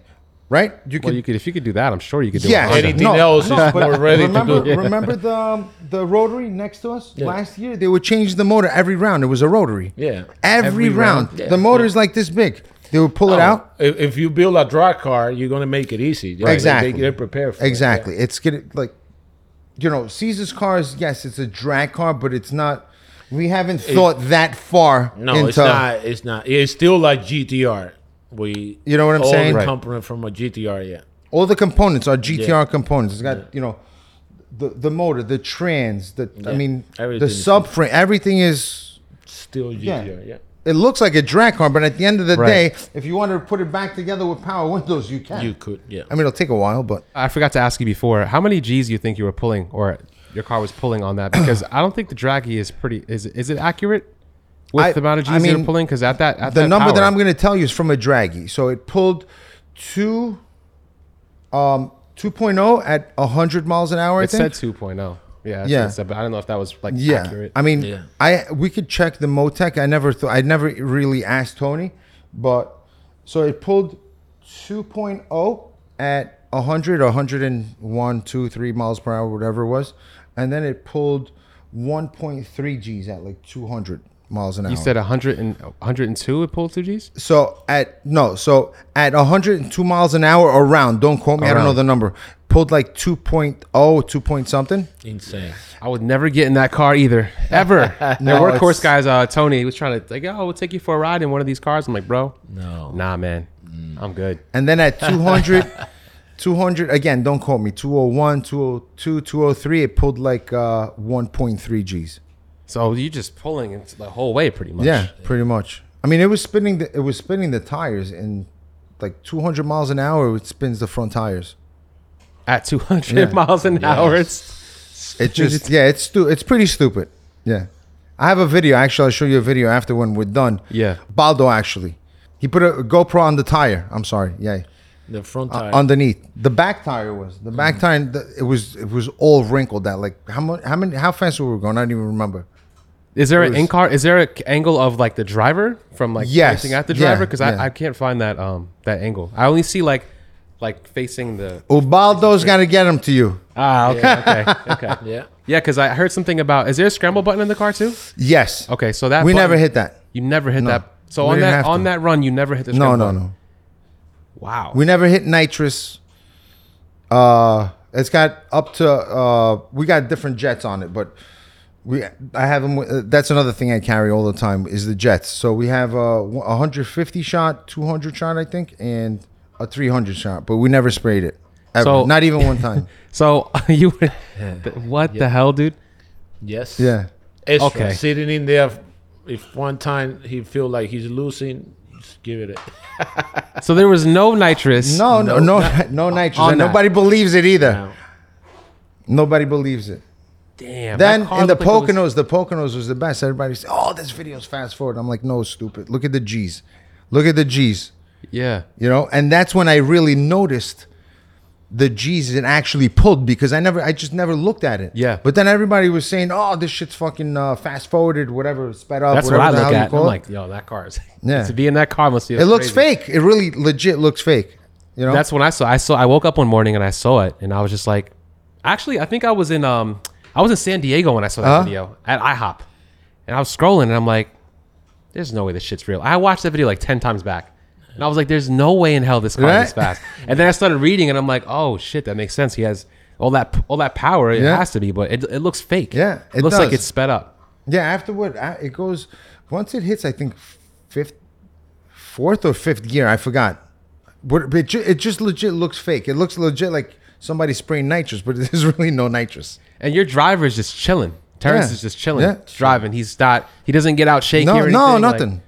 Speaker 2: right? You could.
Speaker 1: well, you could if you could do that. I'm sure you could do.
Speaker 2: yeah,
Speaker 1: Yeah. It.
Speaker 3: Anything else is
Speaker 2: but
Speaker 3: more ready to
Speaker 2: remember,
Speaker 3: do.
Speaker 2: Remember the um, the rotary next to us last year? They would change the motor every round. It was a rotary.
Speaker 3: Yeah.
Speaker 2: Every,
Speaker 1: Every
Speaker 2: round,
Speaker 1: round.
Speaker 2: the motor's like this big. They would pull it
Speaker 3: Oh.
Speaker 2: out.
Speaker 3: If, if you build a drag car, you're gonna make it easy. They- they-
Speaker 2: Exactly.
Speaker 3: They, are prepared for it.
Speaker 2: Exactly. It's getting like, you know, Caesar's cars. Yes, it's a drag car, but it's not. We haven't thought that far
Speaker 3: No,
Speaker 2: into.
Speaker 3: it's not. It's not. It's still like GTR. We,
Speaker 2: You know what I'm
Speaker 3: all
Speaker 2: saying?
Speaker 3: the
Speaker 2: Right.
Speaker 3: component from a GTR, yeah.
Speaker 2: All the components are GTR
Speaker 3: Yeah.
Speaker 2: components. It's got you know, the the motor, the trans, the I
Speaker 3: Yeah.
Speaker 2: mean,
Speaker 3: Everything
Speaker 2: the
Speaker 3: is-
Speaker 2: subframe. Everything is.
Speaker 3: Still
Speaker 2: Yeah.
Speaker 3: GTR, yeah.
Speaker 2: It looks like a drag car, but at the end of the
Speaker 1: Right.
Speaker 2: day, if you want to put it back together with power windows, you can.
Speaker 3: You could, yeah.
Speaker 2: I mean, it'll take a while, but
Speaker 1: I forgot to ask you before. How many G's you think you were pulling or your car was pulling on that? Because I don't think the draggy is pretty. Is is it accurate with
Speaker 2: I-
Speaker 1: the amount of G's
Speaker 2: I
Speaker 1: you're
Speaker 2: mean,
Speaker 1: pulling? Because at that at
Speaker 2: the
Speaker 1: that
Speaker 2: number that
Speaker 1: power-
Speaker 2: I'm going to tell you is from a draggy. So it pulled two, um, 2.0 at 100 miles an hour.
Speaker 1: it
Speaker 2: I
Speaker 1: said
Speaker 2: think.
Speaker 1: 2.0. Yeah.
Speaker 2: Yeah.
Speaker 1: Yeah. but I don't know if that was like
Speaker 2: yeah.
Speaker 1: accurate.
Speaker 2: I mean,
Speaker 3: Yeah.
Speaker 2: I we could check the Motec. I never thought I never really asked Tony, but so it pulled 2.0 at 100 or 101, 2, 3 miles per hour, whatever it was, and then it pulled 1.3 G's at like 200 miles an hour.
Speaker 1: you said 100 and 102. It pulled two G's.
Speaker 2: So at no, so at 102 miles an hour around, don't quote me, I don't know
Speaker 1: Around.
Speaker 2: the number. Pulled like 2.0, 2 point something.
Speaker 3: Insane.
Speaker 1: I would never get in that car either, ever.
Speaker 2: No,
Speaker 1: Their workhorse
Speaker 2: it's-
Speaker 1: guys, uh, Tony, was trying to like, oh, we'll take you for a ride in one of these cars. I'm like, bro,
Speaker 3: No.
Speaker 1: nah, man, I'm good.
Speaker 2: And then at 200 200 again, don't quote me, 201, 202, 203, it pulled like uh 1.3 Gs.
Speaker 1: So you just pulling it the whole way, pretty much.
Speaker 2: Yeah, pretty much. I mean, it was spinning the it was spinning the tires in like 200 miles an hour it spins the front tires.
Speaker 1: at 200
Speaker 2: Yeah.
Speaker 1: miles an hour. It's
Speaker 2: It just yeah, it's stu- it's pretty stupid. Yeah. I have a video. Actually, I'll show you a video after when we're done.
Speaker 1: Yeah.
Speaker 2: Baldo actually. He put a GoPro on the tire. I'm sorry. Yeah.
Speaker 3: The front
Speaker 2: Uh,
Speaker 3: tire.
Speaker 2: Underneath. The back tire was. The back tire the, it was it was all wrinkled out. Like how much how many how fast were we going? I don't even remember.
Speaker 1: is there an
Speaker 2: was-
Speaker 1: in car? Is there an angle of like the driver from like
Speaker 2: Yes.
Speaker 1: facing at the
Speaker 2: Yeah,
Speaker 1: driver? Because
Speaker 2: yeah.
Speaker 1: I, I can't find that um that angle. I only see like like facing the
Speaker 2: Ubaldo's got to get him to you.
Speaker 1: ah okay okay okay
Speaker 3: yeah.
Speaker 1: yeah because I heard something about is there a scramble button in the car too?
Speaker 2: Yes.
Speaker 1: Okay, so that
Speaker 2: we
Speaker 1: button-
Speaker 2: never hit that.
Speaker 1: You never hit that. So
Speaker 2: we
Speaker 1: on
Speaker 2: didn't have
Speaker 1: that
Speaker 2: to.
Speaker 1: on that run, you never hit the
Speaker 2: No,
Speaker 1: scramble
Speaker 2: no,
Speaker 1: button.
Speaker 2: no.
Speaker 1: Wow.
Speaker 2: We never hit nitrous. Uh, it's got up to uh, we got different jets on it, but we I have them. Uh, that's another thing I carry all the time is the jets. So we have a 150 shot, 200 shot, I think, and a 300 shot, but we never sprayed it. Ever.
Speaker 1: So-
Speaker 2: not even one time.
Speaker 1: so you were, th- what the hell, dude?
Speaker 3: Yes.
Speaker 2: yeah.
Speaker 3: Ezra
Speaker 1: Okay.
Speaker 3: sitting in there. If one time he feel like he's losing, just give it. A,
Speaker 1: So there was no nitrous.
Speaker 2: No, no, no, no, nitrous.
Speaker 1: on
Speaker 2: And
Speaker 1: that.
Speaker 2: nobody believes it either.
Speaker 3: No.
Speaker 2: Nobody believes it.
Speaker 1: Damn. that
Speaker 2: Then
Speaker 1: car
Speaker 2: in the
Speaker 1: looked like it
Speaker 2: Poconos, the Poconos was the best. Everybody said, "Oh, this video's fast forward." I'm like, "No, stupid. Look at the G's. Look at the G's."
Speaker 1: was- yeah.
Speaker 2: You know, and that's when I really noticed the G's it actually pulled because I never, I just never looked at it.
Speaker 1: Yeah.
Speaker 2: But then everybody was saying, "Oh, this shit's fucking uh, fast forwarded, whatever, sped up."
Speaker 1: That's what
Speaker 2: whatever
Speaker 1: I
Speaker 2: the
Speaker 1: look
Speaker 2: hell you
Speaker 1: at. and
Speaker 2: call
Speaker 1: I'm
Speaker 2: it."
Speaker 1: like, yo, that car is.
Speaker 2: Yeah.
Speaker 1: to be in that car must be.
Speaker 2: it looks fake. It really legit looks fake. You know,
Speaker 1: That's when I saw. I saw. I woke up one morning and I saw it, and I was just like, actually, I think I was in um, I was in San Diego when I saw that
Speaker 2: Huh?
Speaker 1: video at IHOP, and I was scrolling and I'm like, there's no way this shit's real. I watched that video like ten times back, and I was like, there's no way in hell this car
Speaker 2: Right?
Speaker 1: is this fast. And then I started reading and I'm like, oh shit, that makes sense. He has all that all that power. It
Speaker 2: Yeah.
Speaker 1: has to be, but it, it looks fake.
Speaker 2: Yeah,
Speaker 1: it,
Speaker 2: it
Speaker 1: looks like
Speaker 2: does.
Speaker 1: it's sped up.
Speaker 2: Yeah, afterward I, it goes once it hits. I think fifth, fourth or fifth gear. I forgot. But but it, ju- it just legit looks fake. It looks legit like somebody spraying nitrous, but there's really no nitrous.
Speaker 1: And your driver is just chilling. Terrence
Speaker 2: Yeah.
Speaker 1: is just chilling,
Speaker 2: Yeah.
Speaker 1: driving. He's not. He doesn't get out shaky.
Speaker 2: No,
Speaker 1: or
Speaker 2: no,
Speaker 1: anything, like-
Speaker 2: nothing.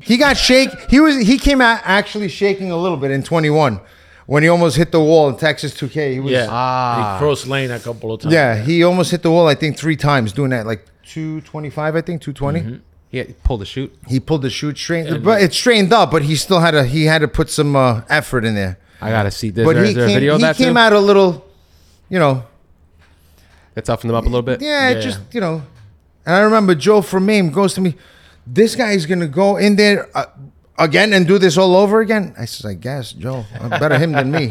Speaker 2: he got shake. He was he came out actually shaking a little bit in 21 when he almost hit the wall in Texas 2K. He was,
Speaker 3: Yeah.
Speaker 1: Ah.
Speaker 3: He crossed lane a couple of times.
Speaker 2: yeah, he almost hit the wall. I think three times doing that, like 225, I think 220.
Speaker 1: Mm-hmm. he had- pulled the chute.
Speaker 2: He pulled the shoot straight, but it strained up. But he still had a he had to put some uh, effort in there.
Speaker 1: I gotta see. Is
Speaker 2: but
Speaker 1: there,
Speaker 2: he
Speaker 1: is there
Speaker 2: came,
Speaker 1: a video of
Speaker 2: he
Speaker 1: that
Speaker 2: came
Speaker 1: too?
Speaker 2: out a little, you know,
Speaker 1: that toughened them up a little bit.
Speaker 2: yeah,
Speaker 3: Yeah.
Speaker 2: it just you know. And I remember Joe from Maine goes to me, this guy's gonna go in there uh, again and do this all over again. I says, I guess Joe, uh, better him than me.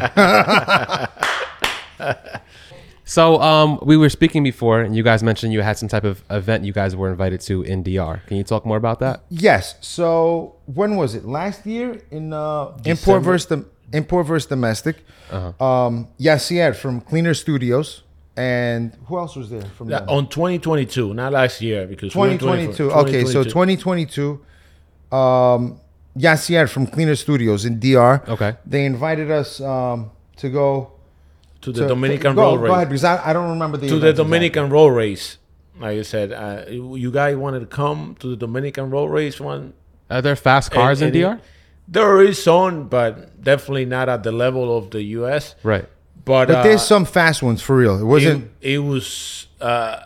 Speaker 1: So um, we were speaking before, and you guys mentioned you had some type of event you guys were invited to in DR. Can you talk more about that?
Speaker 2: yes. So when was it? Last year in uh, import versus dom- import versus domestic.
Speaker 1: Uh-huh.
Speaker 2: Um, Yassier from Cleaner Studios, and who else was there from
Speaker 3: Yeah,
Speaker 2: them?
Speaker 3: On 2022, not last year because we're in
Speaker 2: 2022.
Speaker 3: 24
Speaker 2: Okay, so
Speaker 3: 2022.
Speaker 2: 2022. Um, Yassier from Cleaner Studios in DR.
Speaker 1: Okay.
Speaker 2: They invited us um, to go
Speaker 3: to the
Speaker 2: to
Speaker 3: Dominican
Speaker 2: go,
Speaker 3: roll
Speaker 2: go
Speaker 3: race.
Speaker 2: ahead, because I, I don't remember the
Speaker 3: to the
Speaker 2: event exactly.
Speaker 3: Dominican roll race. Like I said, uh, you guys wanted to come to the Dominican roll race one.
Speaker 1: Are there fast cars
Speaker 3: And-
Speaker 1: in
Speaker 3: and
Speaker 1: DR?
Speaker 3: There is some, but definitely not at the level of the U.S.
Speaker 1: Right.
Speaker 3: But,
Speaker 2: But
Speaker 3: uh,
Speaker 2: there's some fast ones for real. It wasn't.
Speaker 3: it, it was uh,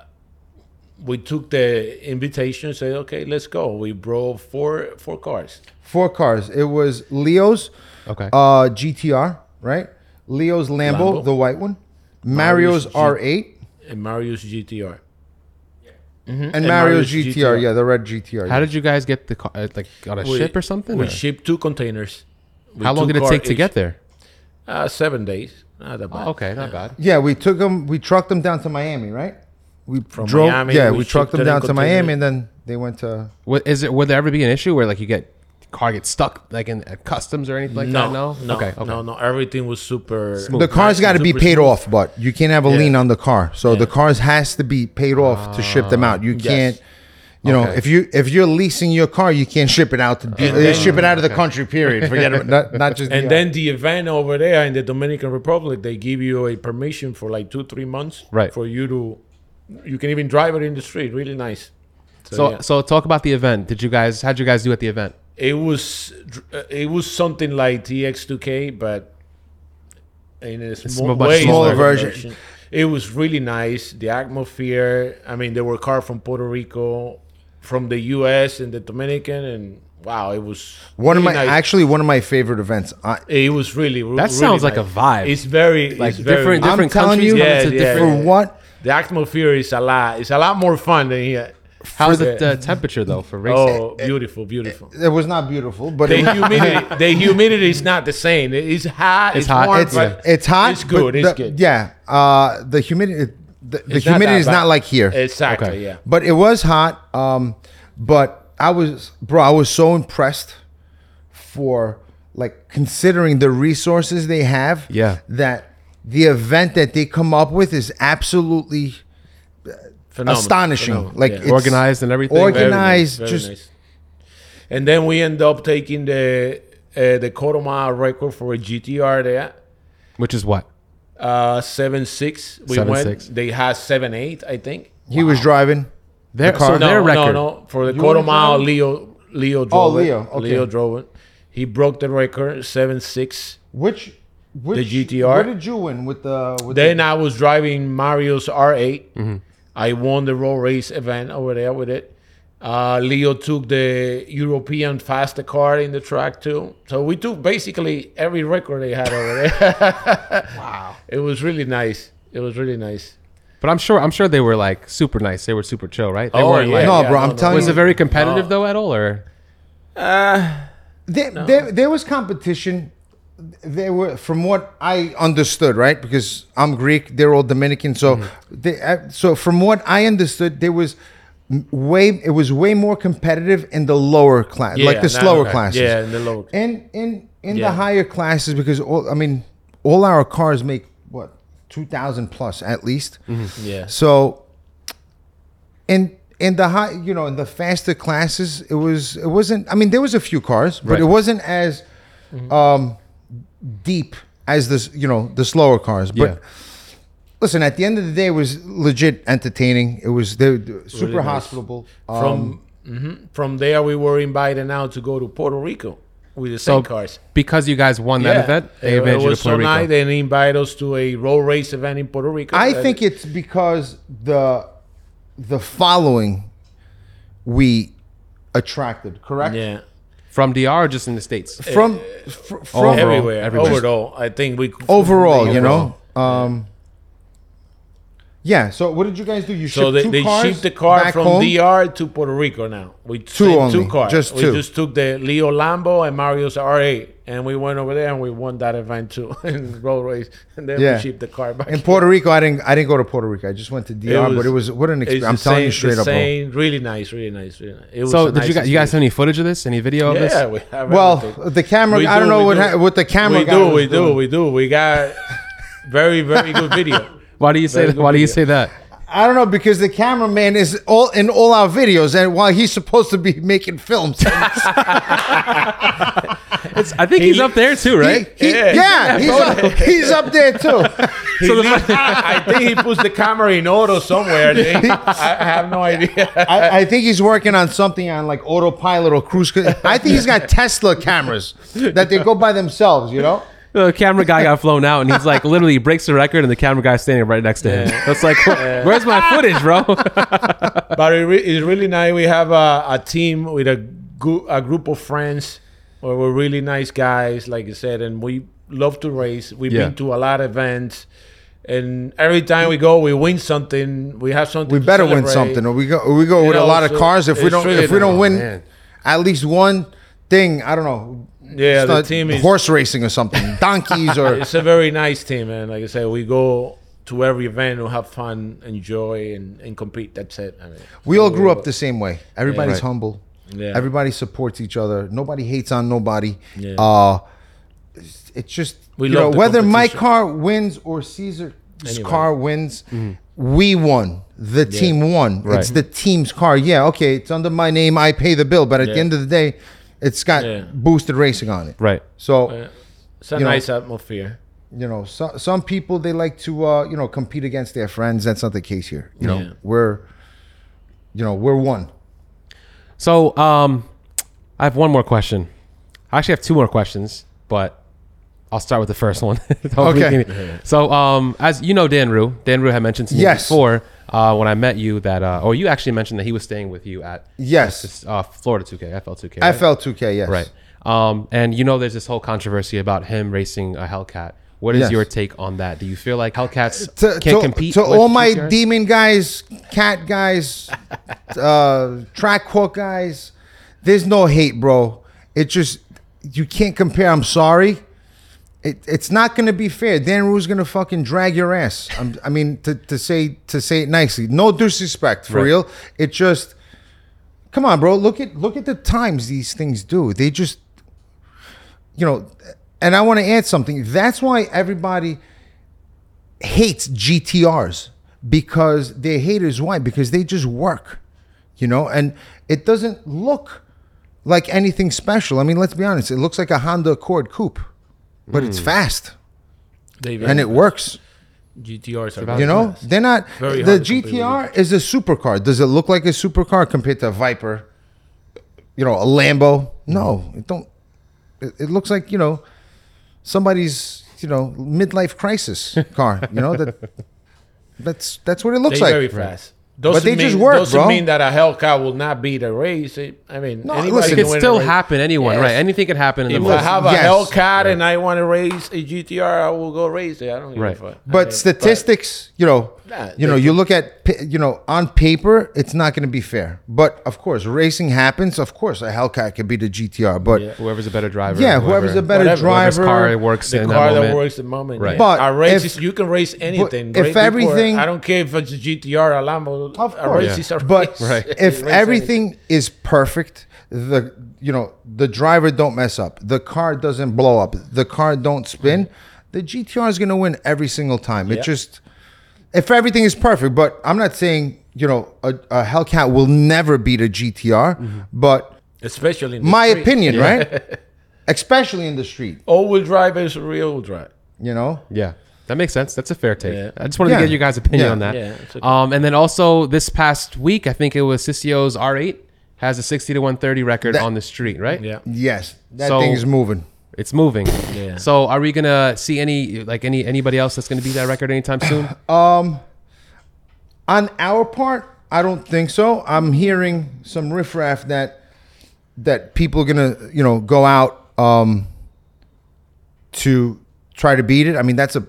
Speaker 3: we took the invitation said okay let's go we brought four four cars
Speaker 2: four cars. It was Leo's
Speaker 1: Okay.
Speaker 2: uh, GTR, right? Leo's Lambo,
Speaker 3: Lambo.
Speaker 2: the white one. Mario's,
Speaker 3: Mario's G- Hmm?
Speaker 2: R8
Speaker 3: and mario's gtr
Speaker 2: and, Mario's,
Speaker 3: Mario's
Speaker 2: GTR.
Speaker 3: GTR.
Speaker 2: Yeah, the red GTR.
Speaker 1: How
Speaker 2: yeah.
Speaker 1: did you guys get the car? uh, Like on a
Speaker 3: We-
Speaker 1: ship or something?
Speaker 3: we
Speaker 1: or-
Speaker 3: shipped two containers with
Speaker 1: How long
Speaker 3: two
Speaker 1: did it
Speaker 3: car
Speaker 1: take to
Speaker 3: each.
Speaker 1: get there?
Speaker 3: uh, seven days not that bad.
Speaker 1: Oh, okay, not bad.
Speaker 2: yeah, we took them. We trucked them down to Miami, right? We
Speaker 3: From
Speaker 2: drove.
Speaker 3: Miami,
Speaker 2: yeah,
Speaker 3: we
Speaker 2: we, trucked
Speaker 3: shipped
Speaker 2: them
Speaker 3: it in
Speaker 2: down to
Speaker 3: containers.
Speaker 2: Miami, and then they went to.
Speaker 1: What, is it? Would there ever be an issue where like you get car gets stuck like in uh, customs or anything like that?
Speaker 3: no,
Speaker 1: No.
Speaker 3: no,
Speaker 1: okay. Okay.
Speaker 3: no, no. Everything was super.
Speaker 2: The car's got to be paid off, but you can't have a
Speaker 3: Yeah.
Speaker 2: lien on the car. So the cars has to be paid off to ship them out. You
Speaker 3: Ah,
Speaker 2: can't, you know,
Speaker 1: Okay.
Speaker 2: if you if you're leasing your car, you can't ship it out to de-
Speaker 3: then-
Speaker 2: ship it out of the country. Period. Forget it. Not, not just
Speaker 3: And
Speaker 2: the-
Speaker 3: then the event over there in the Dominican Republic, they give you a permission for like two, three months.
Speaker 1: Right.
Speaker 3: For you to, you can even drive it in the street. Really nice.
Speaker 1: So
Speaker 3: yeah.
Speaker 1: so talk about the event. Did you guys? How'd you guys do at the event?
Speaker 3: it was dr- uh, it was something like TX2K, but in a small,
Speaker 1: a much
Speaker 3: way
Speaker 2: smaller version.
Speaker 3: It was really nice. The atmosphere. I mean, there were cars from Puerto Rico, from the U.S. and the Dominican, and wow, it was
Speaker 2: one of my
Speaker 3: really nice.
Speaker 2: actually one of my favorite events. I,
Speaker 3: It was really re-
Speaker 1: That
Speaker 3: really
Speaker 1: sounds like
Speaker 3: nice.
Speaker 1: a vibe.
Speaker 3: It's very
Speaker 1: Like
Speaker 3: it's very
Speaker 1: different
Speaker 3: nice.
Speaker 2: I'm
Speaker 1: different
Speaker 2: telling
Speaker 1: countries.
Speaker 2: you-
Speaker 1: coming to
Speaker 3: Yeah, yeah.
Speaker 1: different-
Speaker 2: for what
Speaker 3: The atmosphere is a lot. It's a lot more fun than here.
Speaker 1: How's
Speaker 3: For
Speaker 1: the, the temperature though for racing?
Speaker 3: Oh, beautiful, beautiful.
Speaker 2: it was not beautiful, but
Speaker 3: the
Speaker 2: it was,
Speaker 3: humidity the humidity is not the same. It- It's hot. It's,
Speaker 1: hot,
Speaker 3: Warm,
Speaker 2: it's
Speaker 3: but
Speaker 2: it's hot.
Speaker 3: It's
Speaker 2: but
Speaker 3: good. It's
Speaker 2: the-
Speaker 3: good.
Speaker 2: Yeah, uh, the humidity the, the
Speaker 3: It's not
Speaker 2: humidity is
Speaker 3: that bad.
Speaker 2: not like here.
Speaker 3: Exactly.
Speaker 1: Okay.
Speaker 3: Yeah.
Speaker 2: But it was hot. Um, but I was, bro, I was so impressed for like considering the resources they have.
Speaker 1: Yeah.
Speaker 2: That the event that they come up with is absolutely
Speaker 3: Phenomenal.
Speaker 2: astonishing.
Speaker 3: phenomenal,
Speaker 2: Like
Speaker 3: yeah.
Speaker 2: it's
Speaker 1: Organized and everything?
Speaker 3: Very
Speaker 2: Organized,
Speaker 3: nice, very
Speaker 2: just
Speaker 3: nice. And then we end up taking the uh, the Coroma record for a GTR there.
Speaker 1: Which is what?
Speaker 3: Uh, seven six. We
Speaker 1: Seven
Speaker 3: went.
Speaker 1: six.
Speaker 3: They had seven eight, I think.
Speaker 2: he was driving.
Speaker 1: Their,
Speaker 2: The car-
Speaker 1: so
Speaker 3: no,
Speaker 1: their record.
Speaker 3: No, no, for the
Speaker 2: were
Speaker 3: quarter mile,
Speaker 2: driving?
Speaker 3: Leo, Leo drove. it.
Speaker 2: Leo, okay.
Speaker 3: Leo drove it. He broke the record, seven six.
Speaker 2: Which Which,
Speaker 3: GTR?
Speaker 2: What did you win with the? With
Speaker 3: Then I was driving Mario's R8.
Speaker 2: Mm-hmm.
Speaker 3: I won the road race event over there with it. Uh, Leo took the European faster car in the track too. So we took basically every record they had over there. wow. It was really nice. It was really nice.
Speaker 1: But I'm sure I'm sure they were like super nice. They were super chill, right? They
Speaker 3: Oh,
Speaker 1: weren't
Speaker 3: yeah.
Speaker 1: like
Speaker 2: no, bro,
Speaker 3: no,
Speaker 2: I'm
Speaker 3: no.
Speaker 2: telling
Speaker 1: was
Speaker 2: you,
Speaker 1: it very competitive though at all or
Speaker 2: there, there, there was competition. There were, from what I understood, right? Because I'm Greek, they're all Dominican. So,
Speaker 3: Mm-hmm.
Speaker 2: they, uh, so from what I understood, there was m- way it was way more competitive in the lower class, like the
Speaker 3: Yeah, no,
Speaker 2: slower
Speaker 3: okay.
Speaker 2: classes,
Speaker 3: Yeah, in the lower.
Speaker 2: and in in the
Speaker 3: Yeah.
Speaker 2: higher classes because all I mean, all our cars make what two thousand plus at least.
Speaker 3: Yeah.
Speaker 2: So, in in the high, you know, in the faster classes, it was it wasn't. I mean, there was a few cars, but it
Speaker 1: Right.
Speaker 2: wasn't as
Speaker 3: Mm-hmm.
Speaker 2: um, deep as this, you know, the slower cars. But listen, at the end of the day, it was legit entertaining. It was they were super
Speaker 3: nice.
Speaker 2: hospitable. Um,
Speaker 3: From mhm. from there, we were invited now to go to Puerto Rico with the same cars.
Speaker 1: because you guys won that event? They
Speaker 3: it, it
Speaker 1: invited you
Speaker 3: was
Speaker 1: to Puerto
Speaker 3: so
Speaker 1: Rico.
Speaker 3: nice. They invited us to a road race event in Puerto Rico.
Speaker 2: I
Speaker 3: Uh,
Speaker 2: think it's because the the following we attracted, correct?
Speaker 3: yeah, Eh,
Speaker 1: From DR or just in the States?
Speaker 2: From fr- from
Speaker 1: Overall.
Speaker 3: everywhere,
Speaker 1: everywhere.
Speaker 3: overall. I think we
Speaker 2: overall, you know. Um, yeah. So what did you guys do? You shipped
Speaker 3: So they,
Speaker 2: two
Speaker 3: they
Speaker 2: cars
Speaker 3: shipped the car
Speaker 2: back
Speaker 3: from
Speaker 2: home?
Speaker 3: DR to Puerto Rico now. We
Speaker 2: Two
Speaker 3: sent
Speaker 2: only,
Speaker 3: two cars.
Speaker 2: just
Speaker 3: we
Speaker 2: two.
Speaker 3: just took the Leo Lambo and Mario's R8, and we went over there and we won that event too in road race. And then
Speaker 2: Yeah.
Speaker 3: we shipped the car back.
Speaker 2: in Puerto Rico. I didn't. I didn't go to Puerto Rico. I just went to DR. but it was what an
Speaker 3: it's
Speaker 2: experience.
Speaker 3: the
Speaker 2: I'm telling you
Speaker 3: same-
Speaker 2: straight
Speaker 3: the
Speaker 2: up, bro.
Speaker 3: same, Really nice, really nice, really nice. It was
Speaker 1: so
Speaker 3: a
Speaker 1: did you guys
Speaker 3: nice
Speaker 1: you guys
Speaker 3: experience.
Speaker 1: have any footage of this? Any video of
Speaker 3: Yeah,
Speaker 1: this?
Speaker 3: we have. everything.
Speaker 2: Well, the camera.
Speaker 3: We
Speaker 2: I don't
Speaker 3: do,
Speaker 2: know
Speaker 3: we
Speaker 2: what
Speaker 3: do.
Speaker 2: ha- what the camera.
Speaker 3: we
Speaker 2: guy
Speaker 3: do,
Speaker 2: was
Speaker 3: we do,
Speaker 2: doing.
Speaker 3: we do. We got very, very good video.
Speaker 1: Why do you say
Speaker 3: Very
Speaker 1: that?
Speaker 3: good
Speaker 1: Why do you
Speaker 3: video.
Speaker 1: say that?
Speaker 2: I don't know because the cameraman is all in all our videos, and while he's supposed to be making films,
Speaker 1: It's, I think he's up there too, right?
Speaker 2: he- he- yeah,
Speaker 3: Yeah.
Speaker 2: he's up, he's up there too.
Speaker 1: so the,
Speaker 3: I think he puts the camera in auto somewhere. Nick. I I have no idea.
Speaker 2: I, I think he's working on something on like autopilot or cruise. con- I think he's got Tesla cameras that they go by themselves. You know.
Speaker 1: the camera guy got flown out, and he's like, literally breaks the record, and the camera guy's standing right next to him. That's like, where's my footage, bro?
Speaker 3: But it re- it's really nice. We have a, a team with a, gu- a group of friends where we're really nice guys, like I said, and we love to race. We've
Speaker 1: Yeah.
Speaker 3: been to a lot of events. And every time we go, we win something. We have something.
Speaker 2: We
Speaker 3: to
Speaker 2: better win
Speaker 3: celebrate.
Speaker 2: something, or we go or we go with a
Speaker 3: know,
Speaker 2: lot of
Speaker 3: so
Speaker 2: cars. If we
Speaker 3: it's
Speaker 2: don't,
Speaker 3: really
Speaker 2: if we don't
Speaker 3: not-
Speaker 2: win,
Speaker 1: man.
Speaker 2: at least one thing. I don't know.
Speaker 3: Yeah, the
Speaker 2: start
Speaker 3: team is
Speaker 2: horse racing or something, donkeys or
Speaker 3: it's a very nice team, man. Like I said, we go to every event, we have fun, enjoy, and, and compete. That's it. I mean,
Speaker 2: we all grew up the same way. Everybody's
Speaker 1: Right.
Speaker 2: humble.
Speaker 3: Yeah.
Speaker 2: Everybody supports each other. Nobody hates on nobody.
Speaker 3: Yeah.
Speaker 2: Uh, it's- it's just
Speaker 3: We
Speaker 2: you
Speaker 3: love
Speaker 2: know,
Speaker 3: the
Speaker 2: whether my
Speaker 3: competition.
Speaker 2: car wins or Caesar's
Speaker 3: Anyway.
Speaker 2: car wins, we won. The team won. It's
Speaker 1: Right.
Speaker 2: the team's car. Yeah, okay, it's under my name. I pay the bill, but at the
Speaker 3: Yeah.
Speaker 2: end of the day, it's got
Speaker 3: Yeah.
Speaker 2: boosted racing on it.
Speaker 1: right.
Speaker 2: So
Speaker 3: uh, it's a
Speaker 2: You know-
Speaker 3: nice atmosphere.
Speaker 2: you know, so, some people they like to uh, you know compete against their friends. That's not the case here. You know,
Speaker 3: Yeah.
Speaker 2: we're you know we're one.
Speaker 1: So, um, I have one more question. I actually have two more questions, but I'll start with the first one. Hopefully
Speaker 2: Okay.
Speaker 1: you can- So, um, as you know, Dan Rue, Dan Rue had mentioned to me
Speaker 2: Yes.
Speaker 1: before uh, when I met you that, uh, or you actually mentioned that he was staying with you at
Speaker 2: Yes,
Speaker 1: this, uh, Florida 2K, FL2K. right?
Speaker 2: FL2K. Yes,
Speaker 1: Right. Um, and you know, there's this whole controversy about him racing a Hellcat. What is
Speaker 2: Yes. Uh,
Speaker 1: your take on that? Do you feel like Hellcats
Speaker 2: To,
Speaker 1: can't
Speaker 2: to,
Speaker 1: compete?
Speaker 2: to
Speaker 1: with
Speaker 2: all my
Speaker 1: TCRs?
Speaker 2: demon guys, cat guys, uh, track court guys, there's no hate, bro. It just you can't compare. I'm sorry. It, it's not gonna be fair. Dan Rue's gonna fucking drag your ass. I'm, I mean, to, to say to say it nicely, no disrespect for
Speaker 1: Right.
Speaker 2: real. It just come on, bro. Look at look at the times these things do. They just, you know, and I want to add something. That's why everybody hates GTRs because their haters. Why? Because they just work, you know, and it doesn't look like anything special. I mean, let's be honest. It looks like a Honda Accord coupe, but it's fast
Speaker 3: David,
Speaker 2: and it works.
Speaker 3: GTRs are
Speaker 2: You know, they're not.
Speaker 3: Very
Speaker 2: the
Speaker 3: hard to compete
Speaker 2: GTR is a supercar. Does it look like a supercar compared to a Viper? You know, a Lambo? No, it don't. It, it looks like you know somebody's you know midlife crisis car. You know that that's that's what it looks
Speaker 3: They
Speaker 2: like.
Speaker 3: very fast. Doesn't
Speaker 2: they
Speaker 3: mean,
Speaker 2: just work,
Speaker 3: doesn't
Speaker 2: bro.
Speaker 3: mean that a Hellcat will not beat a race. It- I mean,
Speaker 2: No,
Speaker 3: anybody
Speaker 2: listen,
Speaker 1: It
Speaker 3: can
Speaker 1: could
Speaker 3: win a
Speaker 1: still
Speaker 3: race.
Speaker 1: happen anyone,
Speaker 3: Yes.
Speaker 1: right? Anything could happen in the
Speaker 3: If
Speaker 1: most.
Speaker 3: I have a
Speaker 2: Yes.
Speaker 3: Hellcat and I want to race a GTR, I will go race it. I don't give
Speaker 1: Right.
Speaker 3: a fuck. I
Speaker 2: But
Speaker 3: mean,
Speaker 2: statistics, you know,
Speaker 3: Nah,
Speaker 2: you know, you look at pa- you know on paper, it's not going to be fair. But of course, racing happens. Of course, a Hellcat could be the GTR, but yeah,
Speaker 1: Whoever's a better driver.
Speaker 2: whoever's a better
Speaker 3: Whatever.
Speaker 1: whoever's
Speaker 2: driver,
Speaker 1: car works
Speaker 3: the
Speaker 1: in
Speaker 3: car
Speaker 1: that
Speaker 3: that
Speaker 1: moment.
Speaker 3: works the moment.
Speaker 1: Right.
Speaker 3: yeah.
Speaker 2: But
Speaker 3: a race
Speaker 2: if-
Speaker 3: is, you can race anything.
Speaker 2: if
Speaker 3: Race- people are-
Speaker 2: everything-
Speaker 3: I don't care if it's a GTR, a Lambo,
Speaker 2: Of
Speaker 3: a
Speaker 2: course.
Speaker 3: race is a race.
Speaker 2: But
Speaker 1: Right.
Speaker 2: if
Speaker 3: Race anything.
Speaker 2: everything is perfect, the you know the driver don't mess up, the car doesn't blow up, the car don't spin, the GTR is going to win every single time. It
Speaker 3: Yeah.
Speaker 2: just if everything is perfect, but I'm not saying you know a, a Hellcat will never beat a GTR,
Speaker 1: Mm-hmm.
Speaker 2: but
Speaker 3: especially in the
Speaker 2: my
Speaker 3: street.
Speaker 2: opinion, right? Especially in the street,
Speaker 3: all-wheel drive is real drive.
Speaker 2: you know.
Speaker 1: Yeah, that makes sense. That's a fair take.
Speaker 3: Yeah.
Speaker 1: I just wanted
Speaker 2: Yeah.
Speaker 1: to get your guys' opinion
Speaker 2: Yeah.
Speaker 1: on that.
Speaker 3: Yeah, it's okay.
Speaker 1: um, and then also this past week, I think it was Sissio's R8 has a 60 to 130 record on the street, right?
Speaker 3: Yeah.
Speaker 2: Yes, that
Speaker 1: So-
Speaker 2: thing is moving.
Speaker 1: it's moving.
Speaker 3: Yeah.
Speaker 1: So are we gonna see any like any anybody else that's gonna beat that record anytime soon?
Speaker 2: On our part, I don't think so. I'm hearing some riffraff that that people are gonna, you know, go out um, to try to beat it. I mean, that's a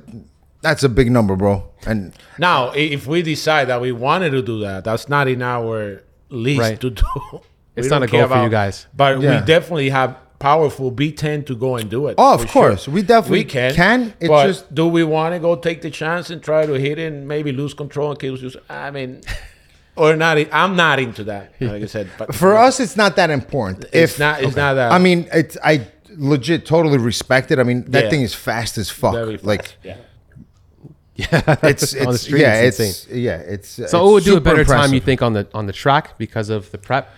Speaker 2: that's a big number, bro. And
Speaker 3: Now, i- if we decide that we wanted to do that, that's not in our list
Speaker 1: Right.
Speaker 3: to do. We
Speaker 1: It's not
Speaker 3: don't
Speaker 1: a goal
Speaker 3: care
Speaker 1: for you guys.
Speaker 3: But
Speaker 2: Yeah.
Speaker 3: we definitely have powerful B10 to go and do it.
Speaker 2: Oh, of
Speaker 3: for
Speaker 2: course. We definitely can. It's
Speaker 3: but
Speaker 2: just-
Speaker 3: do we want to go take the chance and try to hit it and maybe lose control and kill you? I mean, or not? i- I'm not into that. Like I said, but
Speaker 2: for us, it's not that important.
Speaker 3: it's
Speaker 2: if
Speaker 3: not. It's not that.
Speaker 2: I mean, it's I legit totally respect it. I mean, that
Speaker 3: Yeah.
Speaker 2: thing is fast as fuck.
Speaker 3: very fast.
Speaker 2: Like
Speaker 3: yeah.
Speaker 2: it's
Speaker 1: On the
Speaker 2: it's
Speaker 1: street,
Speaker 2: yeah,
Speaker 1: it's
Speaker 2: it's, yeah, it's
Speaker 1: so
Speaker 2: it's
Speaker 1: it would do a
Speaker 2: super
Speaker 1: better time, you
Speaker 2: impressive.
Speaker 1: think, on the on the track because of the prep.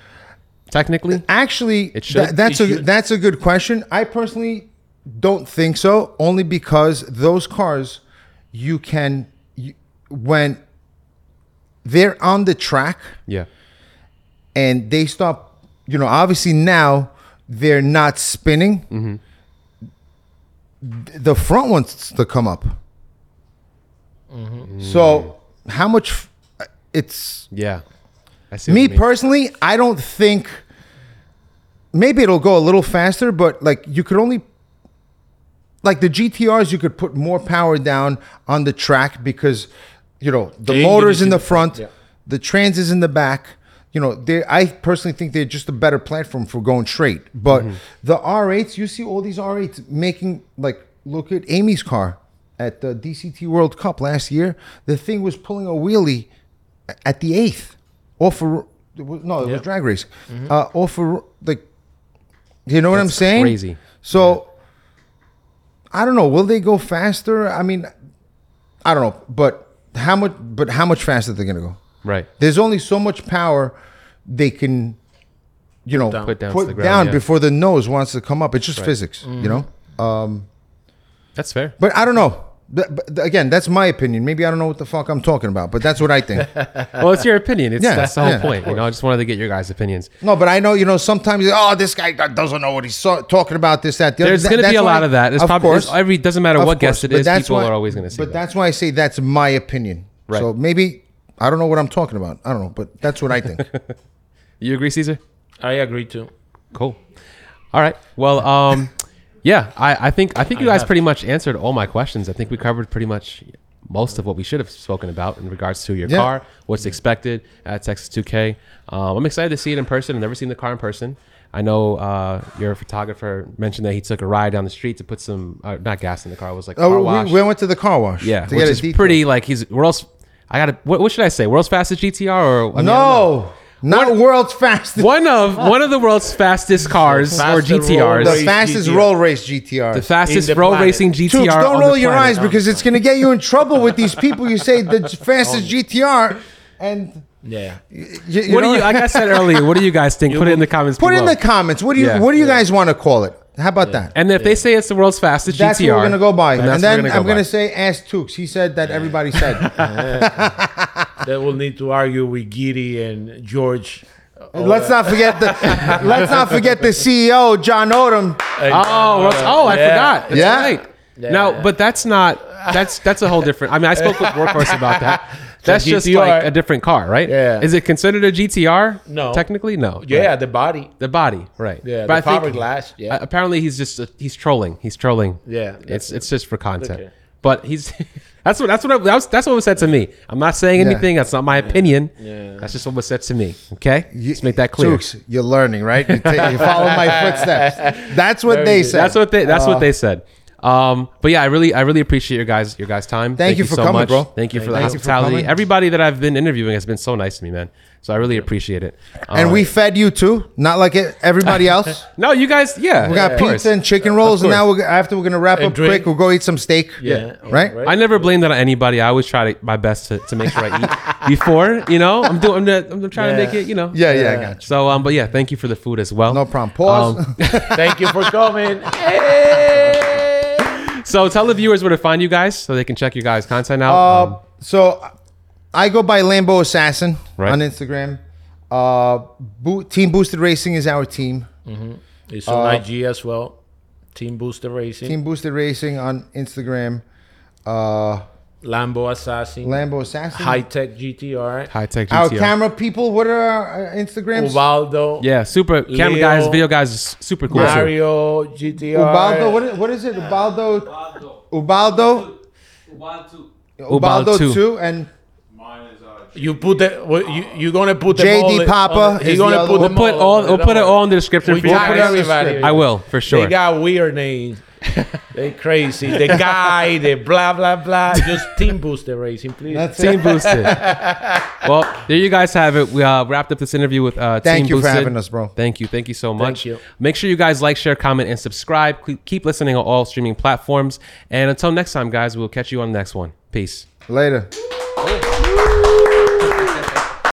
Speaker 1: Technically,
Speaker 2: Actually,
Speaker 1: should.
Speaker 2: tha- that's
Speaker 3: It
Speaker 2: a
Speaker 3: should.
Speaker 2: that's a good question. I personally don't think so, only because those cars you can you, when they're on the track
Speaker 1: yeah,
Speaker 2: and they stop. You know, obviously now they're not spinning.
Speaker 3: Mm-hmm.
Speaker 2: th- The front wants to come up.
Speaker 3: Mm-hmm.
Speaker 2: So how much? f- It's
Speaker 1: yeah. I see. what
Speaker 2: me
Speaker 1: you mean.
Speaker 2: personally, I don't think. Maybe it'll go a little faster, but like you could only, like the GTRs, you could put more power down on the track because, you know, the
Speaker 3: The engine
Speaker 2: motors
Speaker 3: is
Speaker 2: in
Speaker 3: in
Speaker 2: the
Speaker 3: the front,
Speaker 2: front,
Speaker 3: yeah.
Speaker 2: the trans is in the back. You know, they. I personally think they're just a better platform for going straight. But
Speaker 3: Mm-hmm.
Speaker 2: the R8s, you see all these R8s making like look at Amy's car at the DCT World Cup last year. The thing was pulling a wheelie at the eighth off for no it was
Speaker 3: Yeah. Mm-hmm.
Speaker 2: drag race uh off for like you know what i'm
Speaker 1: That's
Speaker 2: saying
Speaker 1: crazy.
Speaker 2: so i don't know will they go faster i mean i don't know but how much but how much faster they're gonna go
Speaker 1: right?
Speaker 2: there's only so much power they can you know
Speaker 3: Down.
Speaker 1: Put down to the ground,
Speaker 2: down
Speaker 1: yeah. Mm-hmm.
Speaker 2: before the nose wants to come up it's just physics you know
Speaker 1: That's fair.
Speaker 2: but i don't know Th- but again that's my opinion maybe i don't know what the fuck i'm talking about but that's what i think
Speaker 1: Well, it's your opinion. It's
Speaker 2: Yeah,
Speaker 1: that's the whole
Speaker 2: yeah, of
Speaker 1: point. You know, I just wanted to get your guys' opinions.
Speaker 2: No, but I know you know. Sometimes oh, this guy doesn't know what he's so- talking about. This, that, the other.
Speaker 1: There's
Speaker 2: That-
Speaker 1: going to be
Speaker 2: that's
Speaker 1: a
Speaker 2: why-
Speaker 1: lot of that. It's
Speaker 2: of
Speaker 1: probably
Speaker 2: course.
Speaker 1: it's every doesn't matter
Speaker 2: Of
Speaker 1: what guest
Speaker 2: course,
Speaker 1: it
Speaker 2: but
Speaker 1: is.
Speaker 2: that's
Speaker 1: People
Speaker 2: why-
Speaker 1: are always going to see.
Speaker 2: But
Speaker 1: that.
Speaker 2: that's why I say that's my opinion.
Speaker 1: Right.
Speaker 2: So maybe I don't know what I'm talking about. I don't know, but that's what I think.
Speaker 1: You agree, Caesar?
Speaker 3: I agree too.
Speaker 1: Cool. All right. Well, um, yeah, I, I think I think you guys pretty much answered all my questions. I think we covered pretty much most of what we should have spoken about in regards to your
Speaker 2: Yeah.
Speaker 1: car, what's expected at Texas 2K. Um, I'm excited to see it in person. I've never seen the car in person. I know uh, your photographer mentioned that he took a ride down the street to put some uh, not gas in the car. It was like car
Speaker 2: oh,
Speaker 1: wash.
Speaker 2: we, we went to the car wash.
Speaker 1: yeah,
Speaker 2: to
Speaker 1: which
Speaker 2: get a
Speaker 1: is
Speaker 2: detail.
Speaker 1: pretty like he's world's. I gotta. What, what should I say? World's fastest GTR or I mean, I don't know.
Speaker 2: No, not world's fastest.
Speaker 1: One of one of the world's fastest cars or
Speaker 3: Faster road
Speaker 1: GTRs.
Speaker 2: The
Speaker 3: race
Speaker 2: fastest
Speaker 3: GTR.
Speaker 2: roll race GTR.
Speaker 1: The fastest
Speaker 3: the
Speaker 1: road
Speaker 3: planet.
Speaker 1: racing GTR.
Speaker 2: Toots,
Speaker 1: on
Speaker 2: don't
Speaker 1: the
Speaker 2: roll your
Speaker 1: planet.
Speaker 2: eyes because it's going to get you in trouble with these people. You say the fastest GTR, and
Speaker 3: Yeah.
Speaker 2: y-
Speaker 1: Oh.
Speaker 2: you,
Speaker 1: What do
Speaker 2: know-
Speaker 1: you? Like I said earlier, what do you guys think? Put it in the comments.
Speaker 2: Put it in
Speaker 1: below.
Speaker 2: the comments. What do you
Speaker 1: Yeah.
Speaker 2: What do you guys want to call it? How about that?
Speaker 1: And if they say it's the world's fastest
Speaker 2: that's
Speaker 1: GTR,
Speaker 2: what we're gonna go by. And,
Speaker 1: that's what
Speaker 2: then
Speaker 1: we're gonna go
Speaker 2: I'm
Speaker 1: by.
Speaker 2: gonna say ask Tooks. He said that everybody said.
Speaker 3: They will need to argue with Giddy and George.
Speaker 2: let's not forget the Let's not forget the CEO John Odom.
Speaker 1: Oh, well, oh, I
Speaker 3: uh, Yeah.
Speaker 1: forgot. That's
Speaker 2: Yeah.
Speaker 1: right. now, but that's not that's that's a whole different. I mean, I spoke with Workhorse about that. That's just like
Speaker 3: GTR.
Speaker 1: a different car, right?
Speaker 3: Yeah.
Speaker 1: Is it considered a GTR?
Speaker 3: No.
Speaker 1: Technically, no.
Speaker 3: yeah,
Speaker 1: Right.
Speaker 3: the body.
Speaker 1: The body, right?
Speaker 3: Yeah,
Speaker 1: But
Speaker 3: the
Speaker 1: I think
Speaker 3: fiberglass. Yeah,
Speaker 1: uh, apparently he's just uh, he's trolling. He's trolling.
Speaker 3: yeah.
Speaker 1: It's it's just for content.
Speaker 3: Okay.
Speaker 1: But he's that's what that's what I, that was, that's what was said to me. I'm not saying
Speaker 2: Yeah.
Speaker 1: anything. That's not my opinion.
Speaker 3: Yeah.
Speaker 1: That's just what was said to me. Okay. Let's make that clear.
Speaker 2: Tukes, you're learning, right? You, ta- you follow my footsteps. That's what
Speaker 3: Very
Speaker 2: they
Speaker 3: good.
Speaker 2: said.
Speaker 1: That's what they.
Speaker 2: Uh,
Speaker 1: That's what they said. Um, but yeah, I really, I really appreciate your guys, your guys' time.
Speaker 2: Thank you for coming, bro.
Speaker 1: Thank you for
Speaker 2: Thank
Speaker 1: the
Speaker 2: you for
Speaker 1: hospitality.
Speaker 2: coming.
Speaker 1: Everybody that I've been interviewing has been so nice to me, man. So I really appreciate it. Um,
Speaker 2: and we fed you too, not like it, everybody else.
Speaker 1: no, you guys, yeah,
Speaker 2: We got
Speaker 1: of
Speaker 2: pizza
Speaker 1: course.
Speaker 2: and chicken rolls, and
Speaker 1: course.
Speaker 2: now we're, after we're gonna wrap
Speaker 3: And
Speaker 2: up
Speaker 3: drink.
Speaker 2: quick. We'll go eat some steak.
Speaker 3: Yeah.
Speaker 2: right.
Speaker 3: Right.
Speaker 1: I never blame that on anybody. I always try to, my best to, to make sure I eat before. You know, I'm doing. I'm, the- I'm trying to
Speaker 3: Yeah.
Speaker 1: make it. You know.
Speaker 2: Yeah, yeah, I got you.
Speaker 1: So, um, but yeah, thank you for the food as well.
Speaker 2: No problem. Pause.
Speaker 1: Um,
Speaker 3: Thank you for coming. Hey!
Speaker 1: so tell the viewers where to find you guys, so they can check your guys' content out.
Speaker 2: Uh,
Speaker 1: Um,
Speaker 2: so I go by Lambo Assassin
Speaker 1: Right.
Speaker 2: on Instagram. Uh, Bo- Team Boosted Racing is our team.
Speaker 3: It's on IG as well. Team Booster Racing,
Speaker 2: Uh, Team Boosted Racing on Instagram. Uh,
Speaker 3: Lambo Assassin,
Speaker 2: Lambo Assassin.
Speaker 3: High Tech GTR,
Speaker 1: High tech
Speaker 2: Our
Speaker 1: GTO.
Speaker 2: camera people. What are our uh, Instagrams?
Speaker 3: Ubaldo,
Speaker 1: yeah, super camera
Speaker 3: Leo.
Speaker 1: guys, video guys, is super cool. too.
Speaker 3: Mario GTR,
Speaker 2: Ubaldo. What is, what is it? Ubaldo.
Speaker 4: Ubaldo.
Speaker 2: Ubaldo.
Speaker 4: Ubaldo.
Speaker 2: Ubaldo
Speaker 1: Ubaldo.
Speaker 2: two and
Speaker 4: Mine is uh,
Speaker 3: You put the well, you you gonna put
Speaker 2: JD
Speaker 3: them all in-
Speaker 2: Papa
Speaker 3: on the-
Speaker 2: is
Speaker 3: You gonna
Speaker 2: the other
Speaker 3: put
Speaker 2: one.
Speaker 3: them
Speaker 1: We'll put all.
Speaker 3: on
Speaker 1: We'll put it all in the description
Speaker 3: We
Speaker 1: for you.
Speaker 3: got
Speaker 2: put it on the
Speaker 3: everybody.
Speaker 2: script.
Speaker 1: I will for sure.
Speaker 3: They got weird names. they crazy. The guy, the blah blah blah. Just team booster racing, please.
Speaker 2: that's it.
Speaker 1: Team boosted. well, there you guys have it. We uh, wrapped up this interview with uh,
Speaker 2: Thank
Speaker 1: Team
Speaker 2: you for
Speaker 1: Boosted.
Speaker 2: having us, bro.
Speaker 1: Thank you. Thank you so much.
Speaker 3: you.
Speaker 1: Make sure you guys like, share, comment, and subscribe. Cle- Keep listening on all streaming platforms. And until next time, guys, we'll catch you on the next one. Peace.
Speaker 2: Later.